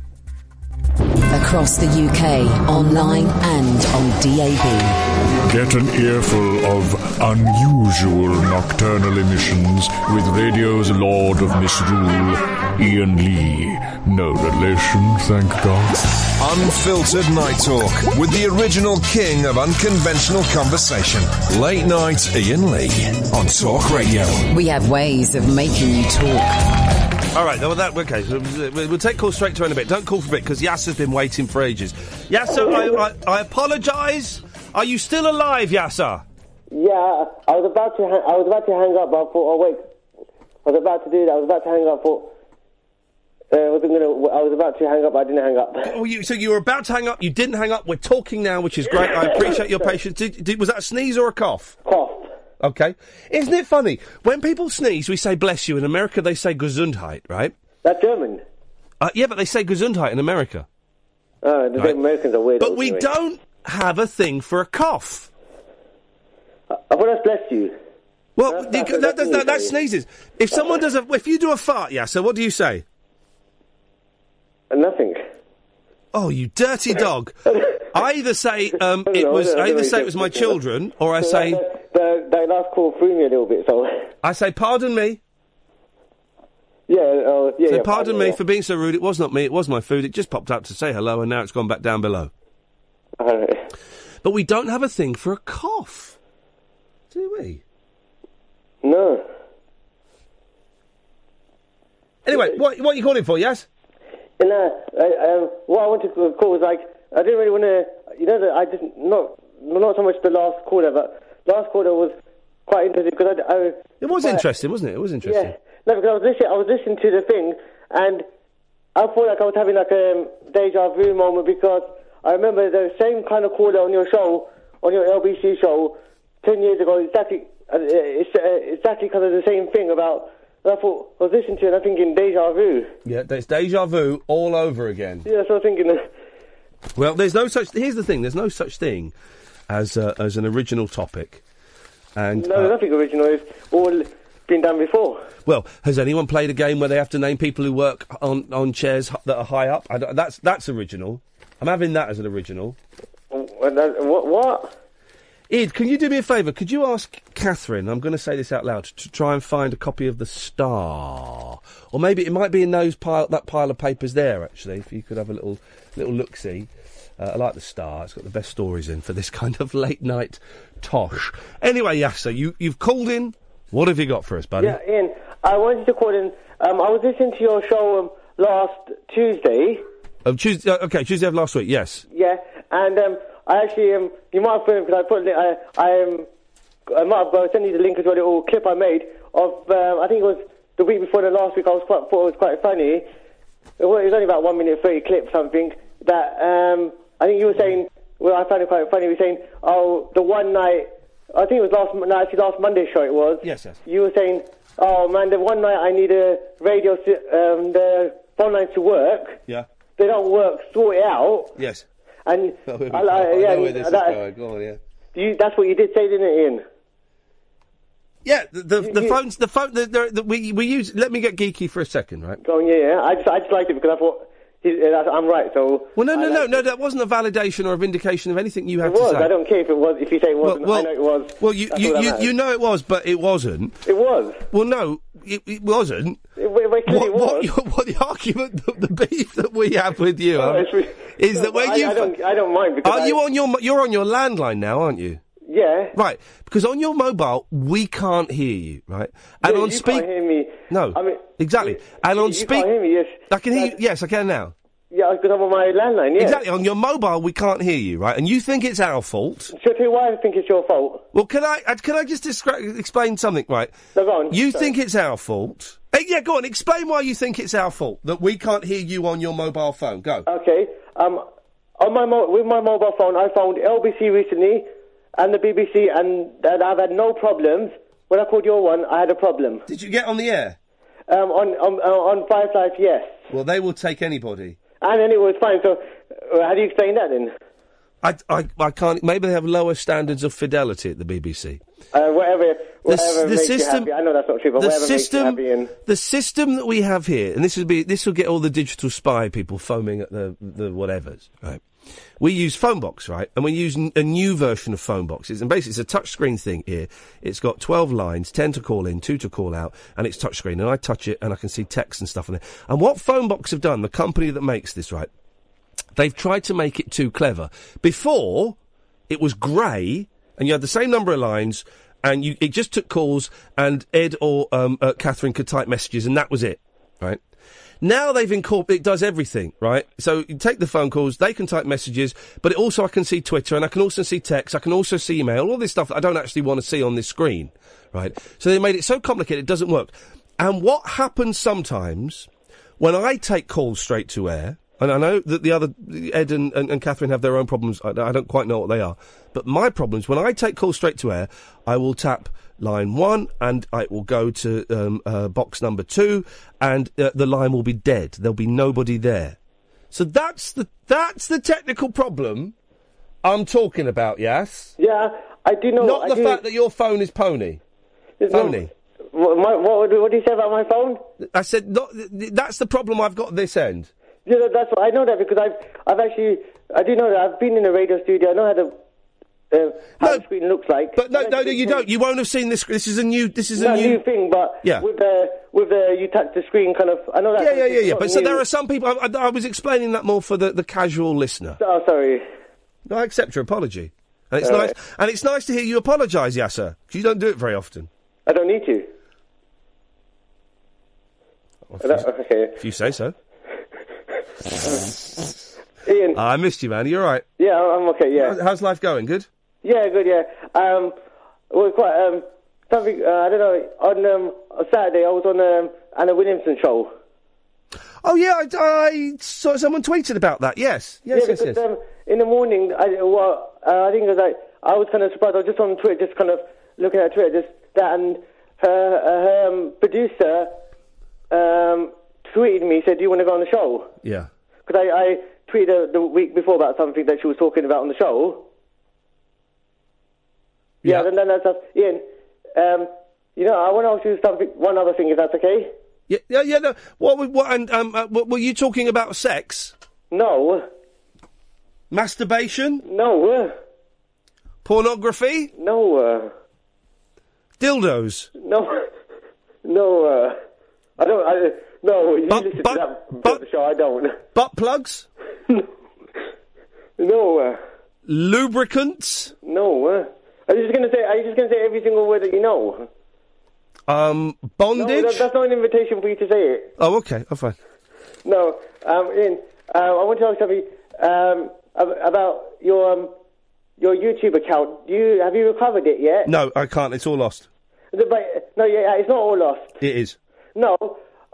[SPEAKER 1] Across the UK, online and on DAB.
[SPEAKER 11] Get an earful of unusual nocturnal emissions with radio's Lord of Misrule, Ian Lee. No relation, thank God.
[SPEAKER 2] Unfiltered Night Talk with the original king of unconventional conversation. Late Night Ian Lee on Talk Radio.
[SPEAKER 1] We have ways of making you talk.
[SPEAKER 3] All right, well that okay. So we'll we'll take calls straight to her in a bit. Don't call for a bit because Yasser's been waiting for ages. Yasser, I, I, I apologise. Are you still alive, Yasser?
[SPEAKER 17] Yeah, I was about to hang, I was about to hang up, but I thought, oh wait, I was about to do that. I was about to hang up. Thought, uh, I wasn't gonna. I was about to hang up, but I didn't hang up.
[SPEAKER 3] Oh, you, so you were about to hang up. You didn't hang up. We're talking now, which is great. I appreciate your patience. Did, did, was that a sneeze or a cough?
[SPEAKER 17] Cough.
[SPEAKER 3] Okay. Isn't it funny? When people sneeze, we say bless you. In America, they say Gesundheit, right?
[SPEAKER 17] That's German.
[SPEAKER 3] Uh, yeah, but they say Gesundheit in America.
[SPEAKER 17] Oh, the
[SPEAKER 3] Right.
[SPEAKER 17] Americans are weird.
[SPEAKER 3] But we don't have a thing for a cough.
[SPEAKER 17] I want us Uh, bless you.
[SPEAKER 3] Well,
[SPEAKER 17] That's-
[SPEAKER 3] the-
[SPEAKER 17] that's-
[SPEAKER 3] that,
[SPEAKER 17] that's
[SPEAKER 3] that, that, that
[SPEAKER 17] sneezing.
[SPEAKER 3] sneezes. If someone does a, if you do a fart, yeah. So what do you say?
[SPEAKER 17] Nothing.
[SPEAKER 3] Oh, you dirty dog! I either say um,
[SPEAKER 17] I don't
[SPEAKER 3] it
[SPEAKER 17] know,
[SPEAKER 3] was,
[SPEAKER 17] I don't
[SPEAKER 3] I
[SPEAKER 17] know
[SPEAKER 3] either
[SPEAKER 17] what
[SPEAKER 3] say
[SPEAKER 17] you
[SPEAKER 3] it was
[SPEAKER 17] think
[SPEAKER 3] my
[SPEAKER 17] it is.
[SPEAKER 3] children, or I
[SPEAKER 17] So
[SPEAKER 3] say,
[SPEAKER 17] that, that, that last call threw me a little bit. So
[SPEAKER 3] I say, pardon me.
[SPEAKER 17] yeah, uh, yeah.
[SPEAKER 3] So
[SPEAKER 17] yeah,
[SPEAKER 3] pardon me
[SPEAKER 17] yeah.
[SPEAKER 3] for being so rude. It was not me. It was my food. It just popped up to say hello, and now it's gone back down below.
[SPEAKER 17] All right.
[SPEAKER 3] But we don't have a thing for a cough, do we?
[SPEAKER 17] No.
[SPEAKER 3] Anyway, what what are you calling for? Yes.
[SPEAKER 17] And uh, I, um, what I wanted to call was like I didn't really want to, you know, that I just not not so much the last quarter, but last quarter was quite interesting because I, I
[SPEAKER 3] It was
[SPEAKER 17] quite-
[SPEAKER 3] interesting, wasn't it? It was interesting.
[SPEAKER 17] Yeah, no, because I was listening, I was listening to the thing, and I felt like I was having like a um, deja vu moment because I remember the same kind of caller on your show, on your LBC show, ten years ago, exactly, uh, it's, uh, exactly kind of the same thing about. And I thought I was listening to it, and I'm thinking deja vu.
[SPEAKER 3] Yeah, there's deja vu all over again.
[SPEAKER 17] Yeah, so I was thinking. Uh,
[SPEAKER 3] Well, there's no such. Here's the thing. There's no such thing as uh, as an original topic. And uh,
[SPEAKER 17] No, nothing original. It's all been done before.
[SPEAKER 3] Well, has anyone played a game where they have to name people who work on, on chairs h- that are high up? I don't- that's that's original. I'm having that as an original.
[SPEAKER 17] uh, And that- What? what?
[SPEAKER 3] Id, can you do me a favour? Could you ask Catherine, I'm going to say this out loud, to try and find a copy of The Star? Or maybe it might be in those pile, that pile of papers there, actually, if you could have a little, little look-see. Uh, I like The Star. It's got the best stories in for this kind of late-night tosh. Anyway, Yasser, you, you've called in. What have you got for us, buddy?
[SPEAKER 17] Yeah, Ian, I wanted to call in. Um, I was listening to your show um, last Tuesday.
[SPEAKER 3] Um, Tuesday, uh, okay, Tuesday of last week, yes.
[SPEAKER 17] Yeah, and um, I actually um, you might have put because I put it. I I, um, I might have uh, sent you the link as well. A little clip I made of um, I think it was the week before the last week. I was quite thought it was quite funny. It was, it was only about one minute thirty clip something that um, I think you were saying. Well, I found it quite funny. You were saying, oh, the one night. I think it was last no, actually last Monday show it was.
[SPEAKER 3] Yes, yes.
[SPEAKER 17] You were saying, oh man, the one night I need a radio, to, um, the phone lines to work.
[SPEAKER 3] Yeah.
[SPEAKER 17] They don't work. Sort it out.
[SPEAKER 3] Yes.
[SPEAKER 17] And
[SPEAKER 3] I, know-
[SPEAKER 17] I like-
[SPEAKER 3] I
[SPEAKER 17] yeah,
[SPEAKER 3] know where this
[SPEAKER 17] that-
[SPEAKER 3] is going. Go on, yeah.
[SPEAKER 17] you, that's what you did say, didn't it, Ian?
[SPEAKER 3] Yeah, the the, the phones, the phone, the, the, the, we we use. Let me get geeky for a second, right?
[SPEAKER 17] Going, yeah, yeah. I just, I just liked it because I thought he, yeah, that's- I'm right. So
[SPEAKER 3] Well, no,
[SPEAKER 17] I
[SPEAKER 3] no,
[SPEAKER 17] like
[SPEAKER 3] no,
[SPEAKER 17] it.
[SPEAKER 3] no. That wasn't a validation or a vindication of anything you had
[SPEAKER 17] It was.
[SPEAKER 3] to say.
[SPEAKER 17] I don't care if it was. If you say it wasn't,
[SPEAKER 3] well,
[SPEAKER 17] I know it was.
[SPEAKER 3] Well, you
[SPEAKER 17] That's all
[SPEAKER 3] you,
[SPEAKER 17] that
[SPEAKER 3] you,
[SPEAKER 17] matters.
[SPEAKER 3] you know it was, but it wasn't.
[SPEAKER 17] It was.
[SPEAKER 3] Well, no, it, it wasn't.
[SPEAKER 17] what,
[SPEAKER 3] what, your- what the argument, the, the beef that we have with you um, is that when
[SPEAKER 17] I,
[SPEAKER 3] you
[SPEAKER 17] I don't, I don't mind because
[SPEAKER 3] are
[SPEAKER 17] I,
[SPEAKER 3] you on your mo- you're on your landline now, aren't you?
[SPEAKER 17] Yeah.
[SPEAKER 3] Right, because on your mobile we can't hear you, right? And
[SPEAKER 17] Yeah,
[SPEAKER 3] on
[SPEAKER 17] you
[SPEAKER 3] speak,
[SPEAKER 17] can't hear me.
[SPEAKER 3] no,
[SPEAKER 17] I mean,
[SPEAKER 3] exactly. And on
[SPEAKER 17] you
[SPEAKER 3] speak,
[SPEAKER 17] can't hear me, yes.
[SPEAKER 3] I can hear you. Yes, I can now.
[SPEAKER 17] Yeah, because I'm on my landline. Yeah.
[SPEAKER 3] Exactly. On your mobile, we can't hear you, right? And you think it's our fault.
[SPEAKER 17] Should I tell you why I think it's your fault?
[SPEAKER 3] Well, can I uh, can I just descri- explain something, right?
[SPEAKER 17] No, go on.
[SPEAKER 3] You
[SPEAKER 17] Sorry.
[SPEAKER 3] think it's our fault? Eh, yeah, go on. Explain why you think it's our fault that we can't hear you on your mobile phone. Go.
[SPEAKER 17] Okay. Um, on my mo- with my mobile phone, I found LBC recently and the BBC, and, and I've had no problems. When I called your one, I had a problem.
[SPEAKER 3] Did you get on the air?
[SPEAKER 17] Um, on on uh, on Five Life, yes.
[SPEAKER 3] Well, they will take anybody.
[SPEAKER 17] And then it was fine. So, uh, how do you explain that then?
[SPEAKER 3] I, I, I can't. Maybe they have lower standards of fidelity at the BBC.
[SPEAKER 17] Uh, whatever,
[SPEAKER 3] The s-
[SPEAKER 17] whatever
[SPEAKER 3] the
[SPEAKER 17] makes
[SPEAKER 3] system-
[SPEAKER 17] you happy. I know that's not true, but
[SPEAKER 3] the
[SPEAKER 17] whatever
[SPEAKER 3] system-
[SPEAKER 17] makes you happy. And
[SPEAKER 3] The system that we have here, and this will be this will get all the digital spy people foaming at the the whatevers, right? We use Phonebox, right? And we use n- a new version of Phoneboxes, and basically it's a touchscreen thing here. It's got twelve lines, ten to call in, two to call out, and it's touchscreen. And I touch it, and I can see text and stuff on it. And what Phonebox have done, the company that makes this, right? They've tried to make it too clever. Before, it was grey, and you had the same number of lines, and you, it just took calls, and Ed or um, uh, Catherine could type messages, and that was it, right? Now they've incorporated, it does everything, right? So you take the phone calls, they can type messages, but it also I can see Twitter, and I can also see text, I can also see email, all this stuff that I don't actually want to see on this screen, right? So they made it so complicated, it doesn't work. And what happens sometimes when I take calls straight to air, and I know that the other Ed and, and, and Catherine have their own problems. I, I don't quite know what they are, but my problems when I take calls straight to air, I will tap line one and it will go to um, uh, box number two, and uh, the line will be dead. There'll be nobody there. So that's the that's the technical problem I'm talking about. Yes.
[SPEAKER 17] Yeah, I do know.
[SPEAKER 3] Not
[SPEAKER 17] I
[SPEAKER 3] the
[SPEAKER 17] do-
[SPEAKER 3] fact that your phone is pony.
[SPEAKER 17] It's not-
[SPEAKER 3] Phony.
[SPEAKER 17] What, my, what, what do you say about my phone?
[SPEAKER 3] I said not, th- th- that's the problem I've got at this end.
[SPEAKER 17] Yeah, that- that's I know that because I've I've actually I do know that I've been in a radio studio. I know how the uh, how the screen looks like. But
[SPEAKER 3] No, no, no, you don't. You won't have seen this. This is a new. This is a
[SPEAKER 17] no, new, thing, but
[SPEAKER 3] Yeah.
[SPEAKER 17] with the with the you touch the screen kind of. I know that.
[SPEAKER 3] Yeah, yeah, yeah, yeah. But so there are
[SPEAKER 17] are.
[SPEAKER 3] some people. I, I, I was explaining that more for the, the casual listener.
[SPEAKER 17] Oh, sorry.
[SPEAKER 3] No, I accept your apology, and it's
[SPEAKER 17] All
[SPEAKER 3] nice.
[SPEAKER 17] right.
[SPEAKER 3] And it's nice to hear you apologise, Yasser, because you don't do it very often.
[SPEAKER 17] I don't need to.
[SPEAKER 3] Well,
[SPEAKER 17] Uh, That- okay,
[SPEAKER 3] If you say so.
[SPEAKER 17] Ian.
[SPEAKER 3] Ah, I missed you, man. You're right.
[SPEAKER 17] Yeah, I'm I'm okay. Yeah.
[SPEAKER 3] How's, how's life going? Good.
[SPEAKER 17] Yeah, good. Yeah. Um, well, quite um, something. Uh, I don't know. On um, on Saturday, I was on um, Anna Williamson show.
[SPEAKER 3] Oh yeah, I, I saw someone tweeted about that. Yes, yes, yes,
[SPEAKER 17] because,
[SPEAKER 3] yes.
[SPEAKER 17] Um, in the morning, I well, uh, I think it was like I was kind of surprised. I was just on Twitter, just kind of looking at Twitter, just that, and her, uh, her um, producer um, tweeted me said, "Do you want to go on the show?"
[SPEAKER 3] Yeah.
[SPEAKER 17] Because I, I tweeted her the week before about something that she was talking about on the show. Yeah. Then, then that's uh, Ian. Um, you know, I want to ask you something. One other thing, if that's okay.
[SPEAKER 3] Yeah, yeah, yeah. No, what, we- what, and um, uh, w- were you talking about sex?
[SPEAKER 17] No.
[SPEAKER 3] Masturbation?
[SPEAKER 17] No.
[SPEAKER 3] Pornography?
[SPEAKER 17] No, uh.
[SPEAKER 3] Dildos?
[SPEAKER 17] No, no, uh. I don't, I, no, you listen to that but, show, I don't.
[SPEAKER 3] Butt plugs?
[SPEAKER 17] no, uh.
[SPEAKER 3] Lubricants?
[SPEAKER 17] No, uh. Are you just gonna say, are you just gonna say every single word that you know?
[SPEAKER 3] Um, bondage?
[SPEAKER 17] No, that, that's not an invitation for you to say it.
[SPEAKER 3] Oh, okay. Oh, fine.
[SPEAKER 17] No, um, Ian, um, I want to ask something um, ab- about your um, your YouTube account. Do you have you recovered it yet?
[SPEAKER 3] No, I can't. It's all lost.
[SPEAKER 17] The- But, no, yeah, yeah, it's not all lost.
[SPEAKER 3] It is.
[SPEAKER 17] No,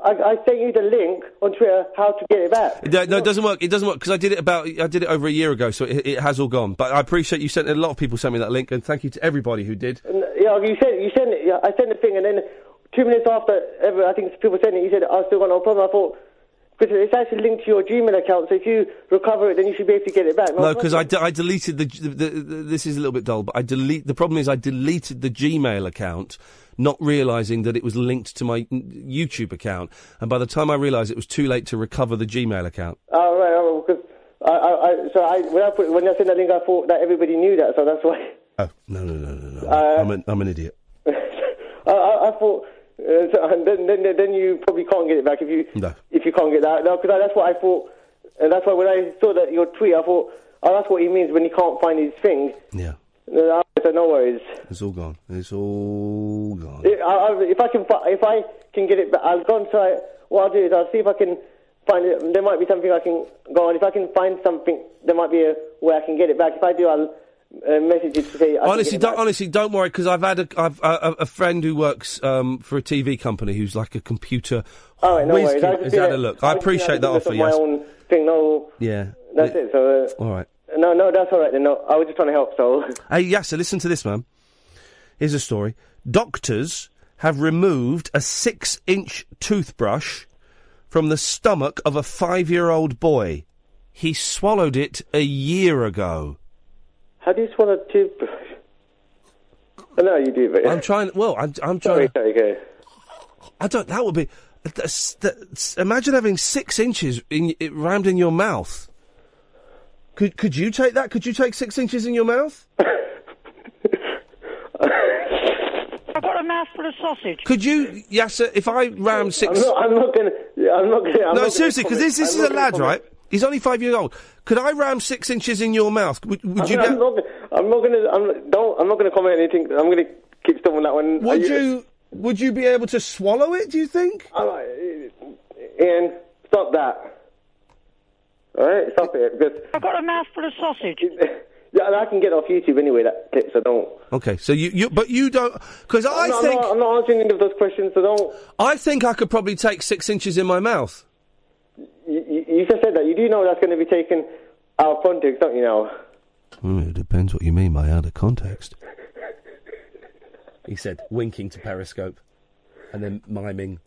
[SPEAKER 17] I, I sent you the link on Twitter how to get it back.
[SPEAKER 3] No, no, it doesn't work. It doesn't work because I did it about I did it over a year ago, so it, it has all gone. But I appreciate you sent a lot of people sent me that link, and thank you to everybody who did.
[SPEAKER 17] And, yeah, you sent you sent it. Yeah, I sent the thing, and then two minutes after, ever, I think people sent it. You said I've still got no problem. I thought. Because it's actually linked to your Gmail account, so if you recover it, then you should be able to get it back.
[SPEAKER 3] No, because I, de- I deleted the, the, the, the. This is a little bit dull, but I delete. The problem is I deleted the Gmail account, not realizing that it was linked to my n- YouTube account, and by the time I realized it was too late to recover the Gmail account.
[SPEAKER 17] Oh, right, oh, because I, I, I, so I, when I put, when I sent that link, I thought that everybody knew that, so that's why
[SPEAKER 3] Oh no no no no no!
[SPEAKER 17] Uh,
[SPEAKER 3] I'm an I'm an idiot.
[SPEAKER 17] I, I, I thought. Uh, so, and then, then, then you probably can't get it back if you
[SPEAKER 3] No.
[SPEAKER 17] if you can't get that. No, because that's what I thought, and that's why when I saw that your tweet, I thought, oh, that's what he means when he can't find his thing.
[SPEAKER 3] Yeah.
[SPEAKER 17] No, I said, no worries.
[SPEAKER 3] It's all gone. It's all gone.
[SPEAKER 17] I, I, if I can, fi- if I can get it, back, I'll go and try. What I'll do is I'll see if I can find it. There might be something I can go on. If I can find something, there might be a way I can get it back. If I do, I'll uh, message you to say. I can
[SPEAKER 3] honestly,
[SPEAKER 17] get it
[SPEAKER 3] don't, honestly, don't worry because I've had a, I've, a, a- a friend who works um, for a TV company who's like a computer.
[SPEAKER 17] All right, no
[SPEAKER 3] whiz
[SPEAKER 17] worries. I
[SPEAKER 3] kid,
[SPEAKER 17] just
[SPEAKER 3] has
[SPEAKER 17] did
[SPEAKER 3] had
[SPEAKER 17] it.
[SPEAKER 3] a look. I
[SPEAKER 17] just did it.
[SPEAKER 3] appreciate that
[SPEAKER 17] I just
[SPEAKER 3] offer.
[SPEAKER 17] did My
[SPEAKER 3] Yes.
[SPEAKER 17] own thing. No,
[SPEAKER 3] Yeah.
[SPEAKER 17] that's it. So
[SPEAKER 3] All right.
[SPEAKER 17] uh, no, no, that's all right. Then no, I was just trying to help. So
[SPEAKER 3] Hey, Yasser, listen to this, man. Here's a story. Doctors have removed a six-inch toothbrush from the stomach of a five-year-old boy. He swallowed it a year ago.
[SPEAKER 17] how do you swallow a toothbrush? I know you do, but
[SPEAKER 3] I'm trying. Well, I'm, I'm
[SPEAKER 17] sorry,
[SPEAKER 3] trying.
[SPEAKER 17] sorry, go.
[SPEAKER 3] I don't. That would be. that's- that's- imagine having six inches in, it rammed in your mouth. Could could you take that? Could you take six inches in your mouth?
[SPEAKER 4] I've got a mouthful of sausage.
[SPEAKER 3] Could you, Yasser? If I rammed 6
[SPEAKER 4] I'm not- I'm not gonna-
[SPEAKER 17] yeah, I'm not gonna- I'm not
[SPEAKER 3] no,
[SPEAKER 17] gonna
[SPEAKER 3] seriously, because this
[SPEAKER 17] comment.
[SPEAKER 3] this
[SPEAKER 17] I'm not
[SPEAKER 3] is a
[SPEAKER 17] gonna
[SPEAKER 3] lad,
[SPEAKER 17] comment.
[SPEAKER 3] right? He's only five years old. Could I ram six inches in your mouth? Would, would you?
[SPEAKER 17] I'm, I'm
[SPEAKER 3] Be,
[SPEAKER 17] not. I'm not gonna. I'm not- don't. I'm not gonna comment anything. I'm gonna keep still on that one. Are
[SPEAKER 3] would you, Would you be able to swallow it? Do you think?
[SPEAKER 17] I'm like, Ian, stop that. All right, stop it. Because
[SPEAKER 4] I've got a mouthful of sausage.
[SPEAKER 17] yeah, and I can get off YouTube anyway. That clip, so don't.
[SPEAKER 3] Okay, so you, you but you don't because I
[SPEAKER 17] I'm not- I'm
[SPEAKER 3] think
[SPEAKER 17] not- I'm not answering any of those questions, so don't.
[SPEAKER 3] I think I could probably take six inches in my mouth.
[SPEAKER 17] You, you- you just said that. You do know that's going to be taken out of context, don't you? Now.
[SPEAKER 3] Hmm, it depends what you mean by out of context. he said, winking to Periscope, and then miming.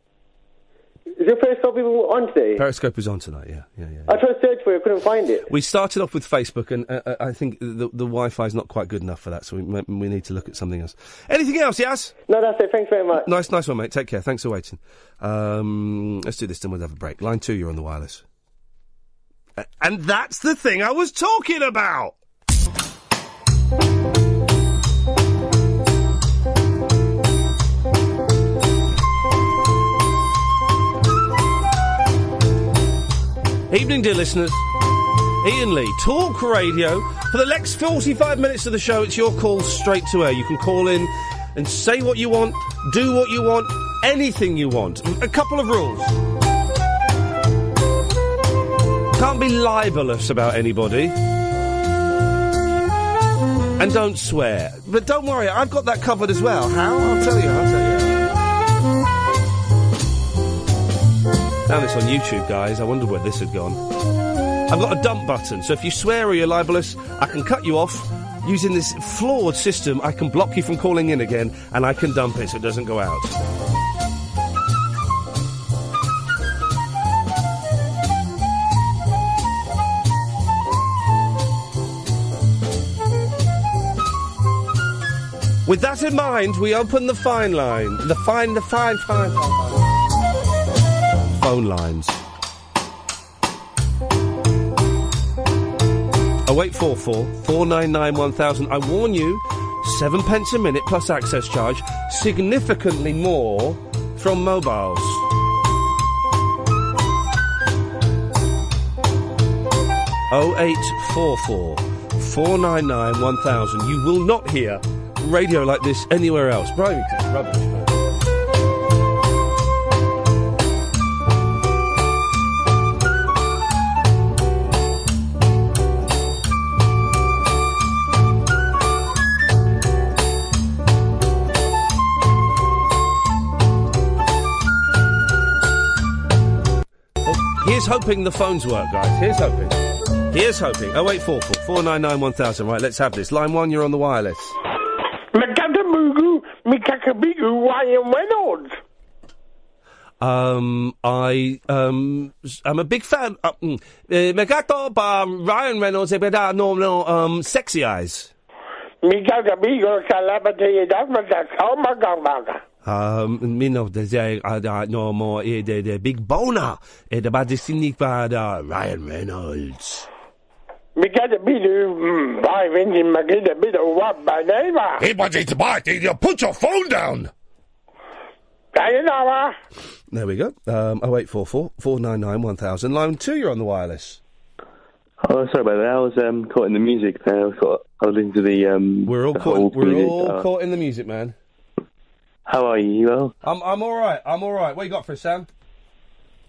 [SPEAKER 17] Is your Periscope even on today?
[SPEAKER 3] Periscope is on tonight. Yeah, yeah, yeah.
[SPEAKER 17] I tried to search for it, couldn't find it.
[SPEAKER 3] We started off with Facebook, and uh, uh, I think the, the Wi-Fi is not quite good enough for that, so we, ma- we need to look at something else. Anything else, yes?
[SPEAKER 17] No, that's it. Thanks very much.
[SPEAKER 3] Nice, nice one, mate. Take care. Thanks for waiting. Um, let's do this, then we'll have a break. Line two, you're on the wireless. A- And that's the thing I was talking about! Evening, dear listeners. Ian Lee, Talk Radio. For the next 45 minutes of the show, it's your call straight to air. You can call in and say what you want, do what you want, anything you want. A couple of rules. Can't be libelous about anybody. And don't swear. But don't worry, I've got that covered as well. How? I'll tell you, I'll tell you. Found this on YouTube, guys. I wondered where this had gone. I've got a dump button, so if you swear or you're libelous, I can cut you off. Using this flawed system, I can block you from calling in again, and I can dump it so it doesn't go out. With that in mind, we open the fine line. The fine, the fine, fine, fine, fine. Phone lines. 0 0844 499 1000. I warn you, seven pence a minute plus access charge, significantly more from mobiles. Oh eight four four four nine nine one thousand. You will not hear radio like this anywhere else. Brian, it's rubbish. Here's hoping the phones work, guys. Here's hoping. Here's hoping. Oh, 0844 499 1000. Right, let's have this. Line one, you're on the wireless.
[SPEAKER 5] Makatamugu, Mikakabigu, Ryan Reynolds.
[SPEAKER 3] Um, I, um, s- I'm a big fan. uh, mm, eh, Megato by Ryan Reynolds, eh, but, uh, no, no, um, Sexy Eyes.
[SPEAKER 5] Mikakabigu, Kalabate, Dagmata, Kalmagamaga.
[SPEAKER 3] Um, me no, the, uh, uh, no more, eh, the, the big boner, eh, the body cynic by uh, Ryan Reynolds.
[SPEAKER 5] Mikatabidu, Ryan Magatabidu, what by neighbor?
[SPEAKER 11] Hey, but it's my thing. You put your phone down.
[SPEAKER 5] Kayanawa,
[SPEAKER 3] There we go. Um, 0844 499 1000. Line two, you're on the wireless.
[SPEAKER 21] Oh, sorry about that. I was um, caught in the music there. I was caught. I was into the. Um, we're all
[SPEAKER 3] Caught- we're all
[SPEAKER 21] uh,
[SPEAKER 3] caught in the music, man.
[SPEAKER 21] How are you? You well?
[SPEAKER 3] I'm, I'm all right. I'm all right. What you got for us, Sam?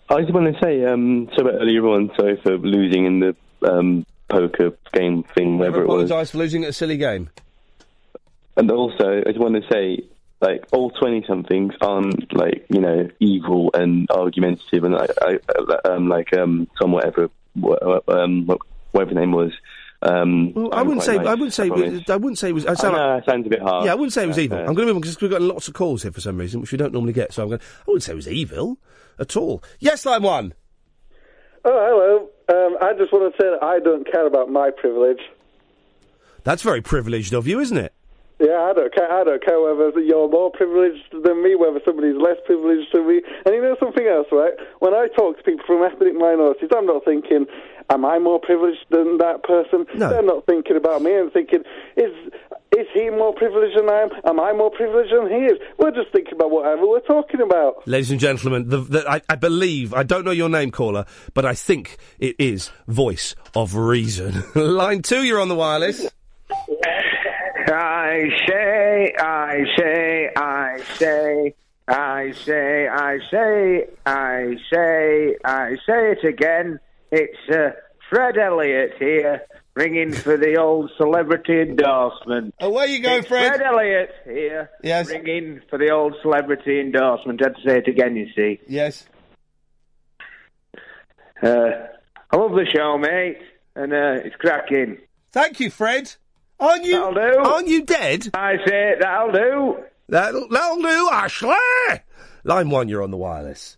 [SPEAKER 21] I just want to say, um, sorry about earlier on. Sorry for losing in the um, poker game thing, whatever it was.
[SPEAKER 3] Apologise for losing at a silly game.
[SPEAKER 21] And also, I just want to say, like, all 20 somethings aren't, like, you know, evil and argumentative and, I, I, I- um, like, um, some whatever, wha- um, wha- whatever the name was. Um,
[SPEAKER 3] Well, I
[SPEAKER 21] I'm
[SPEAKER 3] wouldn't
[SPEAKER 21] quite
[SPEAKER 3] say.
[SPEAKER 21] nice,
[SPEAKER 3] I wouldn't say.
[SPEAKER 21] I
[SPEAKER 3] it was-
[SPEAKER 21] promise.
[SPEAKER 3] I wouldn't say it was. I sound
[SPEAKER 21] I know,
[SPEAKER 3] like,
[SPEAKER 21] it sounds a bit hard.
[SPEAKER 3] Yeah, I wouldn't say it was
[SPEAKER 21] Uh,
[SPEAKER 3] evil.
[SPEAKER 21] uh,
[SPEAKER 3] I'm going to move because we've got lots of calls here for some reason, which we don't normally get. So I'm going. I wouldn't say it was evil at all. Yes, line one.
[SPEAKER 18] Oh, hello. Um, I just want to say that I don't care about my privilege.
[SPEAKER 3] That's very privileged of you, isn't it?
[SPEAKER 18] Yeah, I don't care. I don't care whether you're more privileged than me, whether somebody's less privileged than me. And you know something else, right? When I talk to people from ethnic minorities, I'm not thinking, "Am I more privileged than that person?" No. They're not thinking about me and thinking, "Is is he more privileged than I am? Am I more privileged than he is?" We're just thinking about whatever we're talking about.
[SPEAKER 3] Ladies and gentlemen, the, the, I, I believe I don't know your name, caller, but I think it is voice of reason. line two, you're on the wireless.
[SPEAKER 19] I say, I say, I say, I say, I say, I say, I say it again. It's uh, Fred Elliott here, ringing for the old celebrity endorsement.
[SPEAKER 3] Away you go,
[SPEAKER 19] it's Fred. Fred Elliott here, yes.
[SPEAKER 18] ringing
[SPEAKER 19] for the old celebrity endorsement. I'd say it again, you see.
[SPEAKER 3] Yes.
[SPEAKER 19] Uh, I love the show, mate, and uh, it's cracking.
[SPEAKER 3] Thank you, Fred. Aren't you?
[SPEAKER 19] That'll do.
[SPEAKER 3] Aren't you dead?
[SPEAKER 19] I say that'll do.
[SPEAKER 3] That'll, that'll do, Ashley. Line one, you're on the wireless.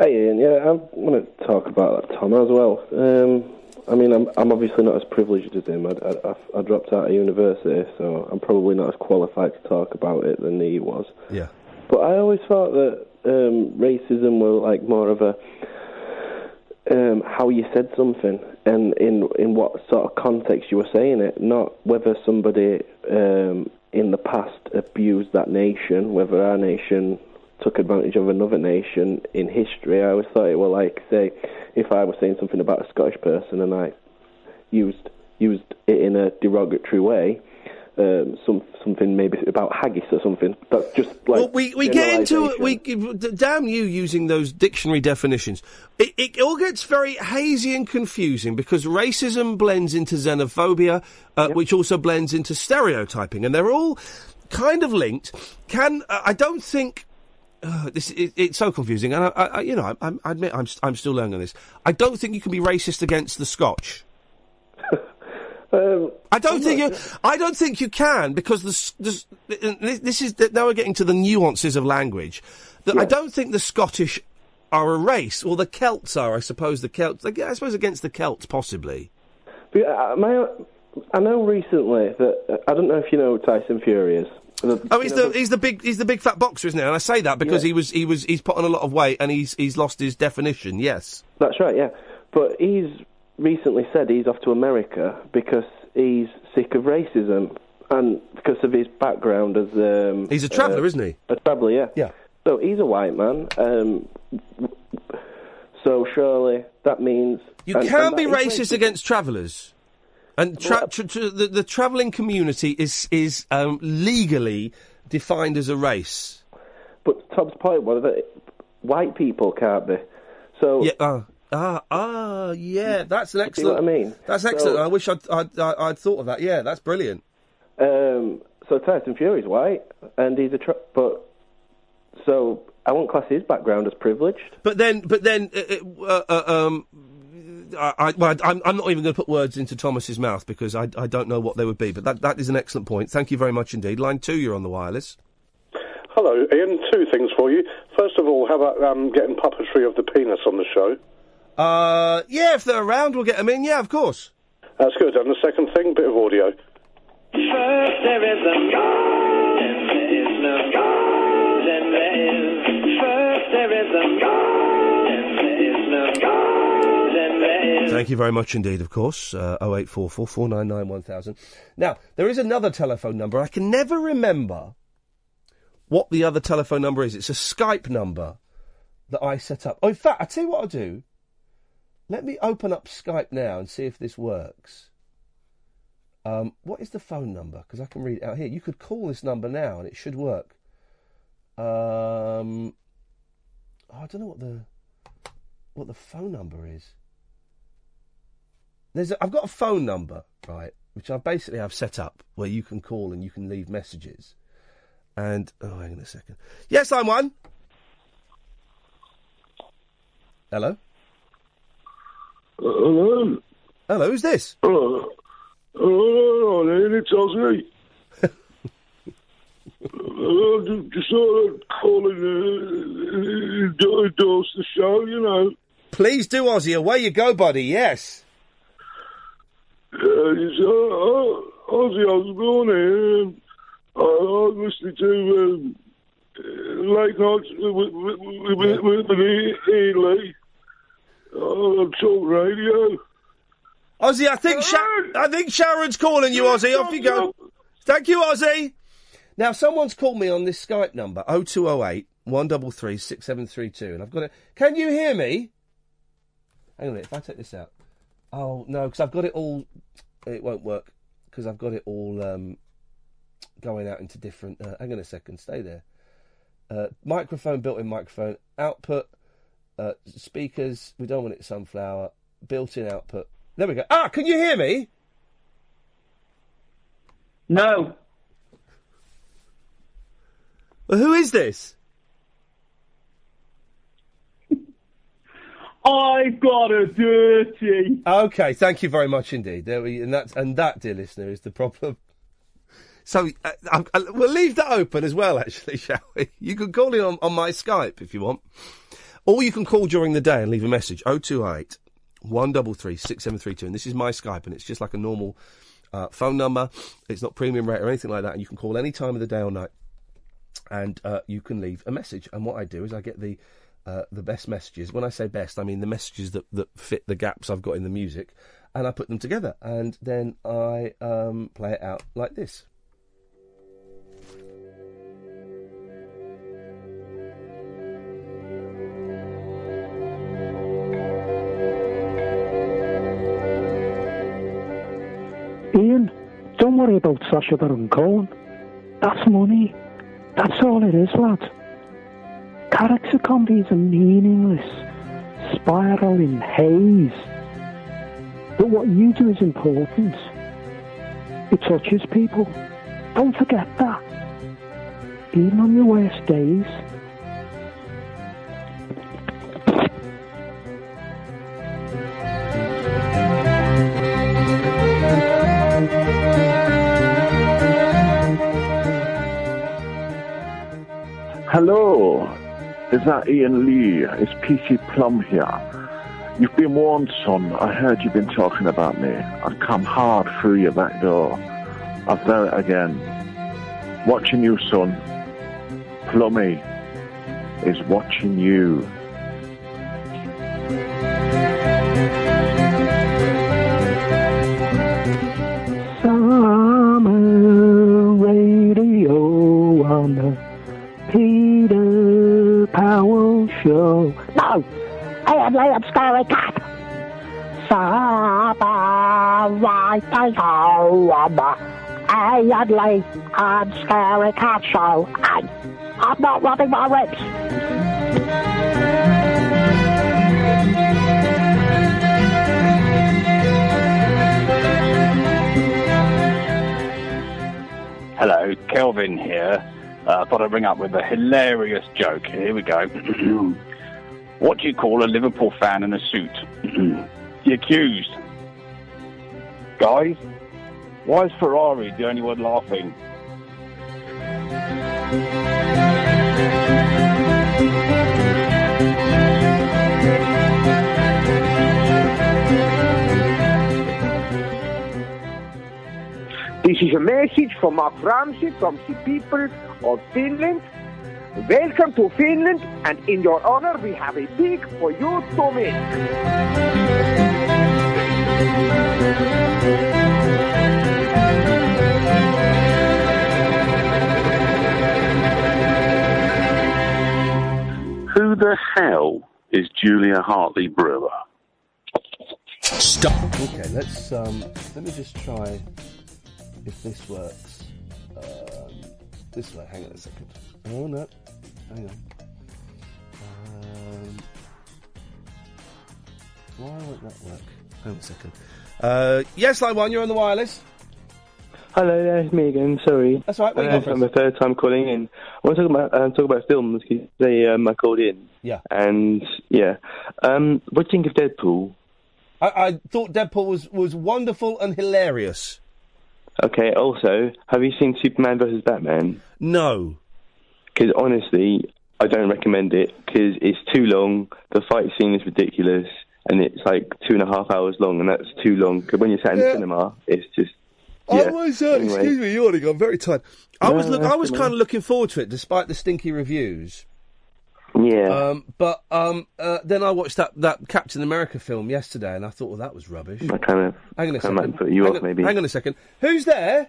[SPEAKER 20] Hey Ian, yeah, I want to talk about Tom as well. Um, I mean, I'm, I'm obviously not as privileged as him. I, I- I- I dropped out of university, so I'm probably not as qualified to talk about it than he was.
[SPEAKER 3] Yeah.
[SPEAKER 20] But I always thought that um, racism was like more of a um, how you said something and in in what sort of context you were saying it, not whether somebody um, in the past abused that nation, whether our nation took advantage of another nation in history. I always thought it were like say if I was saying something about a Scottish person and I used used it in a derogatory way. Um, some something maybe about haggis or something. That's just like
[SPEAKER 3] well, we, we get into we d- damn you using those dictionary definitions. It, it all gets very hazy and confusing because racism blends into xenophobia, uh, which also blends into stereotyping, and they're all kind of linked. Can uh, I don't think. Uh, this it, it's so confusing, and I, I, I- you know, I, I admit I'm st- I'm still learning on this. I don't think you can be racist against the Scotch.
[SPEAKER 20] Um,
[SPEAKER 3] I don't think you. I don't think you can because the, s- the, s- this is now we're getting to the nuances of language. That I don't think the Scottish are a race, or the Celts are. I suppose the Celts. I suppose against the Celts, possibly.
[SPEAKER 20] But, uh, my, I know recently that I don't know if you know who Tyson Fury is. The-
[SPEAKER 3] Oh, he's
[SPEAKER 20] you know,
[SPEAKER 3] the he's the big he's the big fat boxer, isn't he? And I say that because he was he was he's put on a lot of weight and he's he's lost his definition. Yes.
[SPEAKER 20] That's right, yeah. But he's recently said he's off to America because he's sick of racism and because of his background as um,
[SPEAKER 3] He's a traveller, isn't he?
[SPEAKER 20] A traveller, yeah.
[SPEAKER 3] Yeah.
[SPEAKER 20] So he's a white man. Um, so surely that means
[SPEAKER 3] You
[SPEAKER 20] and-
[SPEAKER 3] can't
[SPEAKER 20] and
[SPEAKER 3] be
[SPEAKER 20] that is
[SPEAKER 3] racist against travellers. And tra-
[SPEAKER 20] uh,
[SPEAKER 3] tra- tra- the, the travelling community is is um, legally defined as a race.
[SPEAKER 20] But Tom's point was that white people can't be. So
[SPEAKER 3] yeah, ah, ah, ah, yeah, that's an
[SPEAKER 20] See what
[SPEAKER 3] excellent.
[SPEAKER 20] I mean?
[SPEAKER 3] That's
[SPEAKER 20] So-
[SPEAKER 3] excellent. I wish I'd, I'd, I'd I'd thought of that. Yeah, that's brilliant.
[SPEAKER 20] Um, so Tyson Fury's white, and he's a tra- but so I won't class his background as privileged.
[SPEAKER 3] But then, but then, uh, uh, uh, um, I, I, well, I- I'm, I'm not even going to put words into Thomas's mouth because I, I don't know what they would be. But that, that is an excellent point. Thank you very much indeed. Line two, you're on the wireless.
[SPEAKER 10] Hello, Ian. Two things for you. First of all, how about um, getting puppetry of the penis on the show?
[SPEAKER 3] Uh, yeah, if they're around, we'll get them in. Yeah, of course.
[SPEAKER 10] That's good. And the second thing, bit of audio.
[SPEAKER 6] First there is a God, then there is no God, then there is. First there is a God, then there is no God, then there is.
[SPEAKER 3] Thank you very much indeed, of course. Uh, 0844 499 1000. Now, there is another telephone number. I can never remember what the other telephone number is. It's a Skype number that I set up. Oh, in fact, I tell you what I'll do. Let me open up Skype now and see if this works. Um, what is the phone number? Because I can read it out here. You could call this number now and it should work. Um, oh, I don't know what the what the phone number is. There's a, I've got a phone number, right, which I basically have set up where you can call and you can leave messages. And oh, hang on a second. Yes, I'm one. Hello.
[SPEAKER 12] Hello.
[SPEAKER 3] Hello, who's this?
[SPEAKER 12] Hello. Hello, Ian, it's Osney. uh, ju- just thought I'd call in uh, endo- endorse the show, you know.
[SPEAKER 3] Please do, Ozzy. Away you go, buddy. Yes.
[SPEAKER 12] Uh, it's uh, uh, Ozzy Osbourne here. Um, I, I was listening to um, uh, Late Night with, with, with, with, with, with Ian Lee uh, on Talk Radio.
[SPEAKER 3] Ozzy, I think Sha- I think Sharon's calling you, Ozzy. Off you go. Thank you, Ozzy. Now, someone's called me on this Skype number 0208 133 6732, and I've got it. Can you hear me? Hang on a minute, if I take this out. Oh, no, because I've got it all. It won't work, because I've got it all um, going out into different. Uh, hang on a second, stay there. Uh, microphone, built in microphone, output, uh, speakers, we don't want it sunflower, built in output. There we go. Ah, can you hear me? No. Well, who is this? I've got a dirty. Okay, thank you very much indeed. There we, and that, and that, dear listener, is the problem. So uh, I, I, we'll leave that open as well, actually, shall we? You can call in on, on my Skype if you want, or you can call during the day and leave a message. 028 133 6732. And this is my Skype, and it's just like a normal uh, phone number. It's not premium rate or anything like that. And you can call any time of the day or night and uh, you can leave a message. And what I do is I get the uh, the best messages. When I say best, I mean the messages that, that fit the gaps I've got in the music, and I put them together, and then I um, play it out like this.
[SPEAKER 24] Ian, don't worry about Sasha Baron Cohen. That's money. That's all it is, lad. Character comedies are meaningless, spiraling haze. But what you do is important. It touches people. Don't forget that. Even on your worst days.
[SPEAKER 22] Hello, is that Ian Lee? It's Peaky Plum here. You've been warned, son. I heard you've been talking about me. I've come hard through your back door. I've done it again. Watching you, son. Plummy is watching you.
[SPEAKER 7] William Story Cat. Samurai Takeover. I and Lee and Scary Cat Show. I, I'm not rubbing my ribs.
[SPEAKER 8] Hello, Kelvin here. Uh, thought I'd ring up with a hilarious joke. Here we go. what do you call a Liverpool fan in a suit? the accused. Guys, why is Ferrari the only one laughing?
[SPEAKER 9] This is a message from my Ramsey from the people of Finland. Welcome to Finland, and in your honor, we have a pig for you to make.
[SPEAKER 23] Who the hell is Julia Hartley Brewer?
[SPEAKER 3] Stop. Okay, let's um, let me just try if this works. Um, this way. Hang on a second. Oh no, hang on. Um, why won't that work? Hang on a second. Uh, yes, I won. You're on the wireless.
[SPEAKER 25] Hello, there, it's me again. Sorry.
[SPEAKER 3] That's all right, what you
[SPEAKER 25] Uh,
[SPEAKER 3] got for
[SPEAKER 25] it's my third time calling in. I want to talk about
[SPEAKER 21] uh,
[SPEAKER 25] um, talk about films because they um, I called in.
[SPEAKER 3] Yeah.
[SPEAKER 25] And yeah, um, what do you think of Deadpool?
[SPEAKER 3] I, I thought Deadpool was was wonderful and hilarious.
[SPEAKER 25] Okay. Also, have you seen Superman versus Batman?
[SPEAKER 3] No.
[SPEAKER 25] Because honestly, I don't recommend it because it's too long. The fight scene is ridiculous, and it's like two and a half hours long, and that's too long. 'Cause when you're sat in
[SPEAKER 3] Yeah.
[SPEAKER 25] the cinema, it's just
[SPEAKER 3] I
[SPEAKER 25] Yeah,
[SPEAKER 3] was, uh,
[SPEAKER 25] anyway.
[SPEAKER 3] excuse me, yawning. I'm very tired. I
[SPEAKER 25] No,
[SPEAKER 3] was, look,
[SPEAKER 25] that's
[SPEAKER 3] I was
[SPEAKER 25] all
[SPEAKER 3] kind
[SPEAKER 25] right.
[SPEAKER 3] of looking forward to it, despite the stinky reviews.
[SPEAKER 25] yeah.
[SPEAKER 3] Um, but um, uh, then I watched that, that Captain America film yesterday, and I thought, well, that was rubbish.
[SPEAKER 25] I kind of
[SPEAKER 3] Hang on a
[SPEAKER 25] I
[SPEAKER 3] second.
[SPEAKER 25] might put you
[SPEAKER 3] hang,
[SPEAKER 25] off
[SPEAKER 3] on,
[SPEAKER 25] maybe.
[SPEAKER 3] hang on a second. Who's there?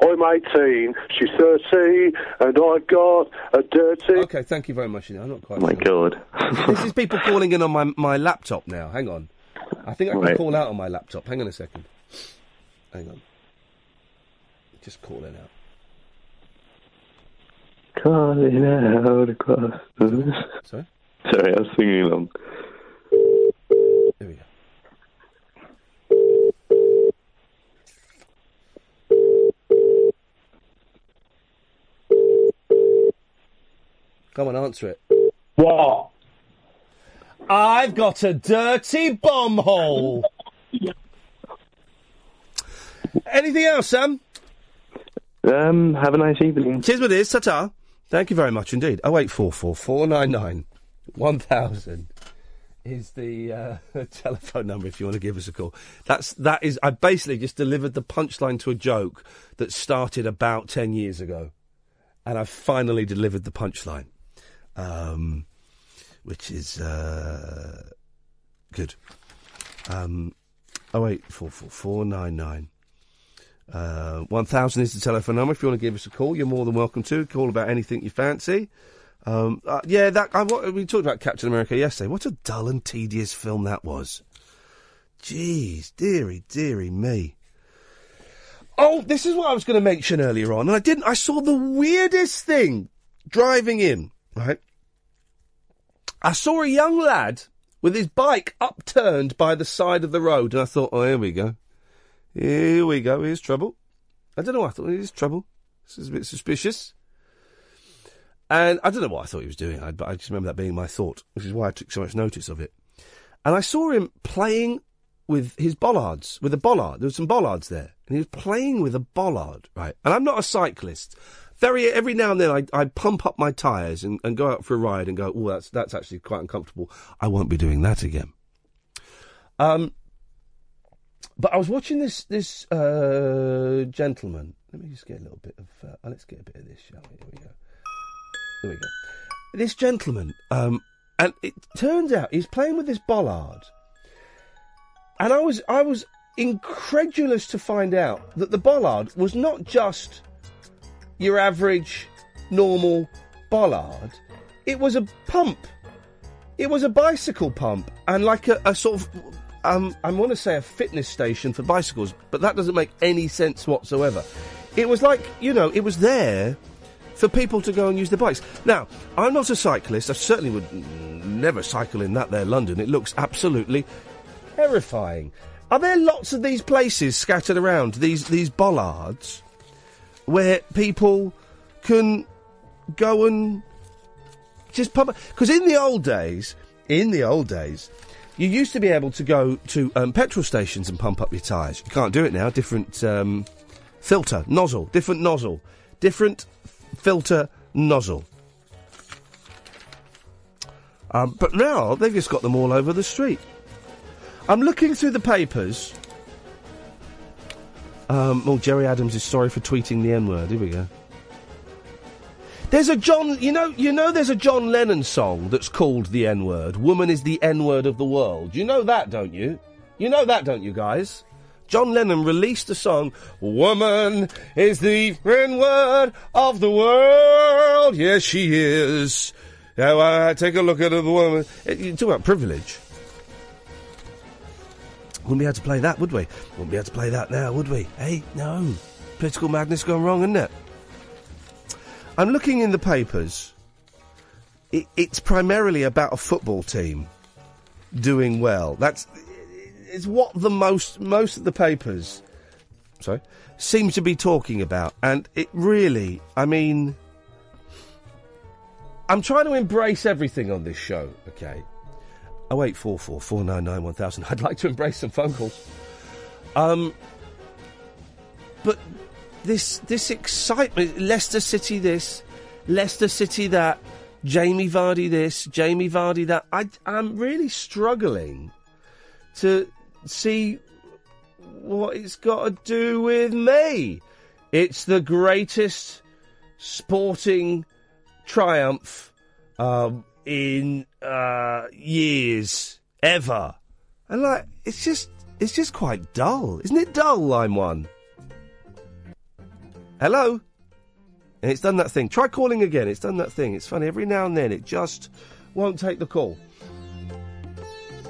[SPEAKER 12] I'm 18, she's 13, and I got a dirty.
[SPEAKER 3] Okay, thank you very much. You know, I'm not quite.
[SPEAKER 25] Oh my
[SPEAKER 3] sure.
[SPEAKER 25] god.
[SPEAKER 3] this is people calling in on my my laptop now. Hang on. I think I can
[SPEAKER 25] Right.
[SPEAKER 3] call out on my laptop. Hang on a second. Hang on. Just calling out.
[SPEAKER 25] Calling out across the...
[SPEAKER 3] Sorry?
[SPEAKER 25] Sorry, I was singing along.
[SPEAKER 3] There we go. Come on, answer it. What? I've got a dirty bomb hole. Anything else, Sam?
[SPEAKER 25] Um, have a nice evening.
[SPEAKER 3] Cheers with this, ta Thank you very much indeed. Oh eight four four four nine nine one thousand is the uh, telephone number if you want to give us a call. That's that is I basically just delivered the punchline to a joke that started about ten years ago, and I finally delivered the punchline, um, which is uh, good. Um, oh eight four four four nine nine. Uh, 1000 is the telephone number. If you want to give us a call, you're more than welcome to. Call about anything you fancy. Um, uh, yeah, that I, wa- we talked about Captain America yesterday. What a dull and tedious film that was. Jeez, dearie, dearie me. Oh, this is what I was going to mention earlier on, and I didn't. I saw the weirdest thing driving in, right? I saw a young lad with his bike upturned by the side of the road, and I thought, oh, here we go. Here we go. Here's trouble. I don't know. What I thought here's trouble. This is a bit suspicious. And I don't know what I thought he was doing, I, but I just remember that being my thought, which is why I took so much notice of it. And I saw him playing with his bollards, with a bollard. There were some bollards there, and he was playing with a bollard, right? And I'm not a cyclist. Very every now and then, I, I pump up my tyres and, and go out for a ride and go, oh, that's that's actually quite uncomfortable. I won't be doing that again. Um, but I was watching this this uh, gentleman. Let me just get a little bit of. Uh, let's get a bit of this, shall we? Here we go. There we go. This gentleman, um, and it turns out he's playing with this bollard, and I was I was incredulous to find out that the bollard was not just your average normal bollard. It was a pump It was a bicycle pump and like a, a sort of. Um, I want to say a fitness station for bicycles, but that doesn't make any sense whatsoever. It was like, you know, it was there for people to go and use their bikes. Now, I'm not a cyclist. I certainly would n- never cycle in that there London. It looks absolutely terrifying. Are there lots of these places scattered around, these, these bollards, where people can go and just pub because in the old days, in the old days, you used to be able to go to um, petrol stations and pump up your tyres. You can't do it now. Different um, filter nozzle, different nozzle, different f- filter nozzle. Um, but now they've just got them all over the street. I'm looking through the papers. Um, well, Jerry Adams is sorry for tweeting the N word. Here we go. There's a John, you know, you know. There's a John Lennon song that's called the N word. Woman is the N word of the world. You know that, don't you? You know that, don't you, guys? John Lennon released the song "Woman is the N word of the world." Yes, she is. Now, I take a look at the woman. You talk about privilege. Wouldn't be able to play that, would we? Wouldn't be able to play that now, would we? Hey, no. Political madness gone wrong, isn't it? I'm looking in the papers. It, it's primarily about a football team doing well. That's it's what the most most of the papers, sorry, seem to be talking about. And it really, I mean, I'm trying to embrace everything on this show. Okay, oh eight four four four nine nine one thousand. I'd like to embrace some phone calls. Um, but this this excitement, Leicester City this, Leicester City that, Jamie Vardy this, Jamie Vardy that. I I'm really struggling to see what it's got to do with me. It's the greatest sporting triumph um, in uh, years ever, and like it's just it's just quite dull, isn't it? Dull line one. Hello? And it's done that thing. Try calling again. It's done that thing. It's funny. Every now and then it just won't take the call.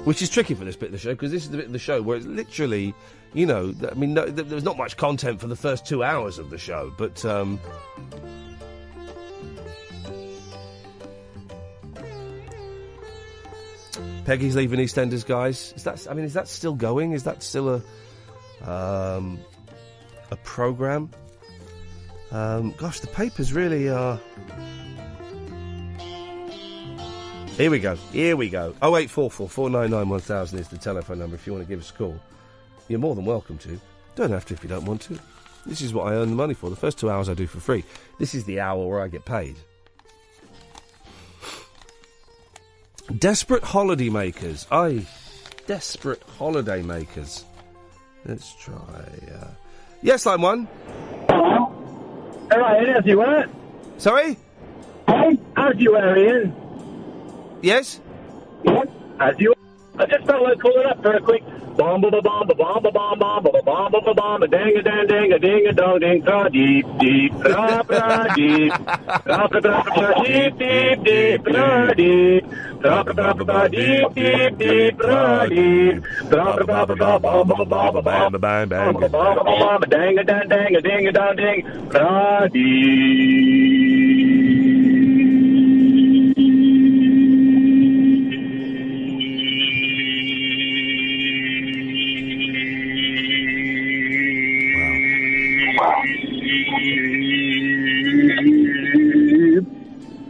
[SPEAKER 3] Which is tricky for this bit of the show because this is the bit of the show where it's literally, you know, th- I mean, no, th- there's not much content for the first two hours of the show, but. Um, Peggy's leaving EastEnders, guys. Is that? I mean, is that still going? Is that still a um, a program? Um, gosh, the papers really are. Here we go. Here we go. 0844 499 1000 is the telephone number if you want to give us a call. You're more than welcome to. Don't have to if you don't want to. This is what I earn the money for. The first two hours I do for free. This is the hour where I get paid. Desperate holidaymakers. Aye. Desperate holidaymakers. Let's try. Uh... Yes, line one.
[SPEAKER 2] All right, how's you wear?
[SPEAKER 3] Sorry?
[SPEAKER 2] Hey, how's you wear, Ian?
[SPEAKER 3] Yes?
[SPEAKER 2] How's you I just felt like calling up for a quick bomb ba bomb ba bomb ba bomb bomb ba bomb ba ba bomb a dang a dang dang a ding a dong ding tra deep deep tra tra deep tra tra tra tra deep deep deep tra deep tra tra tra tra deep deep deep tra deep tra tra tra tra bomb ba bomb ba bomb
[SPEAKER 3] Bang, bang, bang.
[SPEAKER 2] ba bomb ba bomb a dang a dang dang a ding a dong ding tra deep.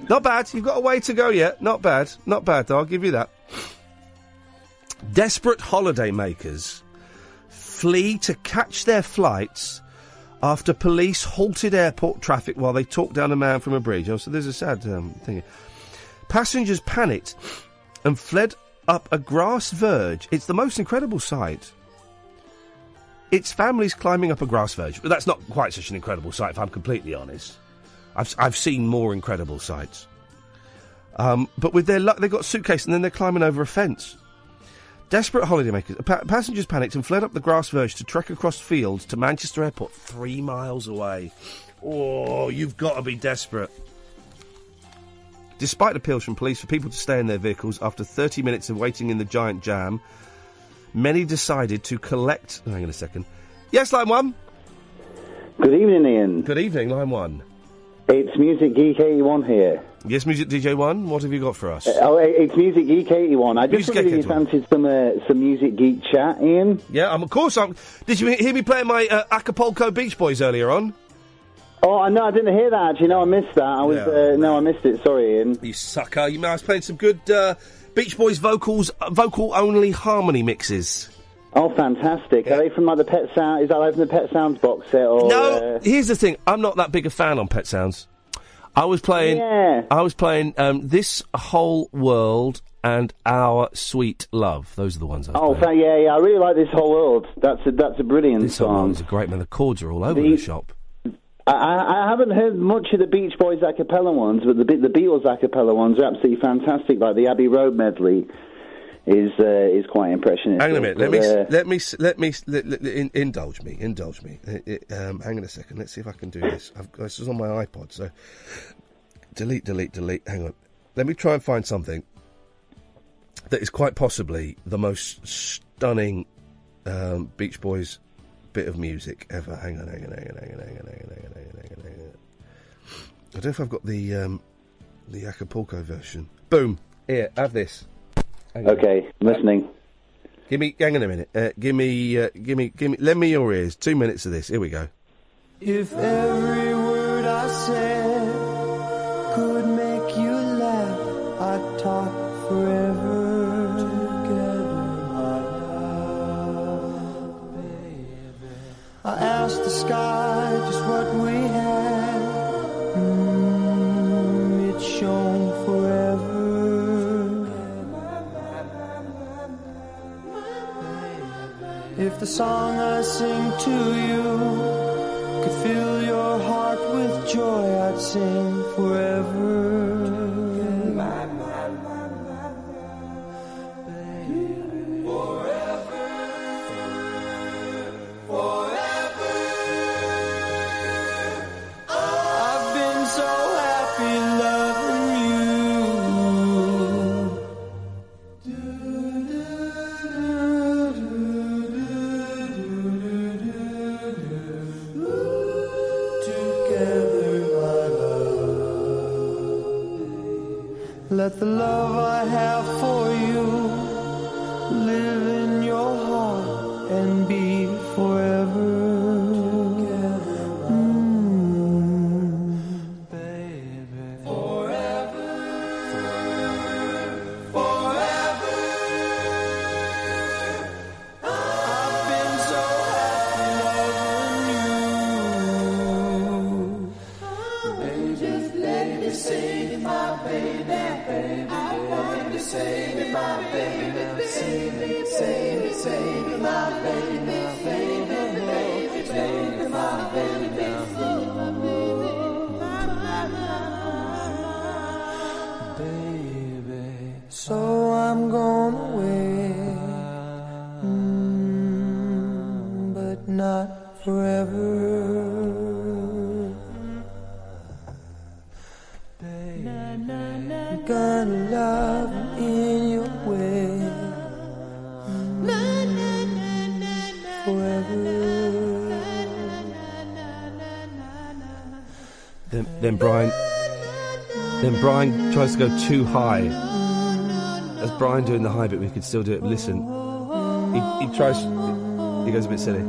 [SPEAKER 3] Not bad. You've got a way to go yet. Not bad. Not bad. I'll give you that. Desperate holidaymakers flee to catch their flights after police halted airport traffic while they talked down a man from a bridge. Oh, so there's a sad um, thing. Passengers panicked and fled up a grass verge. It's the most incredible sight. It's families climbing up a grass verge. But that's not quite such an incredible sight, if I'm completely honest. I've, I've seen more incredible sights. Um, but with their luck, they've got a suitcase and then they're climbing over a fence. Desperate holidaymakers. Pa- passengers panicked and fled up the grass verge to trek across fields to Manchester Airport, three miles away. Oh, you've got to be desperate. despite appeals from police for people to stay in their vehicles after 30 minutes of waiting in the giant jam, many decided to collect. Hang on a second. Yes, line one.
[SPEAKER 1] Good evening, Ian.
[SPEAKER 3] Good evening, line one.
[SPEAKER 1] It's Music Geek 81 here.
[SPEAKER 3] Yes, Music DJ One, what have you got for us?
[SPEAKER 1] Uh, oh, it- it's Music Geek 81. I just
[SPEAKER 3] Music
[SPEAKER 1] wondered if you
[SPEAKER 3] Geek
[SPEAKER 1] fancied some, uh, some Music Geek chat, Ian.
[SPEAKER 3] yeah, um, of course. I'm, did you he- hear me playing my uh, Acapulco Beach Boys earlier on?
[SPEAKER 1] Oh, I- no, I didn't hear that, actually. No, I missed that. I was,
[SPEAKER 3] No,
[SPEAKER 1] uh, no, I missed it. Sorry, Ian.
[SPEAKER 3] You sucker! You know, I was playing some good uh, Beach Boys vocals, uh, vocal only harmony mixes.
[SPEAKER 1] Oh, fantastic. Are they from, like, the Pet Sound? Is that like from the Pet Sounds box set? Or, uh,
[SPEAKER 3] no, here's the thing. I'm not that big a fan on Pet Sounds. I was playing. I was playing um, this whole world and our sweet love. Those are the ones I.
[SPEAKER 1] Uh, oh, fa- yeah, yeah. I really like this whole world. That's a, that's a brilliant
[SPEAKER 3] This whole
[SPEAKER 1] song.
[SPEAKER 3] one's a great man. The chords are all over
[SPEAKER 1] The-
[SPEAKER 3] the shop.
[SPEAKER 1] I, I I haven't heard much of the Beach Boys a cappella ones, but the Be- the Beatles a cappella ones are absolutely fantastic. Like the Abbey Road medley is uh, is quite impressionistic.
[SPEAKER 3] Hang on a minute. Let
[SPEAKER 1] But,
[SPEAKER 3] me, s-
[SPEAKER 1] uh,
[SPEAKER 3] let me, s- let me, s- let, let, let- in, indulge me, indulge me. I- I- um, hang on a second. Let's see if I can do this. I've, got- this is on my iPod, so delete, delete, delete. Hang on. Let me try and find something that is quite possibly the most stunning um, Beach Boys bit of music ever. Hang on, hang on, hang on, hang on, hang on, hang on, hang on, hang on, hang on. Hang on. I don't know if I've got the um, the Acapulco version. Boom. Here, have this. Hang on.
[SPEAKER 1] okay, listening.
[SPEAKER 3] Give me, hang on a minute. Uh, give me, uh, give me, give me. Lend me your ears. Two minutes of this. Here we go.
[SPEAKER 5] If every word I said could make you laugh, I'd talk forever together, my love, baby. I asked the sky just what we had. Mm, it shone forever. If the song I sing to you could fill your heart with joy, I'd sing forever. I've been so happy loving you. Let the love I have for you live in your heart and be forever. Mm. I've been so happy loving you. Just let me sing it, my baby, baby. I want to sing it, my baby. Sing it, sing it, sing it, my baby, baby, baby, baby, my baby. Sing it, my baby, my, my, my, my, my. Baby, so I'm gone away, mm, but not forever. I'm gonna love you in your way.
[SPEAKER 3] Then, then Brian, then Brian tries to go too high. That's Brian doing the high bit. We could still do it. Listen, he, he tries. He goes a bit silly.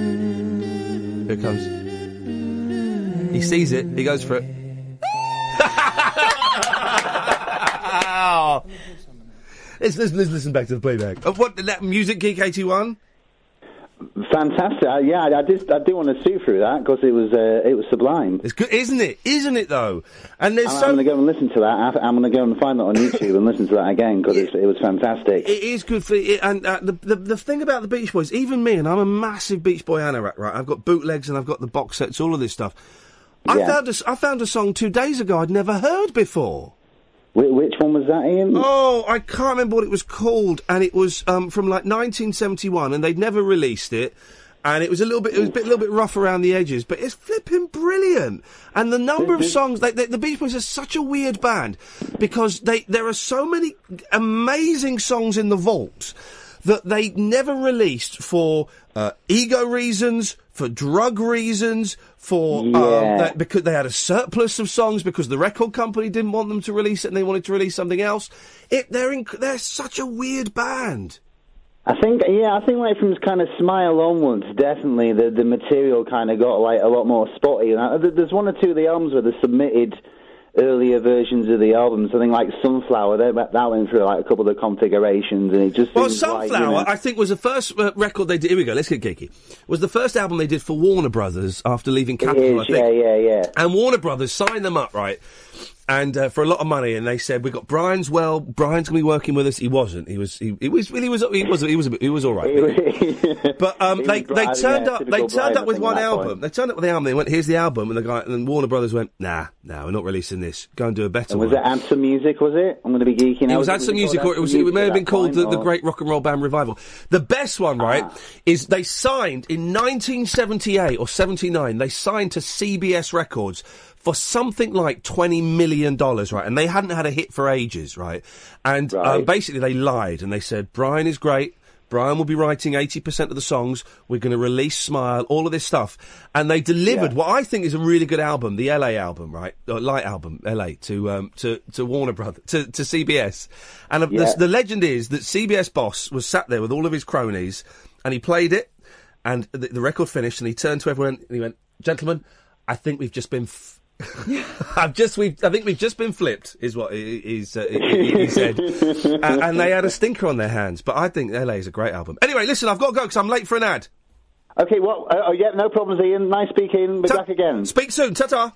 [SPEAKER 3] Here it comes. He sees it. He goes for it. Ow. Let's, let's, let's listen back to the playback. Uh, what that music geek eighty one?
[SPEAKER 1] Fantastic. I, yeah, I just I do want to sue through that because it was uh, it was sublime.
[SPEAKER 3] It's good, isn't it? Isn't it though? And there's
[SPEAKER 1] I'm,
[SPEAKER 3] so
[SPEAKER 1] I'm going to go and listen to that. I- I'm going to go and find that on YouTube and listen to that again because it was fantastic.
[SPEAKER 3] It is good for it, and uh, the, the the thing about the Beach Boys, even me, and I'm a massive Beach Boy anorak, right? I've got bootlegs and I've got the box sets, all of this stuff. I
[SPEAKER 1] Yeah.
[SPEAKER 3] found a s I found a song two days ago I'd never heard before.
[SPEAKER 1] Wh- which one was that, Ian?
[SPEAKER 3] Oh, I can't remember what it was called, and it was um, from like 1971, and they'd never released it, and it was a little bit, it was a bit, little bit rough around the edges, but it's flipping brilliant. And the number of songs, like, the, the Beach Boys are such a weird band because they there are so many amazing songs in the vault that they never released for uh, ego reasons, for drug reasons, for um,
[SPEAKER 1] Yeah.
[SPEAKER 3] that- because they had a surplus of songs because the record company didn't want them to release it and they wanted to release something else. It they're in, they're such a weird band.
[SPEAKER 1] I think, yeah, I think like from kind of Smile onwards, definitely the the material kind of got like a lot more spotty. And I, there- there's one or two of the albums where they submitted earlier versions of the albums. I think like Sunflower, they, that that went through like a couple of the configurations, and it just
[SPEAKER 3] Well,
[SPEAKER 1] seems like, you
[SPEAKER 3] Sunflower,
[SPEAKER 1] know-
[SPEAKER 3] I think, was the first uh, record they did. Here we go. Let's get geeky. Was the first album they did for Warner Brothers after leaving Capitol.
[SPEAKER 1] is,
[SPEAKER 3] I think.
[SPEAKER 1] yeah, yeah.
[SPEAKER 3] And Warner Brothers signed them up, right? And uh, for a lot of money, and they said we got Brian's well. Brian's gonna be working with us. He wasn't. He was. He, he was. He was. He was. He was. He was, he was all right. but um,
[SPEAKER 1] He
[SPEAKER 3] they
[SPEAKER 1] was
[SPEAKER 3] they
[SPEAKER 1] Brian,
[SPEAKER 3] turned
[SPEAKER 1] yeah,
[SPEAKER 3] up. They
[SPEAKER 1] typical
[SPEAKER 3] turned
[SPEAKER 1] Brian,
[SPEAKER 3] up with
[SPEAKER 1] I think, at
[SPEAKER 3] one
[SPEAKER 1] that
[SPEAKER 3] album.
[SPEAKER 1] point.
[SPEAKER 3] They turned up with the album. They went, "Here's the album," and the guy and then Warner Brothers went, "Nah, nah, we're not releasing this. Go and do a better
[SPEAKER 1] And was
[SPEAKER 3] one."
[SPEAKER 1] it Add Some Music? Was it? I'm going to be geeking.
[SPEAKER 3] It
[SPEAKER 1] out.
[SPEAKER 3] was had some music,
[SPEAKER 1] called
[SPEAKER 3] or it was.
[SPEAKER 1] Add Some
[SPEAKER 3] It may
[SPEAKER 1] Music
[SPEAKER 3] have
[SPEAKER 1] at
[SPEAKER 3] been
[SPEAKER 1] that
[SPEAKER 3] called the,
[SPEAKER 1] point,
[SPEAKER 3] the
[SPEAKER 1] or-
[SPEAKER 3] Great Rock and Roll Band Revival. The best one, right, is they signed in 1978 or 79. They signed to CBS Records for something like 20 million dollars, right? And they hadn't had a hit for ages, right? And Uh,
[SPEAKER 4] Right.
[SPEAKER 3] basically, they lied and they said Brian is great. Brian will be writing 80% of the songs. We're going to release Smile, all of this stuff. And they delivered what I think is a really good album, the LA album, right? Or Light album, LA, to, um, to, to Warner Brothers, to, to CBS. And uh, the-
[SPEAKER 14] Yeah.
[SPEAKER 3] the, legend is that CBS boss was sat there with all of his cronies and he played it and the, the record finished and he turned to everyone and he went, gentlemen, I think we've just been f- I've just we I think we've just been flipped is what he, he's, uh, he, he said, and, and they had a stinker on their hands. But I think LA is a great album. Anyway, listen, I've got to go because I'm late for an ad.
[SPEAKER 1] Okay, well, uh, oh, yeah, no problems, Ian. Nice speaking. Be back again.
[SPEAKER 3] Speak soon. Ta ta.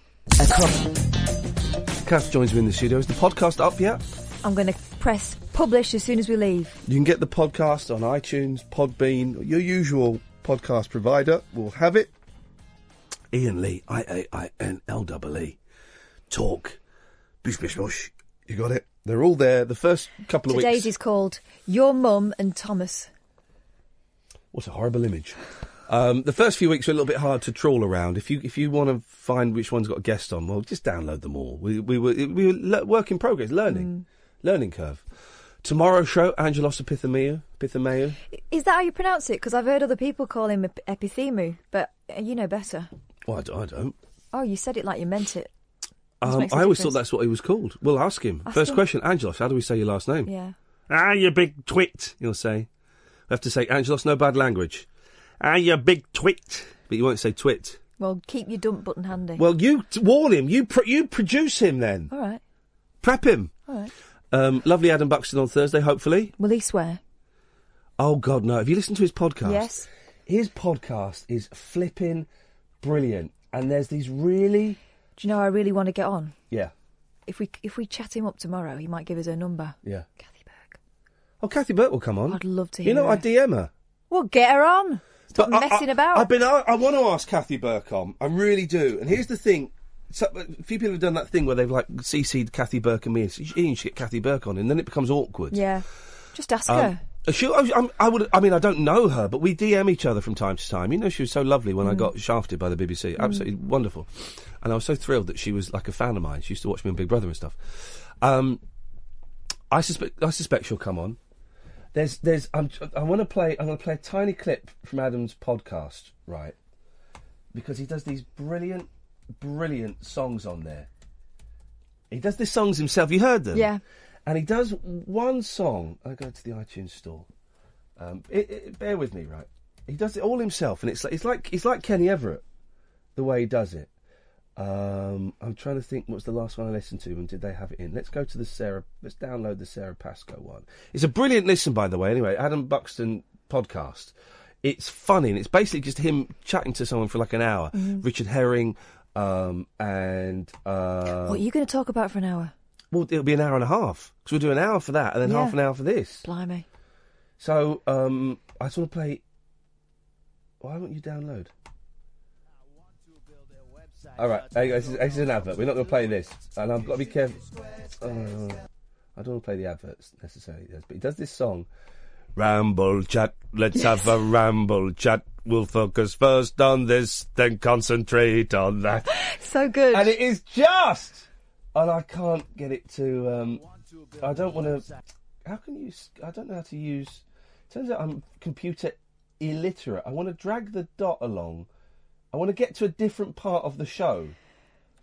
[SPEAKER 3] Kath joins me in the studio. Is the podcast up yet?
[SPEAKER 15] I'm going to press publish as soon as we leave.
[SPEAKER 3] You can get the podcast on iTunes, Podbean, your usual podcast provider. will have it. Ian Lee, I A I N L E E. Talk. Bish, bish, bosh. You got it. They're all there. The first couple of
[SPEAKER 15] Today's
[SPEAKER 3] weeks.
[SPEAKER 15] is called Your Mum and Thomas.
[SPEAKER 3] What a horrible image. Um, the first few weeks were a little bit hard to trawl around. If you if you want to find which one's got a guest on, well, just download them all. We we were we were le- work in progress,
[SPEAKER 15] Mm.
[SPEAKER 3] learning, learning curve. Tomorrow show Angelos Epithemia, Epithemia.
[SPEAKER 15] Is that how you pronounce it? Because I've heard other people call him Ep- Epithemu, but uh, you know better.
[SPEAKER 3] Well, I don't. I, don't.
[SPEAKER 15] Oh, you said it like you meant it. This
[SPEAKER 3] Um,
[SPEAKER 15] makes no
[SPEAKER 3] I always thought
[SPEAKER 15] difference.
[SPEAKER 3] that's what he was called. We'll ask him.
[SPEAKER 15] Ask
[SPEAKER 3] first
[SPEAKER 15] him.
[SPEAKER 3] question, Angelos. How do we say your last name?
[SPEAKER 15] Yeah.
[SPEAKER 3] Ah, you big twit. You'll say. We have to say Angelos. No bad language. Ah, you big twit. But you won't say twit.
[SPEAKER 15] Well, keep your dump button handy.
[SPEAKER 3] Well, you t- warn him. You pr- you produce him then.
[SPEAKER 15] all right,
[SPEAKER 3] Prep him.
[SPEAKER 15] all right.
[SPEAKER 3] Um, lovely Adam Buxton on Thursday, hopefully.
[SPEAKER 15] Will he swear?
[SPEAKER 3] Oh, God, no. Have you listened to his podcast?
[SPEAKER 15] Yes.
[SPEAKER 3] His podcast is flipping brilliant. And there's these really.
[SPEAKER 15] Do you know I really want to get on?
[SPEAKER 3] Yeah,
[SPEAKER 15] If we if we chat him up tomorrow, he might give us her number.
[SPEAKER 3] yeah. Kathy Burke. Oh, Kathy Burke will come on. I'd
[SPEAKER 15] love to
[SPEAKER 3] You
[SPEAKER 15] hear
[SPEAKER 3] know,
[SPEAKER 15] her.
[SPEAKER 3] I DM her.
[SPEAKER 15] Well, get her on. Stop
[SPEAKER 3] But I-
[SPEAKER 15] messing
[SPEAKER 3] I,
[SPEAKER 15] about.
[SPEAKER 3] I've been. I, I want to ask Kathy Burke on. I really do. And here's the thing: so, a few people have done that thing where they've like CC'd Kathy Burke and me, and said, Ian, you should get Kathy Burke on, and then it becomes awkward.
[SPEAKER 15] Yeah. Just ask
[SPEAKER 3] Um,
[SPEAKER 15] her.
[SPEAKER 3] she, I, I'm- I would. I mean, I don't know her, but we DM each other from time to time. You know, she was so lovely when I
[SPEAKER 15] Mm.
[SPEAKER 3] got shafted by the BBC. Absolutely wonderful, and I was so thrilled that she was like a fan of mine. She used to watch me on Big Brother and stuff. Um, I suspect. I suspect she'll come on. There's. There's. I'm, I want to play. I'm going to play a tiny clip from Adam's podcast, right? Because he does these brilliant, brilliant songs on there. He does the songs himself. You heard them,
[SPEAKER 15] Yeah.
[SPEAKER 3] and he does one song. I go to the iTunes store. Um, it, it, bear with me, right? He does it all himself, and it's like it's like it's like Kenny Everett, the way he does it. Um, I'm trying to think what's the last one I listened to, and did they have it in? Let's go to the Sarah. Let's download the Sarah Pascoe one. It's a brilliant listen, by the way. Anyway, Adam Buxton podcast. It's funny, and it's basically just him chatting to someone for like an hour.
[SPEAKER 15] Mhm.
[SPEAKER 3] Richard Herring, um, and uh,
[SPEAKER 15] what are you going to talk about for an hour?
[SPEAKER 3] well, it'll be an hour and a half because we'll do an hour for that and then
[SPEAKER 15] Yeah.
[SPEAKER 3] half an hour for this.
[SPEAKER 15] Blimey.
[SPEAKER 3] So um, I just want to play. Why won't you download? All right, there you go. This is, this is an advert. We're not going to play this, and I've got to be careful. Uh, I don't want to play the adverts necessarily, but he does this song. Ramble chat. Let's have a ramble chat. We'll focus first on this, then concentrate on that.
[SPEAKER 16] So good.
[SPEAKER 3] And it is just. And I can't get it to. Um, I don't want to. How can you? s- I don't know how to use. Turns out I'm computer illiterate. I want to drag the dot along. I want to get to a different part of the show.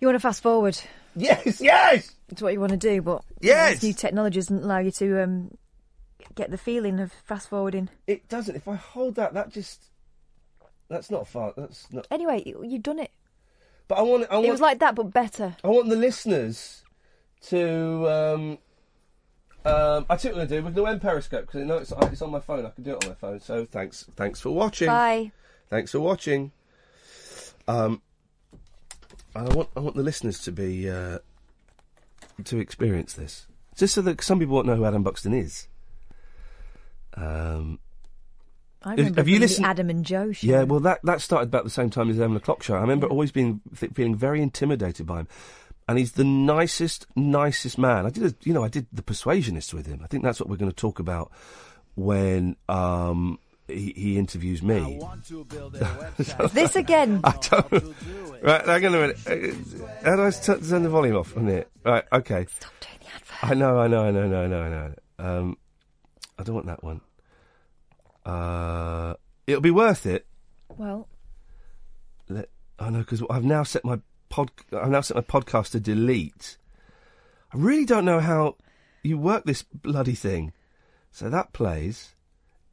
[SPEAKER 16] You want to fast forward?
[SPEAKER 3] Yes, yes.
[SPEAKER 16] It's what you want to do, but
[SPEAKER 3] Yes!
[SPEAKER 16] this new technology doesn't allow you to um, get the feeling of fast forwarding.
[SPEAKER 3] It doesn't. If I hold that, that just that's not far. That's not.
[SPEAKER 16] Anyway, you- you've done it.
[SPEAKER 3] But I want. I want
[SPEAKER 16] It was like that, but better.
[SPEAKER 3] I want the listeners to. Um, um, I think we're going to do. We're going to end Periscope because no, it's, it's on my phone. I can do it on my phone. So thanks, thanks for watching.
[SPEAKER 16] Bye.
[SPEAKER 3] Thanks for watching. Um, and I want I want the listeners to be uh, to experience this, just so that some people won't know who Adam Buxton is. Um,
[SPEAKER 16] I
[SPEAKER 3] Have-
[SPEAKER 16] remember
[SPEAKER 3] have you
[SPEAKER 16] from the
[SPEAKER 3] listened-
[SPEAKER 16] Adam and Joe show.
[SPEAKER 3] yeah, well, that, that started about the same time as the Eleven O'Clock Show. I remember always being th- feeling very intimidated by him, and he's the nicest, nicest man. I did, a, you know, I did the Persuasionist with him. I think that's what we're going to talk about when um, he, he interviews me.
[SPEAKER 16] This again.
[SPEAKER 3] I don't. Right, hang on a minute. Uh, How do I t- turn the volume off on it? Right, okay. Stop doing the advert. I know, I know, I know, I know, I know, I know. Um, I don't want that one. Uh, it'll be worth it.
[SPEAKER 16] Well,
[SPEAKER 3] Let, I know because I've now set my pod. I've now set my podcast to delete. I really don't know how you work this bloody thing. So that plays.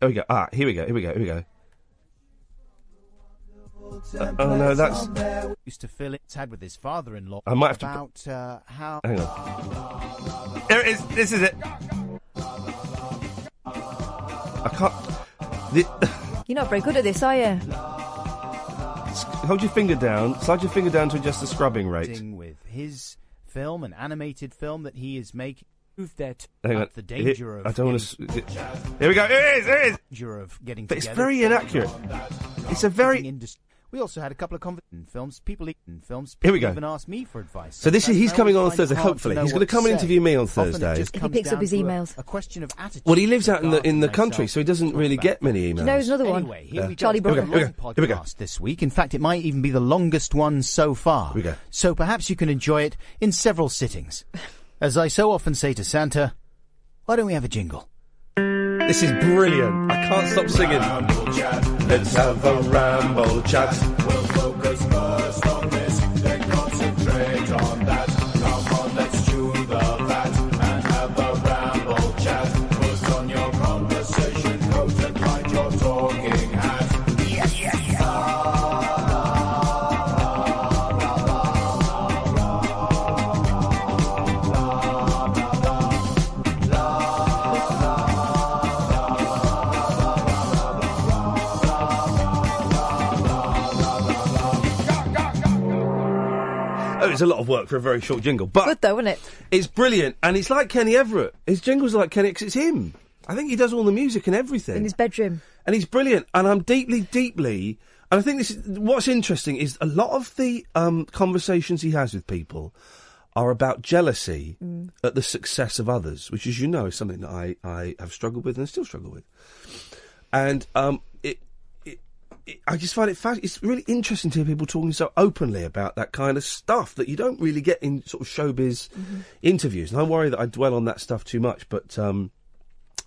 [SPEAKER 3] There we go. Ah, here we go. Here we go. Here we go. Uh, oh no, that's.
[SPEAKER 5] used to fill it had with his father-in-law.
[SPEAKER 3] I might have to put-
[SPEAKER 5] about uh, how.
[SPEAKER 3] Hang on. There it is. This is it. I can't. The,
[SPEAKER 16] you're not very good at this, are you?
[SPEAKER 3] hold your finger down. Slide your finger down to adjust the scrubbing rate.
[SPEAKER 5] With his film, an animated film that he is making, prove that
[SPEAKER 3] Hang on.
[SPEAKER 5] the danger
[SPEAKER 3] Here-
[SPEAKER 5] of
[SPEAKER 3] I don't want to. Here we go. Here it is. Here it is.
[SPEAKER 5] danger of getting
[SPEAKER 3] But it's
[SPEAKER 5] together.
[SPEAKER 3] very inaccurate. It's a very
[SPEAKER 5] industry. We also had a couple of conversation films. People eating films.
[SPEAKER 3] Here
[SPEAKER 5] People
[SPEAKER 3] we go.
[SPEAKER 5] Even asked me for advice.
[SPEAKER 3] So this is-
[SPEAKER 5] Sometimes
[SPEAKER 3] he's
[SPEAKER 5] I
[SPEAKER 3] coming
[SPEAKER 5] always
[SPEAKER 3] on
[SPEAKER 5] find it
[SPEAKER 3] Thursday,
[SPEAKER 5] hard to
[SPEAKER 3] hopefully.
[SPEAKER 5] know
[SPEAKER 3] He's gonna
[SPEAKER 5] what
[SPEAKER 3] come and
[SPEAKER 5] say.
[SPEAKER 3] interview me on
[SPEAKER 5] Often it
[SPEAKER 3] Thursday.
[SPEAKER 5] just
[SPEAKER 16] If he
[SPEAKER 5] comes
[SPEAKER 16] picks up
[SPEAKER 5] down
[SPEAKER 16] his
[SPEAKER 5] to a-
[SPEAKER 16] emails.
[SPEAKER 5] A, question of attitude.
[SPEAKER 3] Well, he lives out in the in the country, so he doesn't really get many
[SPEAKER 16] Do
[SPEAKER 3] emails.
[SPEAKER 16] you know there's another one?
[SPEAKER 5] Anyway, here we go.
[SPEAKER 16] Charlie
[SPEAKER 5] Here we
[SPEAKER 16] Brooker.
[SPEAKER 5] go, here we go. Here we go. this week. In fact, it might even be the longest one so far.
[SPEAKER 3] we go.
[SPEAKER 5] So perhaps you can enjoy it in several sittings. As I so often say to Santa, why don't we have a jingle?
[SPEAKER 3] This is brilliant. I can't stop singing. Let's have a ramble chat.
[SPEAKER 26] We'll focus first on this, then concentrate on that. Come on, let's chew the fat and have a ramble chat. Put on your conversation coat and find your talking hat. Ah.
[SPEAKER 3] Oh, it's a lot of work for a very short jingle, but
[SPEAKER 16] Good though, wasn't it?
[SPEAKER 3] it's brilliant, and it's like Kenny Everett. His jingles are like Kenny, 'cause it's him. I think he does all the music and everything
[SPEAKER 16] In his bedroom.
[SPEAKER 3] and he's brilliant. And I'm deeply, deeply, and I think this is what's interesting is a lot of the um, conversations he has with people are about jealousy
[SPEAKER 27] Mm.
[SPEAKER 3] at the success of others, which, as you know, is something that I, I have struggled with and still struggle with. And um, it, it, it, I just find it fasc- it's really interesting to hear people talking so openly about that kind of stuff that you don't really get in sort of showbiz interviews. And I worry that I dwell on that stuff too much, but. Um,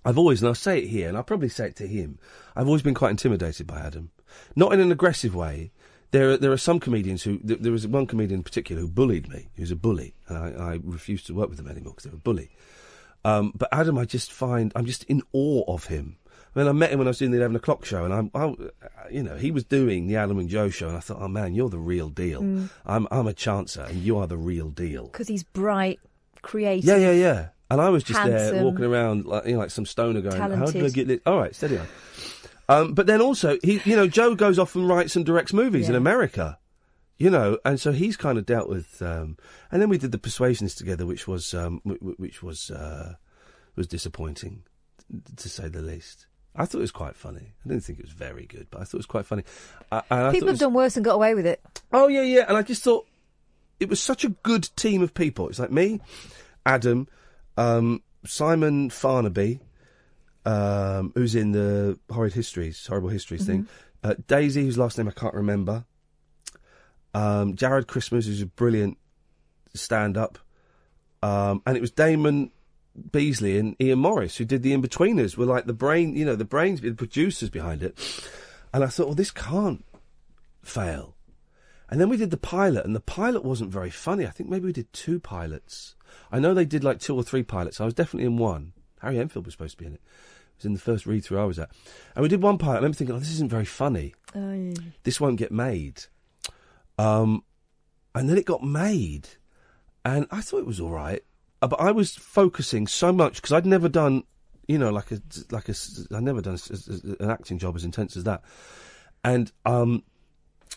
[SPEAKER 3] I've always, and I'll say it here, and I'll probably say it to him. I've always been quite intimidated by Adam, not in an aggressive way. There, are, there are some comedians who. Th- there was one comedian in particular who bullied me. He was a bully, and I, I refused to work with him anymore because they were a bully. Um, but Adam, I just find I'm just in awe of him. I mean, I met him when I was doing the eleven o'clock show, and I'm, I, you know, he was doing the Adam and Joe show, and I thought, oh man, you're the real deal.
[SPEAKER 16] Mm.
[SPEAKER 3] I'm, I'm a chancer, and you are the real deal.
[SPEAKER 16] Because he's bright, creative.
[SPEAKER 3] Yeah, yeah, yeah. And I was just there
[SPEAKER 16] Handsome.
[SPEAKER 3] walking around like you know, like some stoner going, "How did I
[SPEAKER 16] Talented.
[SPEAKER 3] get this?" All right, steady on. Um, but then also, he, you know, Joe goes off and writes and directs movies in America, you know, and so he's kind of dealt with. Um, and then we did the Persuasions together, which was um, wh- wh- which was uh, was disappointing, t- to say the least. I thought it was quite funny. I didn't think it was very good, but I thought it was quite funny. Uh, and I thought
[SPEAKER 16] People
[SPEAKER 3] it
[SPEAKER 16] have
[SPEAKER 3] was-
[SPEAKER 16] done worse and got away with it.
[SPEAKER 3] Oh yeah, yeah. And I just thought, it was such a good team of people. It's like me, Adam, um, Simon Farnaby, um, who's in the Horrid Histories, Horrible Histories thing, uh, Daisy, whose last name I can't remember, um, Jared Christmas, who's a brilliant stand up, um, and it was Damon Beasley and Ian Morris who did the In Betweeners. Were like the brain, you know, the brains, the producers behind it. And I thought, well, this can't fail. And then we did the pilot, and the pilot wasn't very funny. I think maybe we did two pilots. I know they did like two or three pilots. I was definitely in one. Harry Enfield was supposed to be in it. It was in the first read through I was at. And we did one pilot. I remember thinking, oh, this isn't very funny
[SPEAKER 15] Oh,
[SPEAKER 3] this won't get made. Um, and then it got made, and I thought it was all right. Uh, But I was focusing so much because I'd never done, you know, like a like a s- I'd never done s- s- an acting job as intense as that. And um,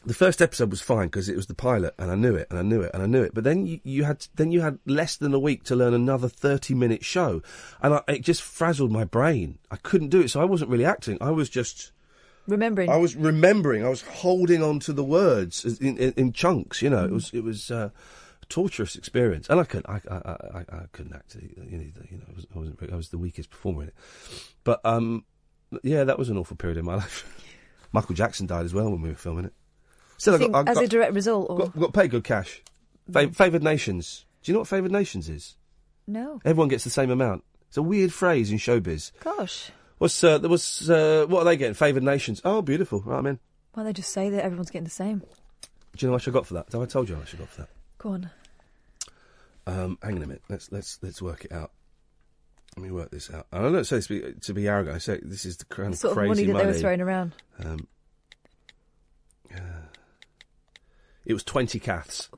[SPEAKER 3] the first episode was fine because it was the pilot, and I knew it, and I knew it, and I knew it. But then you, you had then you had less than a week to learn another thirty-minute show, and I, it just frazzled my brain. I couldn't do it, so I wasn't really acting. I was just
[SPEAKER 15] remembering.
[SPEAKER 3] I was remembering. I was holding on to the words as- in, in, in chunks. You
[SPEAKER 15] Mm.
[SPEAKER 3] know, it was it was uh, a torturous experience, and I couldn't I, I, I, I- I couldn't act. e- Either, you know, I was, I, wasn't, very- I was the weakest performer in it. But um, yeah, that was an awful period in my life. Michael Jackson died as well when we were filming it. Still, I
[SPEAKER 15] Think
[SPEAKER 3] got, I
[SPEAKER 15] as
[SPEAKER 3] got,
[SPEAKER 15] a direct result, Mm. or
[SPEAKER 3] got, got paid good cash. Fa- Favoured nations. Do you know what favoured nations is?
[SPEAKER 15] no?
[SPEAKER 3] Everyone gets the same amount. It's a weird phrase in showbiz.
[SPEAKER 15] Gosh,
[SPEAKER 3] What's uh, there was uh, what are they getting? Favoured nations. Oh, beautiful. Right, I'm in.
[SPEAKER 15] why they just say that everyone's getting the same?
[SPEAKER 3] Do you know how much I got for that? Have I told you how much I got for that?
[SPEAKER 15] Go on.
[SPEAKER 3] Um, hang on a minute. Let's let's let's work it out. Let me work this out. And I don't say this to be, to be arrogant. I say this is the kind
[SPEAKER 15] The
[SPEAKER 3] of
[SPEAKER 15] sort of
[SPEAKER 3] crazy
[SPEAKER 15] money that they were throwing around.
[SPEAKER 3] Um, uh, it was twenty caths.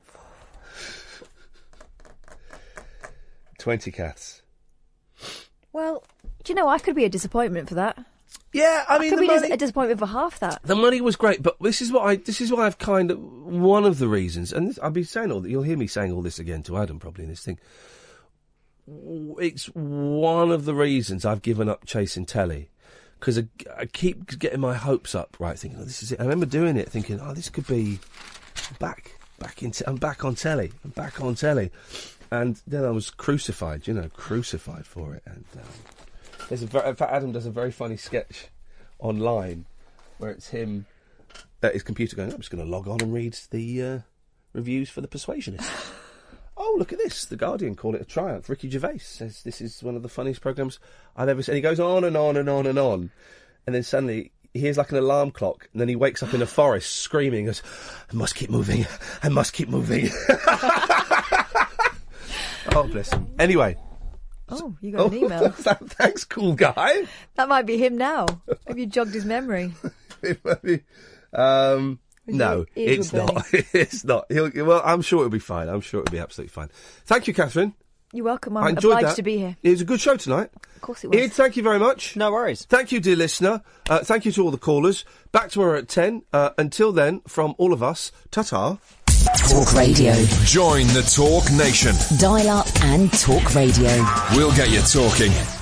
[SPEAKER 3] twenty caths.
[SPEAKER 15] Well, do you know I could be a disappointment for that?
[SPEAKER 3] Yeah, I
[SPEAKER 15] I
[SPEAKER 3] mean,
[SPEAKER 15] could
[SPEAKER 3] the
[SPEAKER 15] be dis-
[SPEAKER 3] money-
[SPEAKER 15] a disappointment for half that.
[SPEAKER 3] The money was great, but this is what I this is why I've kind of one of the reasons, and this, I'll be saying all that. You'll hear me saying all this again to Adam probably in this thing. W- It's one of the reasons I've given up chasing telly because I, I keep getting my hopes up, right? Thinking oh, this is it. I remember doing it, thinking, oh, this could be back, back into. I'm back on telly. I'm back on telly, and then I was crucified, you know, crucified for it. And um, there's a very, in fact, Adam does a very funny sketch online where it's him at his computer going, I'm just going to log on and read the uh, reviews for The Persuasionist. oh, look at this. The Guardian call it a triumph. Ricky Gervais says this is one of the funniest programmes I've ever seen. He goes on and on and on and on. And then suddenly he hears like an alarm clock and then he wakes up in a forest screaming, goes, I must keep moving. I must keep moving. oh, bless him. Anyway.
[SPEAKER 15] Oh, you got an email.
[SPEAKER 3] thanks, cool guy.
[SPEAKER 15] That might be him now. Have you jogged his memory?
[SPEAKER 3] um,
[SPEAKER 15] With
[SPEAKER 3] no,
[SPEAKER 15] your ears
[SPEAKER 3] it's
[SPEAKER 15] were
[SPEAKER 3] not. it's not. He'll, well, I'm sure it'll be fine. I'm sure it'll be absolutely fine. Thank you, Catherine.
[SPEAKER 15] You're welcome.
[SPEAKER 3] I
[SPEAKER 15] I'm
[SPEAKER 3] enjoyed
[SPEAKER 15] obliged
[SPEAKER 3] that.
[SPEAKER 15] to be here.
[SPEAKER 3] It was a good show tonight.
[SPEAKER 15] Of course it was.
[SPEAKER 3] Ed, thank you very much. No worries. Thank you, dear listener. Uh, thank you to all the callers. Back to her at 10. Uh, until then, from all of us, ta ta.
[SPEAKER 5] Talk radio.
[SPEAKER 11] Join the Talk Nation.
[SPEAKER 5] Dial up and talk radio.
[SPEAKER 11] We'll get you talking.